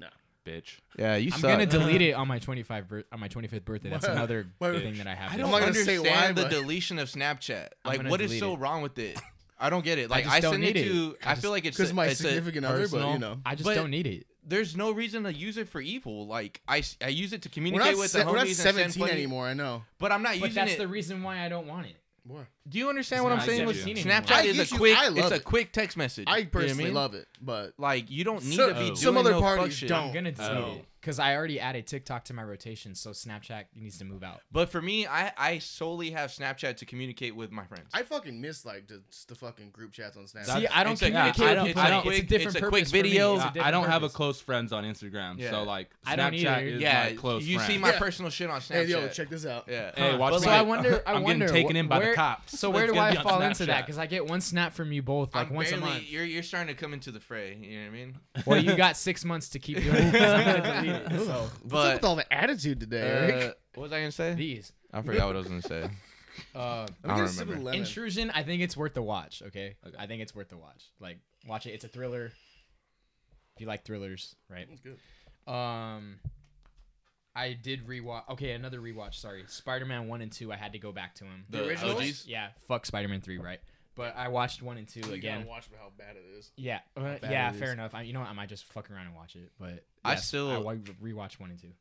bitch. Yeah, you I'm suck. gonna delete it on my 25 bir- on my 25th birthday. That's another Wait, thing that I have. I to don't not gonna say understand why, the but- deletion of Snapchat. I'm Like, gonna what is delete so it. wrong with it? I don't get it. Like, just I, don't send need it it. to. I I feel like it's Because my it's a- significant other, but you know. I just But- don't need it. there's no reason to use it for evil. Like, I, s- I use it to We're communicate not, with se- the homies we're not and send 17 funny- anymore, I know. But I'm not But using that's it. the reason why I don't want it. What? Do you understand what It's I'm not saying? like With I've seen it anymore. Snapchat I is a usually- quick. I It's love a it. quick text message. I You know what personally mean? love it, but Like, you don't need So- to be doing some other no fuck parties shit. don't. I'm gonna delete Oh. it because I already added TikTok to my rotation, so Snapchat needs to move out. But for me, I, I solely have Snapchat to communicate with my friends. I fucking miss like the, the fucking group chats on Snapchat. See, I don't it's a- communicate I with don't- people. I I don't- it's a quick- it's different a quick purpose for me. video. It's a I- different I don't have a purpose. close friends on Instagram, Yeah. so like Snapchat I don't either. is yeah, my close you friend. see my Yeah. personal shit on Snapchat. hey, yo, check this out. <laughs> Yeah. Hey, watch But me. so I wonder. I am wonder getting taken wh- in by where- the cops. So where It's do gonna I be on fall into that? Snapchat. Because I get one snap from you both like I'm once barely, a month. <laughs> You're, you're starting to come into the fray. You know what I mean? Well, you got six months to keep doing it. 'cause I'm gonna delete it. So What's up with But all the attitude today, uh, Eric? what was I gonna <laughs> say? these I forgot what I was gonna <laughs> say. I uh, Let me don't get a sip of remember. lemon. intrusion, I think it's worth the watch. Okay? I think it's worth the watch. Like watch it. It's a thriller. If you like thrillers, right? good. Um, I did rewatch. Okay, another rewatch. Sorry, Spider-Man one and two. I had to go back to him. The originals? OGs? Yeah, fuck Spider-Man three, right? But I watched one and two You again. gotta watch how bad it is. Yeah, uh, bad yeah, it fair is. enough. I, you know what? I might just fuck around and watch it, but I yes, still- I wa- rewatch one <laughs> and two.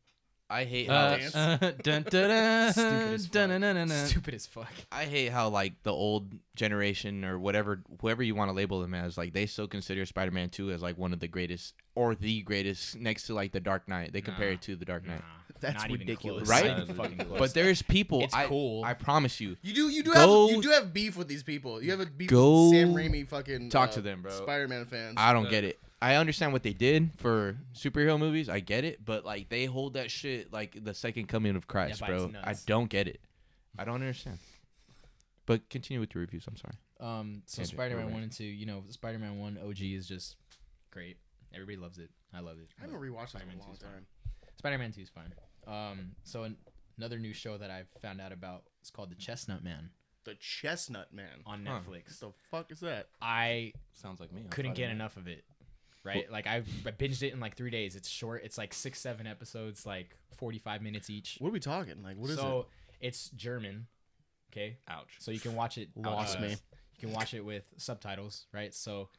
I hate how Uh, dance. uh, dun, dun, dun, Stupid as fuck. dun, dun, dun, dun, dun. Stupid as fuck. I hate how like the old generation or whatever whoever you want to label them as like they still consider Spider-Man 2 as like one of the greatest or the greatest next to like The Dark Knight. They compare Nah. it to The Dark Knight. That's not even ridiculous. close. Right? Not even fucking close. But there's people It's I cool. I promise you. You do you do Go- have you do have beef with these people. You have a beef Go with Sam Raimi fucking talk uh, to them, bro. Spider-Man fans. I don't get it. I understand what they did for superhero movies. I get it, but like they hold that shit like the second coming of Christ, but it's bro. I nuts. don't get it. I don't understand. But continue with your reviews. I'm sorry. um, so Tangent, Spider-Man you're one right. and two. You know, Spider-Man one OG is just great. Everybody loves it. I love it. I haven't rewatched this in Spider-Man a long 2's time. Spider-Man two is fine. Um, so an- another new show that I found out about is called The Chestnut Man The Chestnut Man. on Huh. Netflix. What the fuck is that? I Sounds like me. I'm couldn't get fighting. enough of it. Right? Like I I binged it in like three days. It's short. It's like six, seven episodes, like forty-five minutes each. What are we talking? Like, what is so it's German. Okay, Ouch. so you can watch it. Lost uh, me. You can watch it with subtitles, right? So,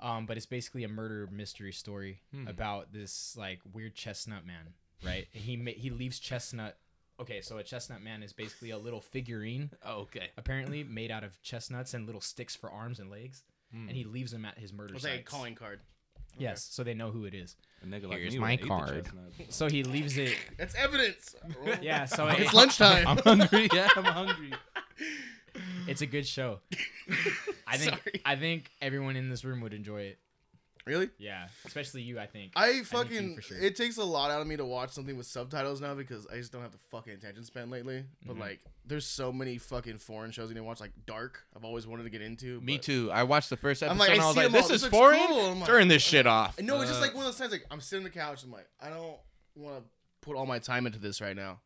um, but it's basically a murder mystery story Hmm. about this like weird chestnut man, right? he ma- he leaves chestnut. Okay, so a chestnut man is basically a little figurine Oh, okay. apparently made out of chestnuts and little sticks for arms and legs, Hmm. and he leaves them at his murder it? It's sites. like a calling card. Yes, so they know who it is. A nigga like Here's me my would've ate the card. chestnut. So he leaves it. That's evidence. <laughs> <laughs> Yeah, so <laughs> it- It's lunchtime. <laughs> I'm hungry. Yeah, I'm hungry. it's a good show. <laughs> I think Sorry. I think everyone in this room would enjoy it. really? Yeah, especially you. I think. I you fucking. for sure. It takes a lot out of me to watch something with subtitles now because I just don't have the fucking attention span lately. But Mm-hmm. like, there's so many fucking foreign shows you need to watch. Like Dark, I've always wanted to get into. Me but- too. I watched the first episode I'm like, I and I was see like, them all. this This is looks foreign? cool. I'm like- uh, Turn this shit off. No, it's just Uh. like one of those times. Like I'm sitting on the couch. I'm like, I don't want to put all my time into this right now.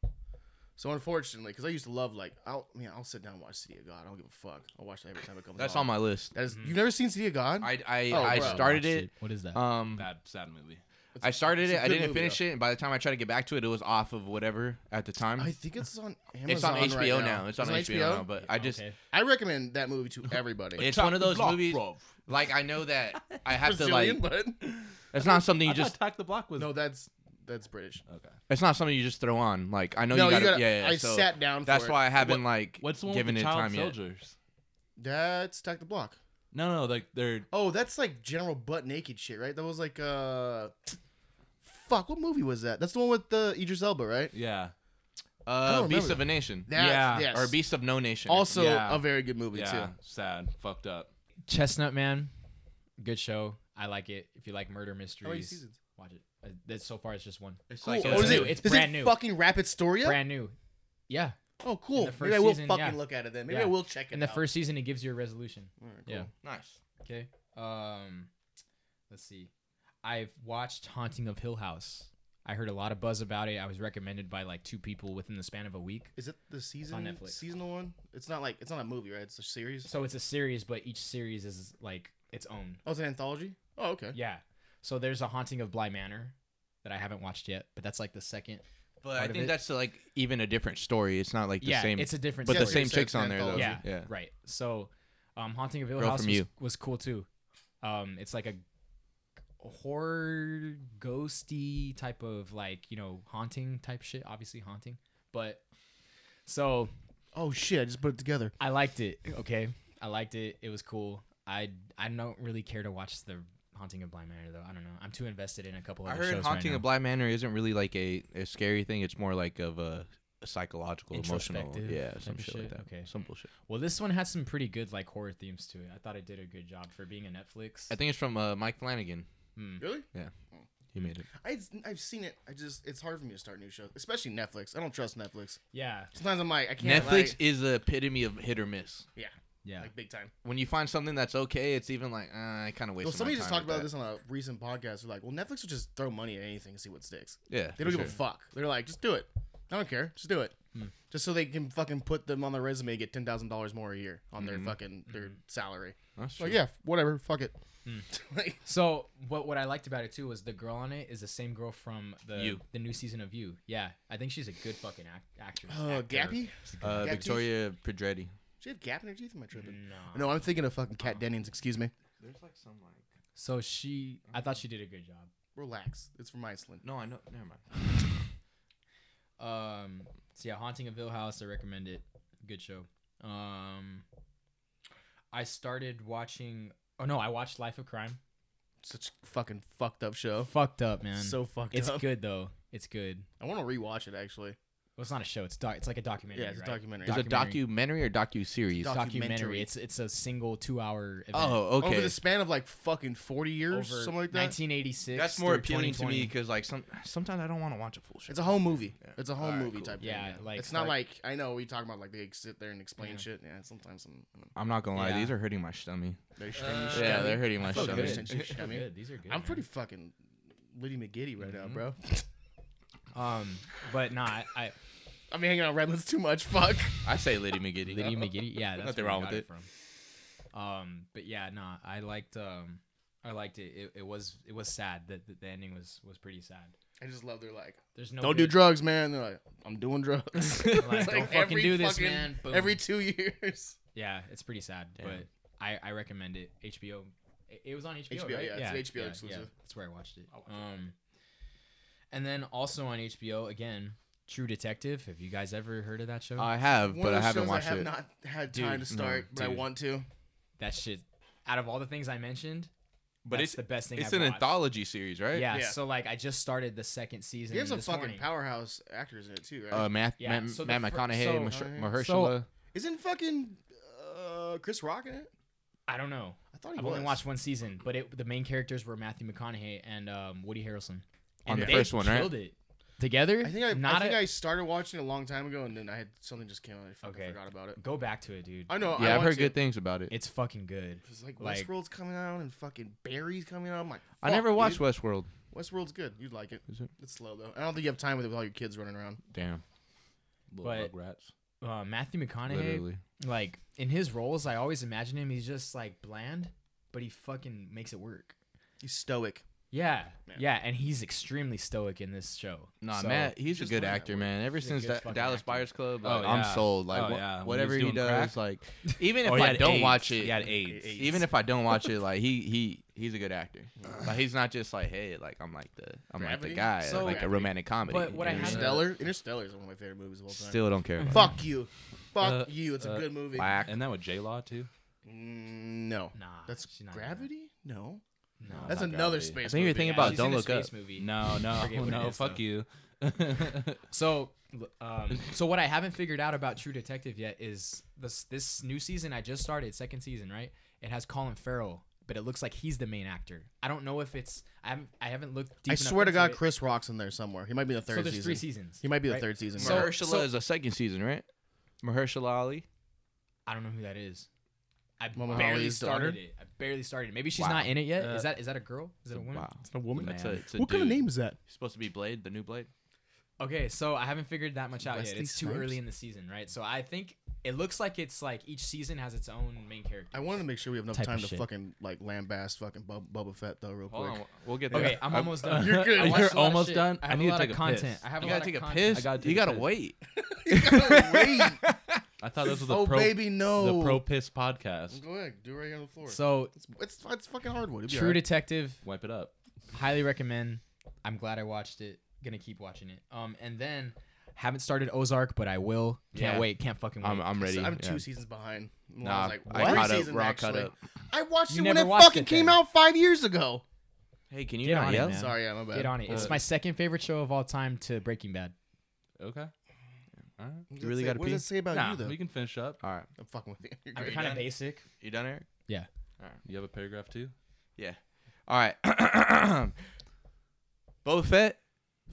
So unfortunately, because I used to love like, I'll, I mean, I'll sit down and watch City of God. I don't give a fuck. I'll watch that every time it comes. That's on. on my list. That is- you've never seen City of God? I I, Oh, I bro. started Watched it. What is that? Um Bad, sad movie. I started it's a it. I good didn't movie, finish it and by the time I tried to get back to it it was off of whatever at the time. I think it's on Amazon. it's on right HBO now. It's on, HBO, now, but I just Oh, Okay. I recommend that movie <laughs> to everybody. it's one of those Block, movies bro. like I know <laughs> that I have to like Brazilian, but it's not something you just attack the block <laughs> with. no, that's that's British. Okay. It's not something you just throw on. Like I know No, you you gotta. gotta- yeah, yeah, I so sat down for That's it. why I haven't like What's the one given with it the child time yet. soldiers? That's Attack the Block. No, no, like they're Oh, that's like general butt naked shit, right? That was like uh, fuck, what movie was that? That's the one with the uh, Idris Elba, right? yeah. Uh, don't Beast remember. of a Nation. That's- Yeah, yes. Or Beast of No Nation. or Also, Yeah. a very good movie Yeah, too. sad, fucked up. Chestnut Man, good show. I like it. If you like murder mysteries, seasons? watch it. Uh, that's so far it's just one. something. It's Cool. like uh, oh, is new. it? It's is brand it new. fucking Rapid Story? up? Brand new. Yeah. Oh, cool. the first Maybe I will season, fucking yeah. look at it then. Maybe I Yeah. will check it. In the out. first season, it gives you a resolution. Alright, cool. Yeah. nice. Okay. Um, let's see. I've watched Haunting of Hill House. I heard a lot of buzz about it. I was recommended by like two people within the span of a week. Is it the season Netflix. seasonal one? It's not like it's not a movie, right? It's a series. So it's a series, but each series is like its own. Oh, it's an anthology. Oh, okay. Yeah. So there's a haunting of Bly Manor that I haven't watched yet, but that's like the second. But Part I of think it. that's like even a different story. It's not like the yeah, same. it's a different. but the story. same So chicks it's an on there though. anthology. yeah, right. So, um, Haunting of Hill Girl House from was, You. was cool too. Um, it's like a horror ghosty type of like you know haunting type shit. Obviously haunting, but so Oh shit! I just put it together. I liked it. Okay, I liked it. It was cool. I I don't really care to watch the Haunting of Blind Manor though. I don't know. I'm too invested in a couple I other heard shows haunting right of Black Manor isn't really like a, a scary thing. It's more like of a psychological, emotional, Introspective yeah, type some of shit, like shit? that. Okay. some bullshit. now. Well, this one had some pretty good like horror themes to it. I thought it did a good job for being a Netflix. I think it's from uh, Mike Flanagan. Really? He made it. I, I've seen it. I just it's hard for me to start new shows, especially Netflix. I don't trust Netflix. yeah, Sometimes I'm like I can't. Netflix like- is the epitome of hit or miss. yeah, yeah. like big time. When you find something that's okay, it's even like uh, I kind of waste. Well, somebody just talked about this on a recent podcast. They're like, well, Netflix will just throw money at anything and see what sticks. Yeah, They don't for give a fuck. They're like, just do it. I don't care. Just do it. Hmm. Just so they can fucking put them on their resume and get ten thousand dollars more a year on Hmm. their fucking their salary. That's Like, yeah, whatever. Fuck it. Hmm. <laughs> like, So what what I liked about it too was the girl on it is the same girl from the You. the new season of You. Yeah, I think she's a good fucking act- actress. uh, actor. Gappy? Uh, Gap teeth? Victoria Pedretti. She have gap in her teeth. Am I tripping? No. No, I'm thinking of fucking Cat Dennings. Excuse me. There's like some like. So she, I thought she did a good job. Relax. It's from Iceland. No, I know. Never mind. Um, so yeah, Haunting of Hill House, I recommend it. Good show. Um, I started watching. Oh no, I watched Life of Crime. Such a fucking fucked up show. Fucked up, man. Oh. So fucked it's up. good though. It's good. I want to rewatch it actually. Well, it's not a show. It's doc. It's like a documentary. Yeah, it's right? a documentary. Is it Documentary. documentary or docu series? Doc- documentary. documentary. It's it's a single two hour. Event. oh, okay. Over the span of like fucking 40 years, over something like that. 1986. That's more through appealing to me 2020. because like some sometimes I don't want to watch a full show. It's a whole movie. It's a whole Alright, movie cool. type. Yeah, thing. like- it's not like- like, I know we talk about like they sit there and explain Yeah. shit. Yeah, sometimes I'm. I'm not gonna lie, Yeah. these are hurting my stomach. Uh, They yeah, they're hurting my feel Feel stomach. good. Oh, good. Shit, Feel I mean, <laughs> good. These are good. I'm man. pretty fucking Liddy McGiddy right Mm-hmm. now, bro. <laughs> Um, but not nah, <laughs> I. I've been hanging out Redlands too much. Fuck. I say Liddy McGiddy. Liddy McGiddy. Yeah, that's Nothing where I wrong with got it. From. Um, but yeah, nah, I liked. Um, I liked it. It, it was it was sad that that the ending was was pretty sad. I just love they're like, There's no. don't do good- drugs, man. They're like, I'm doing drugs. <laughs> It's <laughs> Like, don't fucking every do this, fucking- man. Boom. Every two years. Yeah, it's pretty sad, but I I recommend it. HBO. It, it was on HBO. HBO, right? yeah, it's an HBO exclusive. that's where I watched it. Um, and then also on HBO again, True Detective. Have you guys ever heard of that show? I have, One but I of those haven't shows watched I have it. not had time Dude, to start, but I dude. want to. that shit. Out of all the things I mentioned, but that's it's the best thing. it's I've an watched. anthology series, right? Yeah, Yeah. So like, I just started the second season. They have some this fucking morning. powerhouse actors in it too, right? Uh, Matt, Yeah, Matt, so the Matt fir- McConaughey, so- Mash- Okay. Mahershala. Isn't fucking uh, Chris Rock in it? I don't know. I thought he I've was. only watched one season, but it, the main characters were Matthew McConaughey and um, Woody Harrelson. On And the they first one, right? Killed it together. I think I, not I think a- I started watching it a long time ago, and then I had something just came out. I fucking Okay. forgot about it. go back to it, dude. I know. I yeah, I've want heard to. good things about it. It's fucking good. It's like Like- Westworld's coming out and fucking Barry's coming out. I'm like, I never fuck, watched dude. Westworld. Westworld's good. You'd like it. Is it? It's slow though. I don't think you have time with it with all your kids running around. Damn, But- rats. Uh, Matthew McConaughey, Literally, like in his roles, I always imagine him. He's just like bland, but he fucking makes it work. He's stoic. Yeah, yeah, and he's extremely stoic in this show. nah, So- Matt, he's a just good learn that actor, word. man. Ever He's a since good Da- fucking Dallas actor. Buyers Club, Oh, like, I'm yeah. sold. Like Oh, wha- yeah. When he was whatever he doing does, crack. like <laughs> even if Oh, he I had don't AIDS. watch it, He had AIDS. even if I don't watch it, like he he he's a good actor. Like he's not just like hey, like I'm like the I'm like Gravity? the guy, So- like a romantic comedy. But what I you know have- mean? Interstellar. Interstellar is one of my favorite movies of all time. still don't care. About Fuck you. Fuck Uh, you. It's a uh, good movie. Whack. And that with J Law too. Mm, no. Nah, That's she's not in that. gravity. No. No, That's not another Gravity. space. I think you're movie. thinking about She's Don't in a Look Up. space Movie. No, no, forget what it no. is, Fuck though. you. <laughs> So, <laughs> um, so what I haven't figured out about True Detective yet is this this new season I just started, second season, right? It has Colin Farrell, but it looks like he's the main actor. I don't know if it's I haven't I haven't looked. I Deep enough swear to into God, it. Chris Rock's in there somewhere. He might be the So third there's season. three seasons. He might be the right? third season. So- Mahershala so- is a second season, right? Mahershala Ali. I don't know who that is. I Muhammad barely Ali's started daughter? it. I barely started it. Maybe she's Wow. not in it yet. is Uh, that is that a girl? Is it a woman? Wow. It's a woman. That's a, it's a what kind of dude. name is that? Supposed to be Blade, the new Blade. Okay, so I haven't figured that much out Wesley yet. It's too Snipes? early in the season, right? So I think it looks like it's like each season has its own main character. I wanted to make sure we have enough Type of time to shit. fucking like lambast fucking Bub- Bubba Fett though, real Hold quick. <laughs> on, we'll get there. Okay, I'm almost done. You're good. I watched a You're lot of almost shit. done? I I have need a to lot take of a content. piss. I have a you lot gotta take of a content. piss. I gotta take you a gotta piss. wait. Wait. I thought this was the oh pro baby, no. the pro piss podcast. Go ahead, do it right here on the floor. So, it's, it's it's fucking hardwood. It'd be True alright. Detective, Wipe it up. highly recommend. I'm glad I watched it. Gonna keep watching it. Um, and then haven't started Ozark, but I will. Can't Yeah. wait. Can't fucking wait. I'm, I'm ready. So I'm yeah. two seasons behind. Well, Nah, I was like, I what? caught up. Season, We're all actually. caught up. I watched You it when never it watched fucking it came then. out five years ago. Hey, can you Get not on it, yell? man. Sorry, yeah, my bad. Get on it. It's Uh, my second favorite show of all time to Breaking Bad. Okay. All right. What does You it really say- gotta What does pee? it say about Nah, you though? we can finish up. All right, I'm fucking with you. You're I'm great. kind of basic. you done, Eric? You have a paragraph too? Yeah. All right. <clears throat> Boba Fett,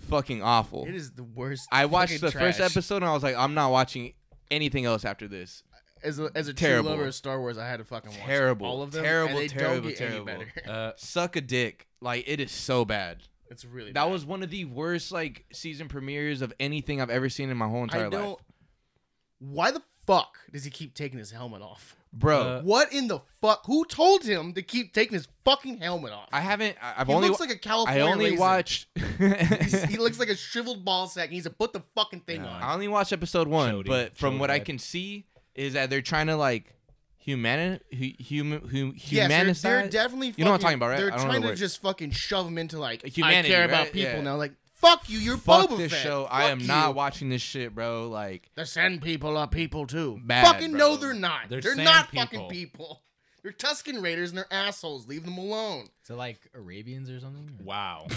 fucking awful. It is the worst. I watched fucking the first trash. episode and I was like, I'm not watching anything else after this. As a, as a Terrible. true lover of Star Wars, I had to fucking watch Terrible. all of them. Terrible, and they terrible, don't get terrible. Any better. <laughs> Uh, Suck a dick. Like it is so bad. It's really That bad. was one of the worst like season premieres of anything I've ever seen in my whole entire I don't. life. Why the fuck does he keep taking his helmet off? Bro, Uh, What in the fuck? Who told him to keep taking his fucking helmet off? I haven't I- I've he only looks like a I California. only raisin. watched <laughs> He's- he looks like a shriveled ball sack. He needs to put the fucking thing Nah. on. I only watched episode 1, Jody, but from what I Jody. can see is that they're trying to like humani- hu- human hu- Yes, they're- humanicize they're, definitely. Fucking, You know what I'm talking about, right? They're I don't know trying the to word. just fucking shove him into like Humanity, I care about right? people Yeah. now. Like fuck you, you're Fuck Boba this Fett. show. I Fuck am you. not watching this shit, bro. Like The sand people are people too. Bad, fucking bro. no, they're not. They're They're, sand not people. fucking people. They're Tuscan Raiders and they're assholes. Leave them alone. Is it like Arabians or something? <laughs> wow.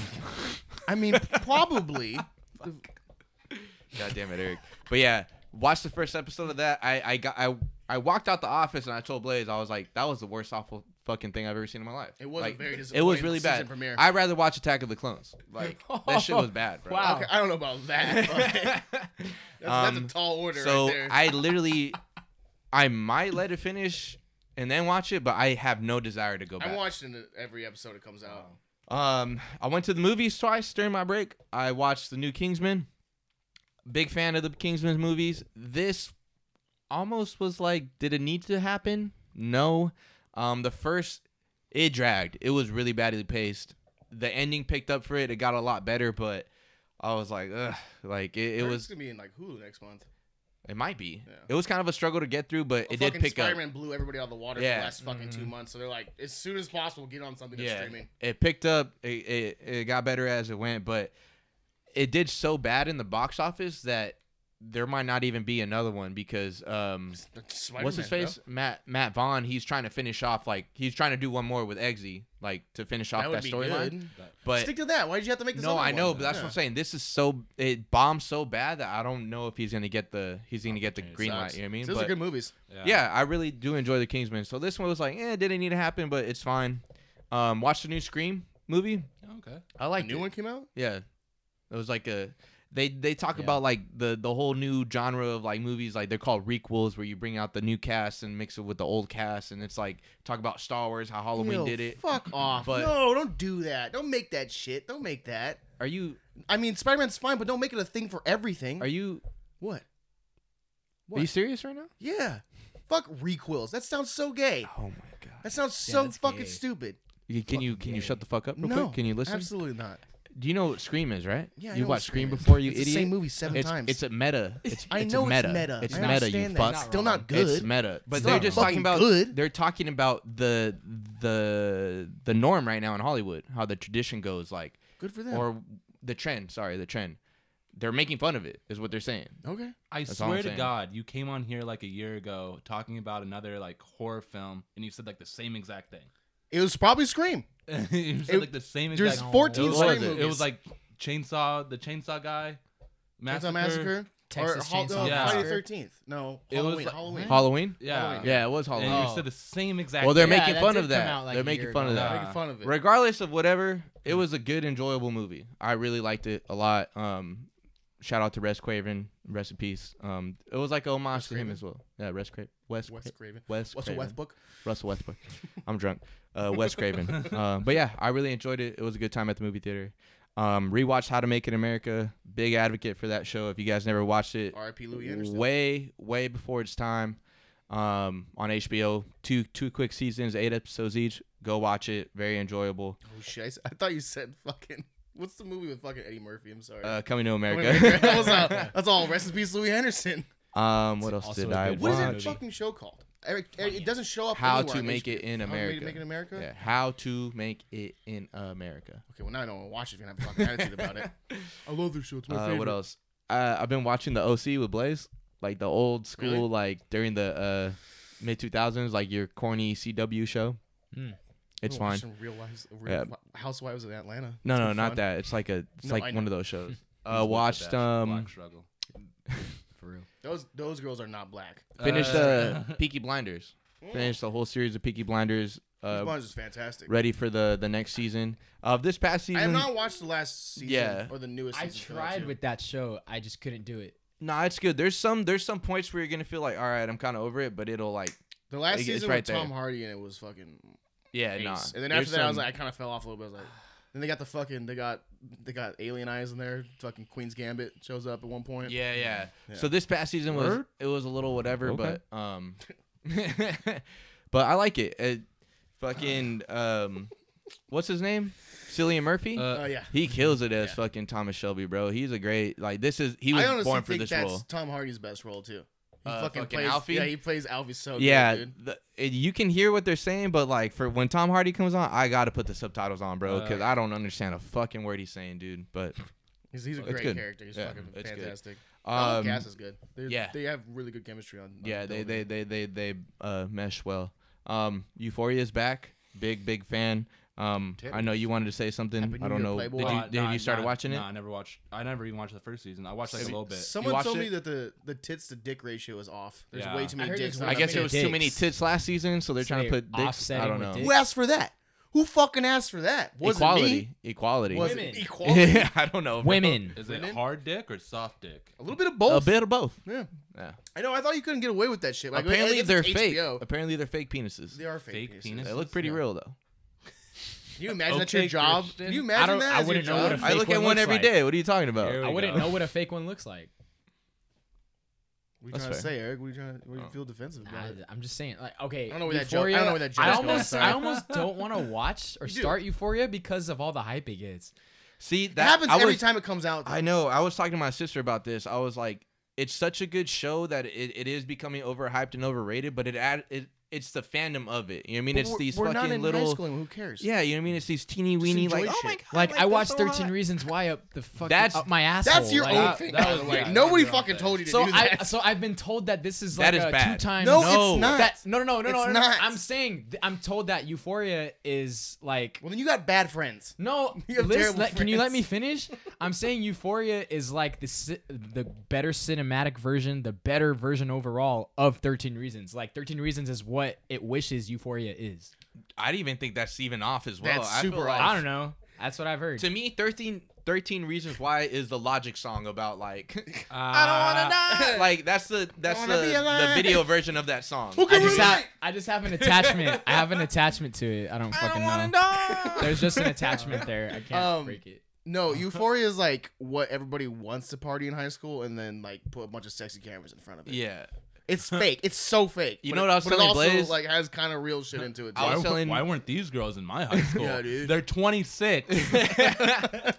I mean, <laughs> probably. God damn it, Eric. But yeah, watch the first episode of that. I, I got I I walked out the office and I told Blaze I was like, that was the worst awful fucking thing I've ever seen in my life. It was a Like, very It was disappointing really season bad. premiere. I'd rather watch Attack of the Clones. <laughs> Like that shit was bad, bro. Wow. Okay, <laughs> I don't know about that. <laughs> but <laughs> that's, that's a tall order Um, so right there. I literally, I might let it finish and then watch it, but I have no desire to go back. I'm watching it every episode that comes out. Um, I went to the movies twice during my break. I watched the new Kingsman. Big fan of the Kingsman movies. This almost was like, did it need to happen? No. Um, the first, it dragged. It was really badly paced. The ending picked up for it. It got a lot better, but I was like, ugh, like it, it It's was. gonna be in like Hulu next month. It might be. Yeah. It was kind of a struggle to get through, but it did fucking pick up. Spider-Man blew everybody out of the water for Yeah. Mm-hmm. the last fucking two months, so they're like, as soon as possible, get on something that's streaming. It picked up. It, it it got better as it went, but it did so bad in the box office that there might not even be another one because um Spider-Man, what's his face Matt Matt Vaughn he's trying to finish off like he's trying to do one more with Eggsy like to finish Bro? off That would that be storyline. good. But Stick to that. Why did you have to make this? no, other I know, one? but that's Yeah. what I'm saying. This is so it bombed so bad that I don't know if he's gonna get the he's gonna get the green light. Sucks. You know what I mean? Those But- are good movies. yeah, I really do enjoy the Kingsman. So this one was like, eh, it didn't need to happen, but it's fine. Um, watch the new Scream movie. Okay. I A like new one came out. Yeah, it was like a they they talk about like the the whole new genre of like movies like they're called requels where you bring out the new cast and mix it with the old cast and it's like talk about Star Wars how Halloween Yo, did it. Mm-hmm. Fuck off. But- no, don't do that. Don't make that shit. Don't make that. Are you I mean, Spider-Man's fine, but don't make it a thing for everything. are you what? are you What? serious right now? Yeah. Fuck requels. That sounds so gay. Oh my god! That sounds so that's fucking gay. stupid. You- Can you can you shut the fuck up real no. quick? Can you listen? Absolutely not. Do you know what Scream is right? Yeah, I you know what watched Scream Scream is. before you It's the idiot. same movie seven it's, times. It's a <laughs> meta. It's I it's know a meta. It's It's meta. You meta. I understand that. It's fuck. Still not good. It's meta, but It's they're not just talking fucking about good. they're talking about the the the norm right now in Hollywood, how the tradition goes, like Good for them. or the trend. Sorry, the trend. They're making fun of it, is what they're saying. okay. I That's all I'm swear to saying. God, you came on here like a year ago talking about another like horror film, and you said like the same exact thing. It was probably Scream. <laughs> you said It- like the same exact. There's 14 it, was, Scream like, movies. it was like chainsaw, the chainsaw guy, massacre. Chainsaw Massacre. Texas or, Hall- Chainsaw no, Massacre. Friday the Thirteenth. No, It was Halloween. like- Halloween. Halloween. Yeah, Oh, Oh. Yeah, it was Halloween. And you said the same exact. Well, they're thing. making that fun of did come that. out, like, they're a making year fun of ago. that. Yeah. Making fun of it. regardless of whatever, it was a good, enjoyable movie. I really liked it a lot. Um, shout out to Wes Craven, rest in peace. Um, it was like a homage to him as well. Yeah, Wes Craven. Wes. Wes Craven. Wes What's a Craven. West book? Russell Westbrook. <laughs> I'm drunk. Uh, Wes Craven. Uh, but yeah, I really enjoyed it. It was a good time at the movie theater. Um, rewatched How to Make It in America. Big advocate for that show. If you guys never watched it, R.I.P. Louis Anderson. way way before its time um, on HBO. Two two quick seasons, eight episodes each. Go watch it. Very enjoyable. Oh shit! I s- I, thought you said fucking. What's the movie with fucking Eddie Murphy? I'm sorry. Uh, coming to Wait, America. wait, wait, <laughs> that was, uh, that's all. Rest in peace, Louis Anderson. <laughs> um, what else also did a I good What is that watch? movie. fucking show called? Eric, Eric- it doesn't show up. How anywhere to on make HBO. it in How to America. Make it in America. Yeah, how to make it in America. Okay, well now I don't want to watch it. If you're gonna have a fucking attitude about <laughs> it. I love this show. It's my Uh, favorite. what else? Uh, I've been watching the OC with Blaze, like the old school, Really? like during the uh, mid 2000s, like your corny CW show. Mm. It's fine. I wanna watch Hmm. Some real lives, real Yeah. Wi- Housewives of Atlanta. No, It's no, been not fun. that. It's like a, it's No, like I one of those shows. <laughs> uh, watched um, Black struggle. for real. Those those girls are not black. finished uh, Uh, <laughs> Peaky Blinders. Finished the whole series of Peaky Blinders. These Uh, Bonds is fantastic. ready for the the next season. Of this past I have season, not watched the last season Yeah. or the newest. I season for that, tried too. with that show. I just couldn't do it. nah, it's good. There's some there's some points where you're gonna feel like, all right, I'm kind of over it, but it'll like, the last It's season right with Tom there. Hardy and it was fucking yeah, ace. nah. And then There's after that, I was some- like, I kind of fell off a little bit. I was like, then they got the fucking, they got, they got Alien Eyes in there. Fucking Queen's Gambit shows up at one point. Yeah, yeah. Yeah. So this past season was Word? it was a little whatever, Okay. but um, <laughs> but I like it. it fucking um, what's his name? Cillian Murphy. Uh, Oh yeah. he kills it as yeah. fucking Thomas Shelby, bro. He's a great like this is he was I honestly born for think this that's role. Tom Hardy's best role too. He Uh, fucking, fucking plays Alfie? Yeah, he plays Alfie so yeah, good. dude. the, it, you can hear what they're saying, but like for when Tom Hardy comes on, I gotta put the subtitles on, bro, Uh, because I don't understand a fucking word he's saying, dude. But He's, he's a it's great good. character. He's Yeah, fucking it's good. fantastic. Um, um, cast is good. They're, yeah. they have really good chemistry on. on yeah, they they television. they they they uh, mesh well. Um, Euphoria is back. Big big fan. Um, I know you wanted to say something. Happy I New don't Year, know. Playboy. Did you Uh, did you started watching it? No, I never watched. I never even watched the first season. I watched like a See- little bit. You Someone told watched me it? that the the tits to dick ratio is off. There's Yeah. way too I many heard dicks. there's in one I that guess Yeah, it movie. was too many dicks. tits last season, so they're So trying to they put dicks. offset I it don't with know. dicks. Who asked for that? Who fucking asked for that? Wasn't Equality, Me? equality. Was <laughs> Women. it equality? <laughs> I don't know. bro. Women. Is Women? it hard dick or soft dick? A little bit of A both. bit of both. Yeah. Yeah. I know. I thought you couldn't get away with that shit. Like, I Apparently guess they're it's fake. HBO. Apparently they're fake penises. They are fake, Fake penises. penis? They look pretty Yeah. real though. Can you imagine that's Okay, your job? Can you imagine I don't- that? as I your wouldn't know job? what a I fake look at one one looks every like- day. What are you talking about? Here we I wouldn't go. know what a fake one looks like. What are you That's trying to fair. say, Eric? What are you trying to? What do you feel defensive about? I, am just saying, like, okay. I don't know where that joke- I don't Euphoria, know where that joke I is going, almost, sorry. <laughs> I almost don't want to watch or You do. start Euphoria because of all the hype it gets. See, that That happens I every was- time it comes out. I know. I was talking to my sister about this. I was like, it's such a good show that it, it is becoming overhyped and overrated, but it add it it's the fandom of it. You know what I mean? But it's we're- these we're not fucking in little high school anymore, Who cares? Yeah, you know what I mean? It's these teeny Just weeny enjoy like shit. oh my god. Like, I that's watched so 13 hot." Reasons Why up the fucking That's- up my asshole. that's your like, own that- thing. that by <laughs> was the way. whack. Nobody fucking told you to So do I <laughs> that. so I've been told that this is like That is a bad. two times No, No. it's not. That, no, no, no, no, It's no, no, not. I'm saying th- I'm told that Euphoria is like well, then you got bad friends. no. <laughs> You have Liz, terrible let, can you let friends. me finish? I'm saying Euphoria is like the ci- the better cinematic version, the better version overall of 13 Reasons. Like 13 Reasons is what it wishes Euphoria is. I didn't even think that's even off as well. That's I feel super like- I don't know. That's what I've heard. To me, 13, 13 reasons why is the logic song about <laughs> like <laughs> Uh, I I don't wanna die. like that's the that's wanna the, be the alive. video version of that song. Who I can just relate? have I just have an attachment. I have an attachment to it. I don't I fucking don't wanna know. die. There's just an attachment there. I can't Um, break it. <laughs> <laughs> No, Euphoria is like what everybody wants to party in high school, and then like put a bunch of sexy cameras in front of it. yeah. <laughs> It's fake. It's so fake. You But know it- what I was but it telling also, Blaze? Like has kind of <laughs> real shit into it. Too. I Why, was telling- why weren't these girls in <laughs> my high school? Yeah, dude. They're 26.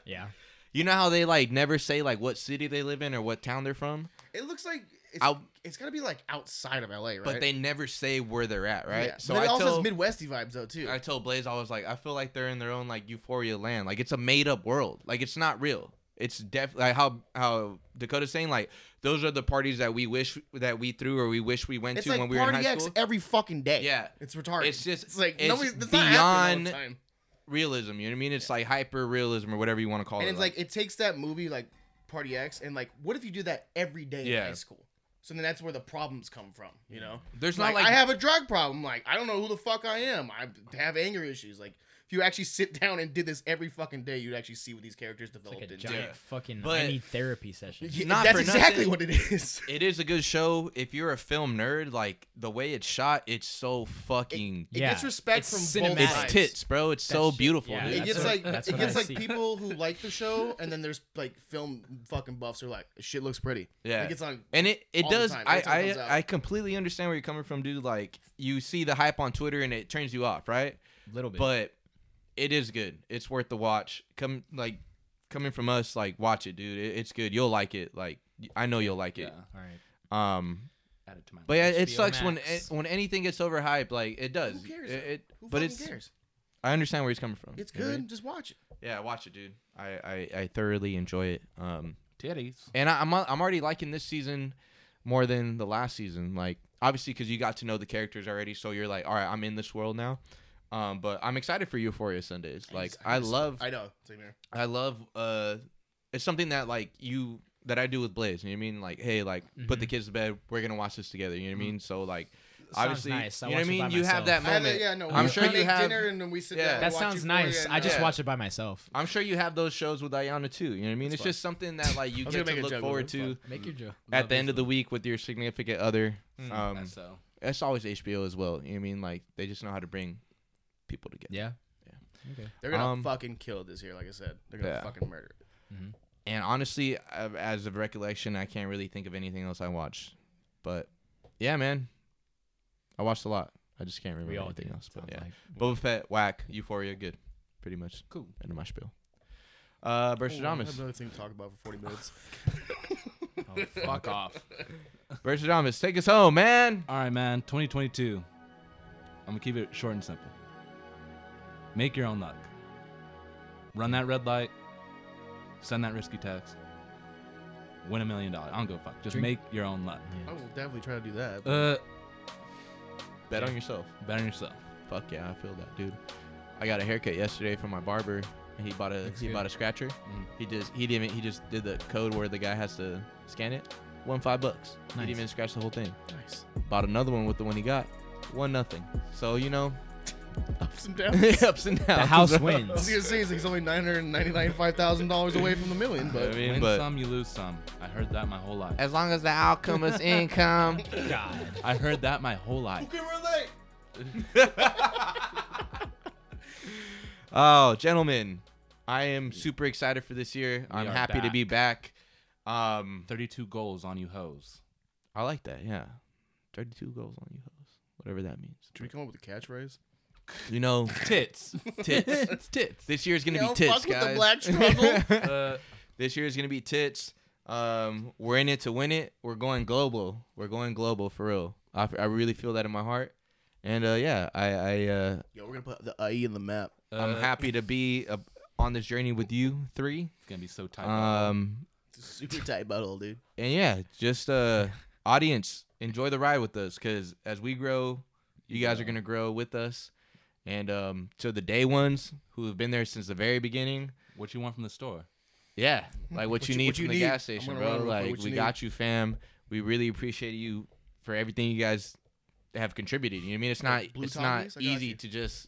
Yeah. You know how they like never say like what city they live in or what town they're from, it looks like it's, I'll- it's gotta be like outside of LA, right? but they never say where they're at, right? Yeah. So But I it also told has Midwesty vibes though too. I told Blaze I was like I feel like they're in their own like euphoria land, like it's a made up world, like it's not real. It's definitely like how how Dakota's saying like those are the parties that we wish that we threw or we wish we went it's to like when we were in Party high X school. every fucking day. Yeah. it's retarded. It's just- it's like it's nobody's it's not happening all the beyond- time. realism. You know what I mean? It's like hyper realism or whatever you want to call e-, and it. it's like it takes that movie like Party X and like what if you do that every day Yeah. in high school? So then that's where the problems come from, you know. There's like, not like I have a drug problem. Like I don't know who the fuck I am. I have anger issues. Like if you actually sit <laughs> down and did this every fucking day, you'd actually see what these characters developed like a into. giant fucking But- I need therapy session. Yeah, Not that's for exactly nothing. what it is. It is a good show. If you're a film nerd, like the way it's shot, it's so fucking. It Yeah. gets respect It's from cinematic. both it's sides. tits, bro. It's so shit. beautiful. Yeah, dude. It that's gets what- like <laughs> that's it what I gets like see. people who like the show, and then there's like film fucking buffs who are like, "Shit looks pretty." Yeah. it gets on. And it, it all the does. time, every I, time it comes out. I I completely understand where you're coming from, dude. Like you see the hype on Twitter and it turns you off, right? little bit. But it is good. It's worth the watch. Come like coming from us, like watch it, dude. It, it's good. You'll like it. Like I know you'll like it. Yeah. all right. Um, Add it to my but yeah, it HBO sucks when eh, Max. when anything gets overhyped. Like it does. Who cares? It, it- Who but fucking it's cares? I understand where he's coming from. It's You know what I good. mean? Just watch it. Yeah, watch it, dude. I, I, I thoroughly enjoy it. Um, titties. and I, I'm al- I'm already liking this season more than the last season. Like obviously because you got to know the characters already, so you're like, all right, I'm in this world now. Um, but I'm excited for Euphoria Sundays. Like just- I just- love I know. Same here. I love uh it's something that like you that I do with Blaze, you know what I mean? Like, hey, like put the kids to bed, we're gonna watch this together, you know what I mean? So like obviously nice. I you know what I watch it mean? by You have that myself. I have moment. a- yeah, no. I'm we- sure I you make have dinner and then we sit Yeah. down. and That watch sounds Euphoria nice. and, I just Yeah. uh, watch it by myself. I'm sure you have those shows with Ayana too. You know what I mean? it's fun. just something that like you was get gonna to make a look joke, but forward it's to fun. Make your Joe. at the end of the week with your significant other. Hmm, Um, That's so. that's always HBO as well. You know what I mean? Like they just know how to bring people together. Yeah. They're gonna Um, fucking kill it this year. Like I said, they're gonna Yeah. fucking murder. it. And honestly, I- as of recollection, I can't really think of anything else I watched. But yeah, man, I watched a lot. I just can't remember all anything did, else. But sounds yeah, like. Boba Fett, whack, Euphoria, good, pretty much. Cool. End of my spiel. Uh, Oh, versus I Ramas. have another thing to talk about for 40 <laughs> minutes. Fuck off. Versus Ramas, take us home, man. All right, man. 2022. I'm gonna keep it short and simple. Make your own luck. Run that red light. Send that risky text. Win a million dollars. I don't give a fuck. Just make your own luck. I will definitely try to do that. Uh, Bet on yourself. bet on yourself. Fuck yeah, I feel that, dude. I got a haircut yesterday from my barber. and He bought a he bought a scratcher. He does he didn't he just did the code where the guy has to scan it. Won five bucks. He didn't even scratch the whole thing. nice. Bought another one with the one he got. One nothing. So you know, <laughs> Ups and downs. <laughs> ups and downs. The house right? I was wins. gonna say he's only nine hundred ninety-nine five thousand dollars away from the million, I but mean, Win but some, you lose some. I heard that my whole life. as long as the outcome <laughs> is income. God. I heard that my whole life. can relate. Oh, gentlemen, I am super excited for this year. I'm are happy to be back. Um, 32 goals on you hoes. I like that. Yeah, 32 goals on you, hoes. Whatever that means. Should we come up with a catchphrase? You know, Tits. tits. <laughs> it's tits. This year's gonna Yeah, be don't tits, fuck with guys. the <laughs> black struggle. Uh, this year's gonna be tits. Um, we're in it to win it. We're going global. We're going global for real. I, I really feel that in my heart. And uh, yeah, I, I uh, Yo, we're gonna put the IE in the map. I'm Uh, happy to be uh, on this journey with you three. it's gonna be so tight. Um, It's a super tight butthole, dude. and yeah, just uh, audience, enjoy the ride with us, because as we grow, you guys are gonna grow with us. And um, to the day ones who have been there since the very beginning, what you want from the store? <laughs> Yeah, like what, you you- need what from you the need. gas I'm station, gonna bro. run real quick. Like What you we need? got you, fam. We really appreciate you for everything you guys have contributed. You know what I mean? It's not Blue it's Tommies? not I got easy you. Mm-hmm. to just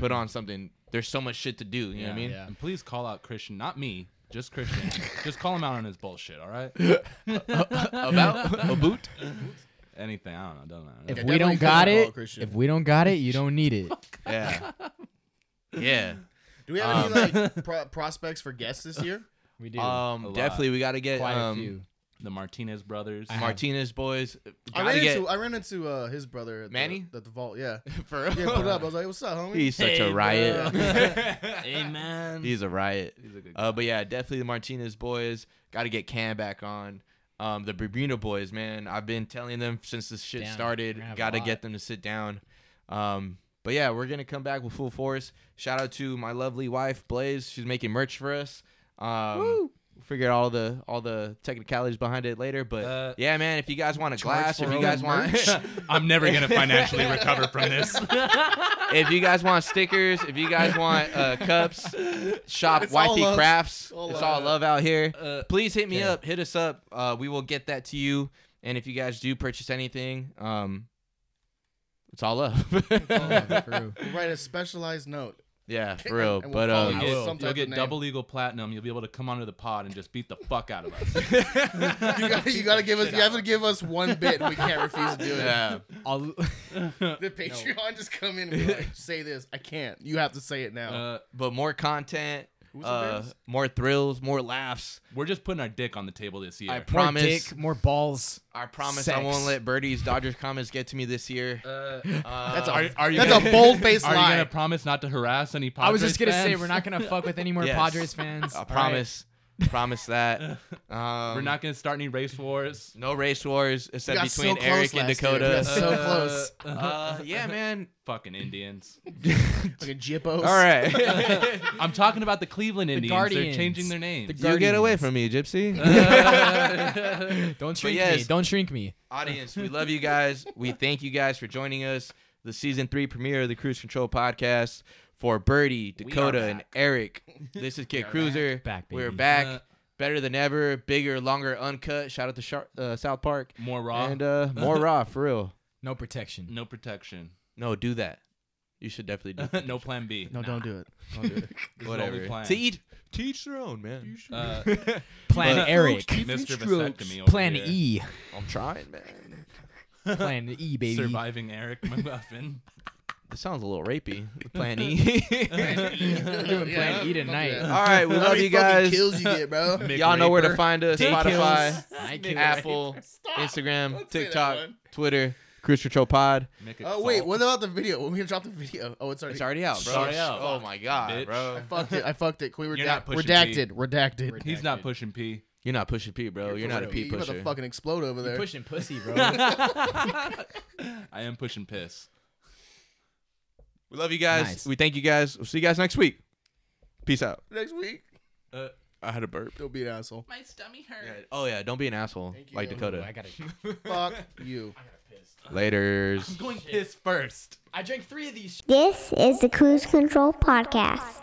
put on something. There's so much shit to do. You know what I mean? yeah. And please call out Christian, not me, just Christian. just call him out on his bullshit, all right? <laughs> <laughs> About <laughs> a boot. Anything, I don't know, don't know. If Yeah, definitely we don't cut got the ball, it, Christian. if we don't got it, you don't need <laughs> it. <laughs> Yeah, yeah. Do we have any like pro- prospects for guests this year? We do. Um, lot. definitely we got to get Quite um, <laughs> a few. the Martinez brothers. <clears throat> Martinez boys. I Gotta ran get into I ran into uh, his brother at Manny? the, at the vault. Yeah, <laughs> for yeah. Put it up. I was like, "What's up, homie?" He's such a riot. <laughs> Amen. He's a riot. He's <laughs> a good Uh, but yeah, definitely the Martinez boys. Got to get Cam back on. Um, the Bermuda boys, man. I've been telling them since this shit Damn, we're started. gonna have a Got to lot. get them to sit down. Um, but yeah, we're gonna come back with full force. Shout out to my lovely wife Blaze. She's making merch for us. Um, Figure out all the all the technicalities behind it later. But Uh, yeah, man, if you guys want a glass, for if you our guys merch? <laughs> want. I'm never gonna financially recover from <laughs> this. if you guys want stickers, if you guys want uh, cups, shop It's all Wifey love. Crafts. all it's all love. love out here. Uh, Please hit me up. Hit us up. Uh, we will get that to you. And if you guys do purchase anything, um, it's all love. Oh, for real. We'll write a specialized note. <laughs> Yeah, for real. And we'll But follow um, You'll you. get, some you'll type get of name. double eagle platinum. You'll be able to come onto the pod and just beat the fuck out of us. you gotta, you gotta give us. You have to give us one bit. and We can't refuse to do it. yeah, I'll, The Patreon just come in and be like, "Say this." I can't. You have to say it now. Uh, but more content, Who's uh, embarrassed? more thrills, more laughs. we're just putting our dick on the table this year. I more promise. dick, more balls. I promise I Sex. won't let Birdie's Dodgers comments get to me this year. Uh, <laughs> Uh, a- are, are you That's gonna, a bold faced <laughs> Are you lie. gonna promise not to harass any Padres I was just gonna say fans? we're not gonna fuck with any <laughs> more Yes. <laughs> Padres fans. I All right. promise, promise that. Um, We're not gonna start any race <laughs> wars. no race wars except got between so close Eric and last year. Dakota. We got so Uh, close. <laughs> uh, yeah, man. Fucking Indians. <laughs> Fucking jippos. All <laughs> right. I'm talking about the Cleveland Indians. Guardians. They're changing their The names. you get away Guardians. from me, <laughs> Gypsy. Don't shrink me. yes. Don't shrink me. Audience, we love you guys. We thank you guys for joining us. The season three premiere of the Cruise Control podcast for Birdie, Dakota, and Eric. <laughs> This is Kid Cruiser. Back, We're baby. back. Uh, Better than ever. Bigger, longer, uncut. Shout out to Shar uh, South Park. <laughs> More raw. And uh, more raw, for real. No protection. no protection. <laughs> No, do that. You should definitely <laughs> do that. no plan B. No, Oh, don't do it. Don't do it. This is what we Whatever. plan. To each, to each their own, man. Uh, <laughs> Plan but- Eric. Mr. Vasectomy over Plan here. <laughs> E. I'm trying, man. Plan E, baby. Surviving Eric McMuffin. This sounds a little rapey. Plan E. We're doing Plan <laughs> E All tonight. right, we How love many you fucking guys. kills you get, <laughs> bro? Y'all know where to Raper. find us Day Spotify, kills. Night kills. Apple, Instagram, say that TikTok, one. Twitter, Cruise Control Pod. Mick Oh wait, Exalt. what about the video? When we gonna drop the video? Oh, it's already. It's already out, bro. It's already out. Oh my god, Bitch. bro. I fucked it. I fucked it. Can we You're redact- not pushing redacted? Redacted. He's not pushing P. You're not pushing P, bro. You're, not a P You're about pusher. to fucking explode over there. Pushing pussy, <laughs> bro. I am pushing piss. We love you guys. Nice. We thank you guys. We'll see you guys next week. Peace out. Next week, Uh, I had a burp. don't be an asshole. Oh yeah, don't be an asshole Thank like you. Dakota. I gotta. Fuck you. Laters. going piss first. I drank three of these. This is the Cruise Control Podcast.